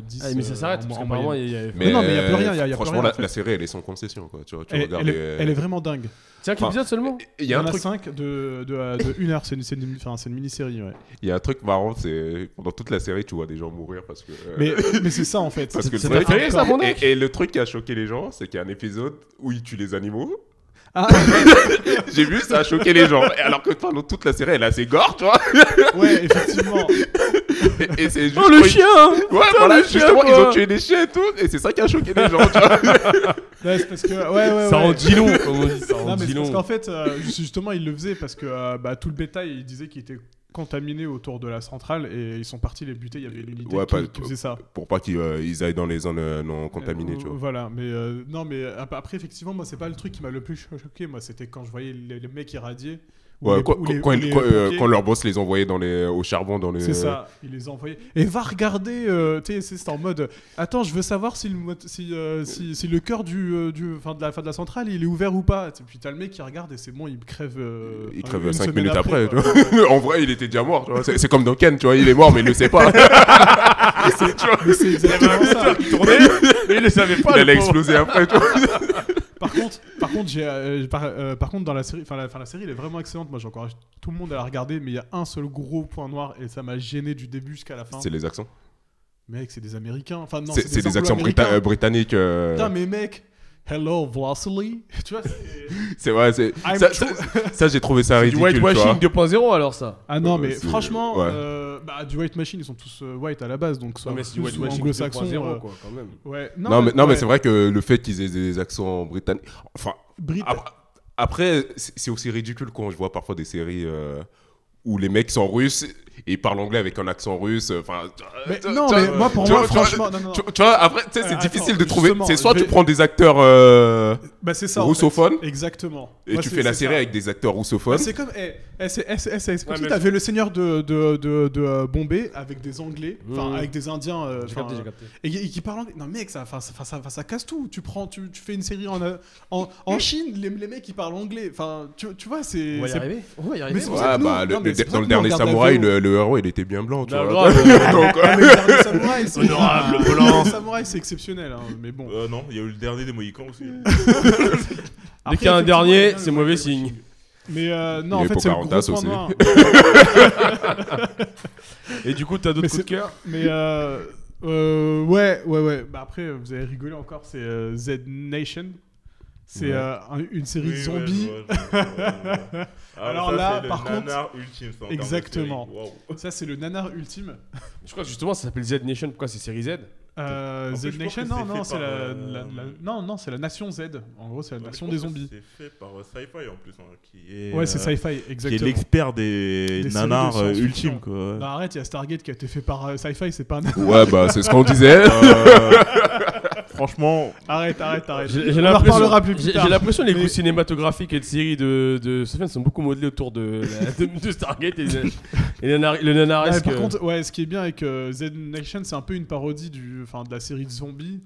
[SPEAKER 5] 1h10.
[SPEAKER 3] Ah, mais ça s'arrête, parce qu'apparemment, il y a.
[SPEAKER 5] Mais non, mais y a plus rien, y a- y a plus
[SPEAKER 4] franchement,
[SPEAKER 5] rien, en
[SPEAKER 4] la,
[SPEAKER 5] fait.
[SPEAKER 4] la série, elle est sans concession, quoi. Tu vois, tu
[SPEAKER 5] elle,
[SPEAKER 4] regardes.
[SPEAKER 5] elle est,
[SPEAKER 4] euh,
[SPEAKER 5] elle est vraiment dingue.
[SPEAKER 3] Tiens, quel
[SPEAKER 4] Enfin,
[SPEAKER 3] épisode seulement
[SPEAKER 4] Il y a un
[SPEAKER 5] en
[SPEAKER 4] truc,
[SPEAKER 5] 5 de, de, de 1 heure, c'est une, c'est une- enfin, c'est une mini-série, ouais.
[SPEAKER 4] il y a un truc marrant, c'est pendant toute la série, tu vois des gens mourir parce que. euh,
[SPEAKER 5] Mais, mais c'est ça, en fait.
[SPEAKER 4] Parce que
[SPEAKER 3] Ça
[SPEAKER 4] le
[SPEAKER 3] t'a fait
[SPEAKER 4] truc-
[SPEAKER 3] rire, ça, mon
[SPEAKER 4] et,
[SPEAKER 3] mec
[SPEAKER 4] et le truc qui a choqué les gens, c'est qu'il y a un épisode où il tue les animaux.
[SPEAKER 5] Ah.
[SPEAKER 4] J'ai vu ça a choqué les gens. Et alors que pendant toute la série, elle est assez gore, tu vois.
[SPEAKER 5] Ouais, effectivement.
[SPEAKER 4] Et, et c'est juste.
[SPEAKER 3] Oh, le chien
[SPEAKER 4] Ouais,
[SPEAKER 3] Putain,
[SPEAKER 4] voilà,
[SPEAKER 3] le chien,
[SPEAKER 4] justement, ils ont
[SPEAKER 3] quoi
[SPEAKER 4] tué des chiens et tout. Et c'est ça qui a choqué les gens, tu vois.
[SPEAKER 5] Ouais, c'est parce que. Ouais, ouais,
[SPEAKER 3] Ça
[SPEAKER 5] ouais.
[SPEAKER 3] rend dilon, comme on dit, ça rend
[SPEAKER 5] Non, mais c'est parce
[SPEAKER 3] dilon.
[SPEAKER 5] qu'en fait, euh, justement, ils le faisaient parce que euh, bah, tout le bétail, ils disaient qu'il était contaminé autour de la centrale et ils sont partis les buter. Il y avait une unité
[SPEAKER 4] Ouais,
[SPEAKER 5] qui,
[SPEAKER 4] pas-
[SPEAKER 5] qui faisait ça.
[SPEAKER 4] Pour pas qu'ils euh, ils aillent dans les zones euh, non contaminées,
[SPEAKER 5] Euh,
[SPEAKER 4] tu vois.
[SPEAKER 5] Voilà, mais euh, non, mais ap- après, effectivement, moi, c'est pas le truc qui m'a le plus cho- choqué. Moi, c'était quand je voyais les, les mecs irradiés. ou
[SPEAKER 4] Ouais,
[SPEAKER 5] les-
[SPEAKER 4] quand,
[SPEAKER 5] ou les-
[SPEAKER 4] quand-
[SPEAKER 5] ou les
[SPEAKER 4] quand, euh,
[SPEAKER 5] pompiers.
[SPEAKER 4] quand leur boss les envoyait dans les, au charbon, dans les.
[SPEAKER 5] C'est ça, il les a envoyés. Et va regarder, euh, tu sais, c'est- c'est en mode. Attends, je veux savoir si le, mot- si, euh, si, si le cœur du, euh, du, enfin, de la fin de la centrale il est ouvert ou pas. Et puis t'as le mec qui regarde et c'est bon, il crève. euh,
[SPEAKER 4] Il
[SPEAKER 5] enfin,
[SPEAKER 4] crève
[SPEAKER 5] une
[SPEAKER 4] 5
[SPEAKER 5] semaine
[SPEAKER 4] minutes après,
[SPEAKER 5] quoi.
[SPEAKER 4] tu vois. en vrai, il était déjà mort, tu vois. C'est c'est comme dans Ken, tu vois. Il est mort, mais il le sait pas.
[SPEAKER 5] Mais c'est exactement ça.
[SPEAKER 3] Mais il le savait pas.
[SPEAKER 4] il
[SPEAKER 3] le
[SPEAKER 4] allait
[SPEAKER 3] pauvre.
[SPEAKER 4] exploser après, tu vois.
[SPEAKER 5] Par contre, par contre, j'ai, euh, par, euh, par contre, dans la série, enfin la, enfin, la série, elle est vraiment excellente. Moi, j'encourage tout le monde à la regarder, mais il y a un seul gros point noir et ça m'a gêné du début jusqu'à la fin.
[SPEAKER 4] C'est les accents.
[SPEAKER 5] Mec, c'est des Américains. Enfin Hein non,
[SPEAKER 4] C'est c'est des accents
[SPEAKER 5] Anglo-Américains.
[SPEAKER 4] brita- euh, britanniques. euh,
[SPEAKER 5] Putain, mais mec. Hello, Vasily. Tu vois, c'est-
[SPEAKER 4] C'est vrai, c'est-
[SPEAKER 5] I'm
[SPEAKER 4] ça,
[SPEAKER 5] too-
[SPEAKER 4] ça- ça, j'ai trouvé ça
[SPEAKER 3] Du
[SPEAKER 4] ridicule. tu vois.
[SPEAKER 3] whitewashing 2.0 alors ça.
[SPEAKER 5] Ah non,
[SPEAKER 4] Euh,
[SPEAKER 5] mais
[SPEAKER 4] c'est-
[SPEAKER 5] franchement,
[SPEAKER 4] ouais.
[SPEAKER 5] euh, bah, du white machine, ils sont tous euh, white à la base, donc soit
[SPEAKER 3] Non, mais c'est du
[SPEAKER 5] russe ou
[SPEAKER 3] whitewashing
[SPEAKER 5] anglo-saxon.
[SPEAKER 3] 2.0
[SPEAKER 5] euh,
[SPEAKER 3] quoi, quand même.
[SPEAKER 5] ouais.
[SPEAKER 4] Non, mais, non, mais
[SPEAKER 5] ouais.
[SPEAKER 4] c'est vrai que le fait qu'ils aient des accents britanniques. Enfin,
[SPEAKER 5] Brit-
[SPEAKER 4] ap- après, c'est c'est aussi ridicule quand je vois parfois des séries euh, où les mecs sont russes et il parle anglais avec un accent russe. Enfin,
[SPEAKER 5] Mais
[SPEAKER 4] tu-
[SPEAKER 5] non,
[SPEAKER 4] tu-
[SPEAKER 5] mais moi, pour
[SPEAKER 4] tu-
[SPEAKER 5] moi,
[SPEAKER 4] tu- tu-
[SPEAKER 5] franchement. Non, non, non.
[SPEAKER 4] Tu, tu vois, après, tu sais, c'est
[SPEAKER 5] Euh,
[SPEAKER 4] difficile
[SPEAKER 5] attends,
[SPEAKER 4] de trouver.
[SPEAKER 5] justement,
[SPEAKER 4] C'est soit
[SPEAKER 5] je
[SPEAKER 4] tu
[SPEAKER 5] vais-
[SPEAKER 4] prends des acteurs euh,
[SPEAKER 5] Bah, c'est ça. en fait.
[SPEAKER 4] russophones
[SPEAKER 5] Exactement.
[SPEAKER 4] et
[SPEAKER 5] Moi,
[SPEAKER 4] tu
[SPEAKER 5] c'est-
[SPEAKER 4] fais la
[SPEAKER 5] c'est
[SPEAKER 4] série
[SPEAKER 5] ça.
[SPEAKER 4] avec des acteurs
[SPEAKER 5] Bah,
[SPEAKER 4] russophones.
[SPEAKER 5] c'est comme, eh, eh, c'est eh, c'est- eh, c'est- c'est comme
[SPEAKER 3] Ouais,
[SPEAKER 5] si
[SPEAKER 3] mais-
[SPEAKER 5] t'avais le seigneur de, de, de, de, euh, Bombay avec des Anglais, enfin
[SPEAKER 3] Mmh.
[SPEAKER 5] avec des Indiens, euh,
[SPEAKER 3] J'ai
[SPEAKER 5] enfin,
[SPEAKER 3] capté, j'ai
[SPEAKER 5] euh,
[SPEAKER 3] capté.
[SPEAKER 5] et, et qui parlent anglais. Non mec, ça, enfin, ça, enfin, ça, enfin, ça casse tout. Tu prends, tu, tu fais une série en, euh, en, en Chine, les, les mecs qui parlent anglais. Enfin, tu, tu vois, c'est.
[SPEAKER 1] On va y
[SPEAKER 5] c'est-
[SPEAKER 1] arriver. On va y
[SPEAKER 5] Mais
[SPEAKER 1] arriver.
[SPEAKER 5] c'est
[SPEAKER 1] moi.
[SPEAKER 5] pour ça
[SPEAKER 4] Ouais,
[SPEAKER 5] que
[SPEAKER 4] bah,
[SPEAKER 5] nous-
[SPEAKER 4] le-
[SPEAKER 5] non, mais
[SPEAKER 4] le-
[SPEAKER 5] c'est pour ça
[SPEAKER 4] dans le
[SPEAKER 5] que nous, on
[SPEAKER 4] dernier
[SPEAKER 5] regarde la
[SPEAKER 4] samouraï,
[SPEAKER 5] VO.
[SPEAKER 4] le, le héros, il était bien blanc, tu
[SPEAKER 3] Non,
[SPEAKER 4] vois.
[SPEAKER 3] grave.
[SPEAKER 4] Donc,
[SPEAKER 5] Ah, mais le dernier samouraï, c'est- Ah,
[SPEAKER 6] Honorable
[SPEAKER 5] le
[SPEAKER 6] Blanc.
[SPEAKER 5] dernier samouraï, c'est exceptionnel, hein, mais bon.
[SPEAKER 6] Euh, non, il y a eu le dernier des Mohicans aussi.
[SPEAKER 3] Dès
[SPEAKER 5] Après,
[SPEAKER 3] qu'il y a un
[SPEAKER 5] effectivement, il y
[SPEAKER 3] dernier,
[SPEAKER 5] a
[SPEAKER 3] c'est
[SPEAKER 5] le-
[SPEAKER 3] mauvais signe.
[SPEAKER 5] Mais euh, non,
[SPEAKER 4] Il y
[SPEAKER 5] en
[SPEAKER 4] a eu
[SPEAKER 5] fait, c'est le gros
[SPEAKER 4] Pocahontas
[SPEAKER 5] point
[SPEAKER 4] aussi.
[SPEAKER 5] noir.
[SPEAKER 3] Et du coup, t'as d'autres
[SPEAKER 5] Mais
[SPEAKER 3] coups de
[SPEAKER 5] c'est-
[SPEAKER 3] cœur
[SPEAKER 5] Mais euh, euh, ouais, ouais, ouais. Bah après, euh, vous avez rigolé encore, c'est euh, Z Nation. C'est
[SPEAKER 4] Ouais.
[SPEAKER 5] euh, un- une série
[SPEAKER 6] Oui,
[SPEAKER 5] de
[SPEAKER 6] ouais,
[SPEAKER 5] zombies.
[SPEAKER 6] je vois, je vois, je vois. Ah,
[SPEAKER 5] Alors
[SPEAKER 6] ça,
[SPEAKER 5] là,
[SPEAKER 6] c'est le
[SPEAKER 5] par contre-
[SPEAKER 6] nanar ultime, ça, en termes de série.
[SPEAKER 5] Exactement.
[SPEAKER 6] Waouh.
[SPEAKER 5] Ça, c'est le nanar ultime.
[SPEAKER 3] Je crois que justement, ça s'appelle Z Nation. Pourquoi c'est série Z
[SPEAKER 5] Euh,
[SPEAKER 6] En
[SPEAKER 5] Z
[SPEAKER 6] plus, je pense
[SPEAKER 5] Nation,
[SPEAKER 6] que
[SPEAKER 5] non,
[SPEAKER 6] c'est
[SPEAKER 5] non,
[SPEAKER 6] fait
[SPEAKER 5] c'est la,
[SPEAKER 6] par, euh,
[SPEAKER 5] la- la- non, non, c'est la nation Z. En gros, c'est la
[SPEAKER 6] Ouais,
[SPEAKER 5] nation
[SPEAKER 6] je
[SPEAKER 5] des
[SPEAKER 6] pense que
[SPEAKER 5] zombies.
[SPEAKER 6] C'est fait par euh, Sci-Fi en plus, hein, qui est.
[SPEAKER 5] Ouais, c'est
[SPEAKER 6] euh,
[SPEAKER 5] sci-fi,
[SPEAKER 6] Qui est
[SPEAKER 5] exactement.
[SPEAKER 6] l'expert des,
[SPEAKER 5] Des séries
[SPEAKER 6] nanars
[SPEAKER 5] de
[SPEAKER 6] euh,
[SPEAKER 5] science-fiction.
[SPEAKER 6] ultimes, quoi.
[SPEAKER 5] Non, arrête, il y a Stargate qui a été fait par euh, sci-fi, c'est pas un.
[SPEAKER 4] Ouais, bah, c'est ce qu'on disait.
[SPEAKER 6] Euh, franchement,
[SPEAKER 5] Arrête, arrête, arrête.
[SPEAKER 3] J'ai j'ai
[SPEAKER 5] On en reparlera
[SPEAKER 3] l'impression
[SPEAKER 5] plus
[SPEAKER 3] j'ai-
[SPEAKER 5] tard.
[SPEAKER 3] j'ai l'impression que les
[SPEAKER 5] Mais-
[SPEAKER 3] goûts cinématographiques et de séries de, de Sofiane sont beaucoup modelés autour de, la- de, de Stargate et, de- et le nanar- le
[SPEAKER 5] Ouais,
[SPEAKER 3] nanaresque.
[SPEAKER 5] par contre, ouais, ce qui est bien avec euh, Z Nation, c'est un peu une parodie du, enfin, de la série de zombies,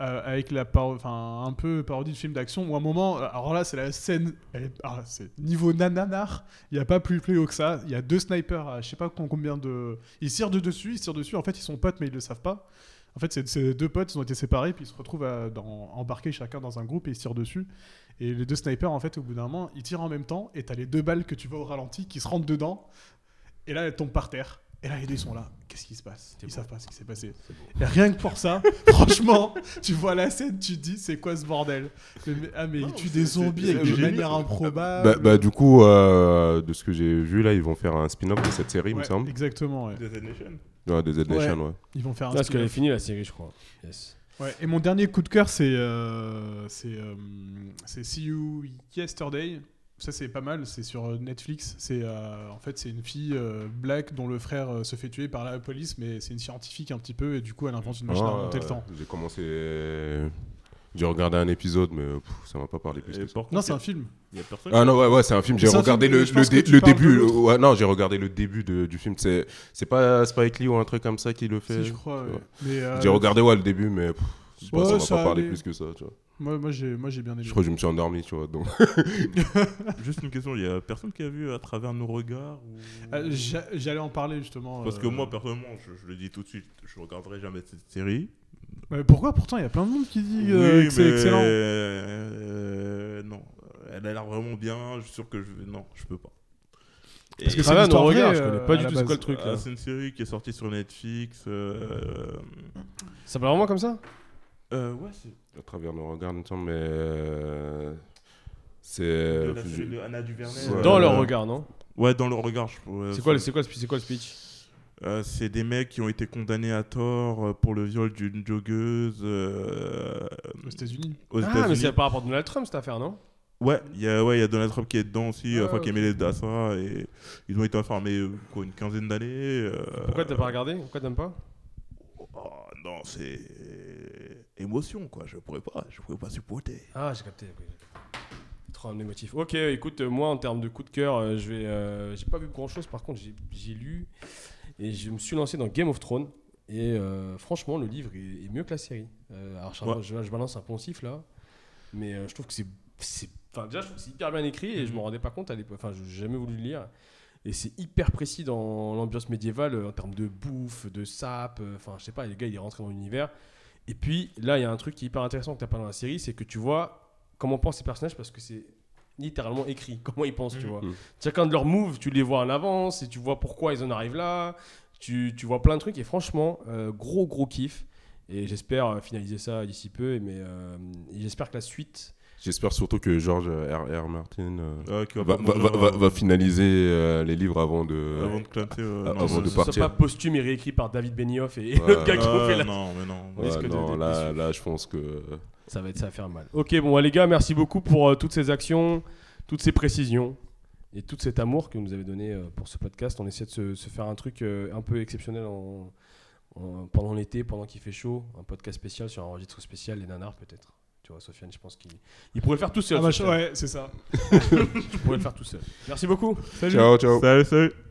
[SPEAKER 5] euh, avec la paro- enfin, un peu parodie de film d'action. Ou à un moment, euh, alors là, c'est la scène, elle est- ah, c'est niveau nananar, il n'y a pas plus plus haut que ça. Il y a deux snipers, à, je sais pas con- combien de, ils tirent de dessus, ils tirent dessus. En fait, ils sont potes, mais ils le savent pas. En fait, c'est- c'est deux potes, ils ont été séparés, puis ils se retrouvent à- dans- embarqués chacun dans un groupe et ils se tirent dessus. Et les deux snipers, en fait, au bout d'un moment, ils tirent en même temps, et t'as les deux balles que tu vois au ralenti qui se rentrent dedans, et là, elle tombe par terre. Et là, les deux sont là. Qu'est-ce qui se passe Ils savent pas ce qui s'est passé. Et rien que pour ça, franchement, tu vois la scène, tu te dis, c'est quoi ce bordel Mais- mais- Ah, mais ils tuent des zombies
[SPEAKER 6] c'est
[SPEAKER 5] avec
[SPEAKER 6] du
[SPEAKER 5] de
[SPEAKER 6] génie,
[SPEAKER 5] manière improbable.
[SPEAKER 4] Bah, bah, du coup, euh, de ce que j'ai vu là, ils vont faire un spin-off de cette série, il me
[SPEAKER 5] Ouais,
[SPEAKER 4] semble.
[SPEAKER 5] Exactement, ouais.
[SPEAKER 6] The Zen Nation.
[SPEAKER 4] Ouais, des Z
[SPEAKER 5] Ouais.
[SPEAKER 4] Nation, ouais.
[SPEAKER 5] Ils vont faire un
[SPEAKER 3] Là, parce qu'elle est
[SPEAKER 5] spin-off.
[SPEAKER 3] finie la série, je crois. Yes.
[SPEAKER 5] Ouais, Et mon dernier coup de cœur, c'est euh, c'est euh, c'est See You Yesterday. Ça, c'est pas mal. C'est sur euh, Netflix. C'est euh, en fait, c'est une fille euh, black dont le frère euh, se fait tuer par la police, mais c'est une scientifique un petit peu, et du coup, elle invente une machine à
[SPEAKER 4] Ah,
[SPEAKER 5] remonter le temps.
[SPEAKER 4] J'ai commencé. J'ai regardé un épisode, mais pff, ça m'a pas parlé plus.
[SPEAKER 6] Et
[SPEAKER 4] que ça.
[SPEAKER 6] par contre,
[SPEAKER 5] Non, c'est un film.
[SPEAKER 6] il y a personne.
[SPEAKER 4] Ah non, ouais, ouais, c'est un film. J'ai
[SPEAKER 5] C'est un
[SPEAKER 4] regardé
[SPEAKER 5] film,
[SPEAKER 4] le,
[SPEAKER 5] je
[SPEAKER 4] le,
[SPEAKER 5] pense
[SPEAKER 4] dé-
[SPEAKER 5] que tu
[SPEAKER 4] le
[SPEAKER 5] parles de
[SPEAKER 4] début.
[SPEAKER 5] l'autre.
[SPEAKER 4] ouais, non, j'ai regardé le début de- du film. C'est c'est pas Spike Lee ou un truc comme ça qui le fait.
[SPEAKER 5] Si, je crois. ouais.
[SPEAKER 4] ouais.
[SPEAKER 5] Mais, euh,
[SPEAKER 4] J'ai regardé ouais, le début, mais pff, je sais pas,
[SPEAKER 5] Ouais,
[SPEAKER 4] ça m'a
[SPEAKER 5] ça
[SPEAKER 4] pas parlé
[SPEAKER 5] allait.
[SPEAKER 4] plus que ça. Tu vois.
[SPEAKER 5] Moi, moi, j'ai, moi, j'ai bien aimé.
[SPEAKER 4] Je crois que je me suis endormi, tu vois. Donc.
[SPEAKER 6] Juste une question, il y a personne qui a vu à travers nos regards ou-
[SPEAKER 5] Euh, j'a- j'allais en parler justement.
[SPEAKER 6] Parce que
[SPEAKER 5] euh,
[SPEAKER 6] moi, personnellement, je, je le dis tout de suite, je regarderai jamais cette série.
[SPEAKER 5] mais pourquoi Pourtant, il y a plein de monde qui dit euh, que c'est
[SPEAKER 6] mais-
[SPEAKER 5] excellent.
[SPEAKER 6] euh, non, elle a l'air vraiment bien. Je suis sûr que je vais. Non, je peux pas.
[SPEAKER 5] Parce que c'est
[SPEAKER 6] Et-
[SPEAKER 5] une
[SPEAKER 3] Travail, on
[SPEAKER 5] histoire
[SPEAKER 3] regarde,
[SPEAKER 5] vraie,
[SPEAKER 3] je
[SPEAKER 5] euh,
[SPEAKER 3] connais pas
[SPEAKER 5] à
[SPEAKER 3] du
[SPEAKER 5] la
[SPEAKER 3] tout c'est
[SPEAKER 5] base. Euh,
[SPEAKER 3] quoi le truc
[SPEAKER 6] Ah,
[SPEAKER 3] là.
[SPEAKER 6] c'est une série qui est sortie sur Netflix. euh,
[SPEAKER 3] Ça s'appelle vraiment comme ça
[SPEAKER 6] euh, ouais, c'est
[SPEAKER 4] à travers nos regards, il me semble, mais. euh, C'est.
[SPEAKER 6] de la
[SPEAKER 4] je-
[SPEAKER 6] série de Anna Duvernay.
[SPEAKER 4] Euh, Ouais.
[SPEAKER 3] Dans
[SPEAKER 4] Euh,
[SPEAKER 3] leur
[SPEAKER 4] ouais.
[SPEAKER 3] regard, non
[SPEAKER 6] Ouais, dans le regard. je- ouais,
[SPEAKER 3] C'est quoi, le- c'est quoi, le- c'est quoi le speech
[SPEAKER 6] Euh, c'est des mecs qui ont été condamnés à tort euh, pour le viol d'une joggeuse euh,
[SPEAKER 5] Aux États-Unis.
[SPEAKER 6] aux
[SPEAKER 3] Ah, mais
[SPEAKER 6] États-Unis.
[SPEAKER 3] c'est par rapport à Donald Trump cette affaire, non
[SPEAKER 6] Ouais, il y a ouais, il y a Donald Trump qui est dedans aussi,
[SPEAKER 3] Ah,
[SPEAKER 6] enfin qui
[SPEAKER 3] ok.
[SPEAKER 6] aimait les DASA et ils ont été enfermés euh, quoi une quinzaine d'années. euh,
[SPEAKER 3] Pourquoi t'as pas regardé Pourquoi t'aimes pas
[SPEAKER 6] oh, Non, c'est euh, émotion quoi. Je pourrais pas, je pourrais pas supporter.
[SPEAKER 3] Ah, j'ai capté. oui. Trop un émotif. Ok, écoute, euh, moi en termes de coup de cœur, euh, je vais, euh, j'ai pas vu grand chose. Par contre, j'ai- j'ai lu et je me suis lancé dans Game of Thrones. Et euh, franchement, le livre est, est mieux que la série. Euh, alors, je,
[SPEAKER 6] Ouais.
[SPEAKER 3] je- je balance un poncif là, mais euh, je trouve que c'est, c'est- enfin déjà, je trouve que c'est hyper bien écrit et je me rendais pas compte à l'époque. Enfin, je- j'ai jamais voulu le lire. Et c'est hyper précis dans l'ambiance médiévale euh, en termes de bouffe, de sap. euh, Enfin, je sais pas, les gars, il est rentré dans l'univers. Et puis là, il y a un truc qui est hyper intéressant que t'as pas dans la série, c'est que tu vois comment pensent ces personnages parce que c'est littéralement écrit comment ils pensent tu vois
[SPEAKER 4] Mhm.
[SPEAKER 3] chacun de leurs moves tu les vois en avance et tu vois pourquoi ils en arrivent là tu, tu vois plein de trucs et franchement euh, gros gros kiff et j'espère euh, finaliser ça d'ici peu mais euh, et j'espère que la suite
[SPEAKER 4] J'espère surtout que George R.R. Martin euh,
[SPEAKER 6] Euh, qui va
[SPEAKER 4] va,
[SPEAKER 6] pas
[SPEAKER 4] va-
[SPEAKER 6] manger,
[SPEAKER 4] va- va-
[SPEAKER 6] euh,
[SPEAKER 4] va finaliser euh, les livres avant de.
[SPEAKER 6] avant de classer, euh,
[SPEAKER 4] Ah,
[SPEAKER 6] non,
[SPEAKER 4] avant
[SPEAKER 6] euh,
[SPEAKER 4] de
[SPEAKER 3] ce soit
[SPEAKER 4] partir.
[SPEAKER 3] pas posthume et réécrit par David Benioff et
[SPEAKER 4] Ouais.
[SPEAKER 3] l'autre gars qui ont
[SPEAKER 6] euh,
[SPEAKER 3] fait la-
[SPEAKER 6] non, mais non.
[SPEAKER 4] Ouais,
[SPEAKER 3] risque de-
[SPEAKER 4] non,
[SPEAKER 3] d'être
[SPEAKER 4] là,
[SPEAKER 3] déçu.
[SPEAKER 4] là, je pense que.
[SPEAKER 3] bah, ça va être ça à faire mal ok bon ouais, les gars merci beaucoup pour euh, toutes ces actions toutes ces précisions et tout cet amour que vous nous avez donné euh, pour ce podcast. On essaie de se, se faire un truc euh, un peu exceptionnel en, en- pendant l'été, pendant qu'il fait chaud. Un podcast spécial sur un registre spécial, les nanars peut-être. Tu vois, Sofiane, je pense qu'il il pourrait le faire tout seul.
[SPEAKER 5] Ah bah,
[SPEAKER 3] Sofiane.
[SPEAKER 5] ouais, c'est ça.
[SPEAKER 3] Il pourrait le faire tout seul. Merci beaucoup.
[SPEAKER 5] Salut.
[SPEAKER 4] Ciao, ciao.
[SPEAKER 6] Salut, salut.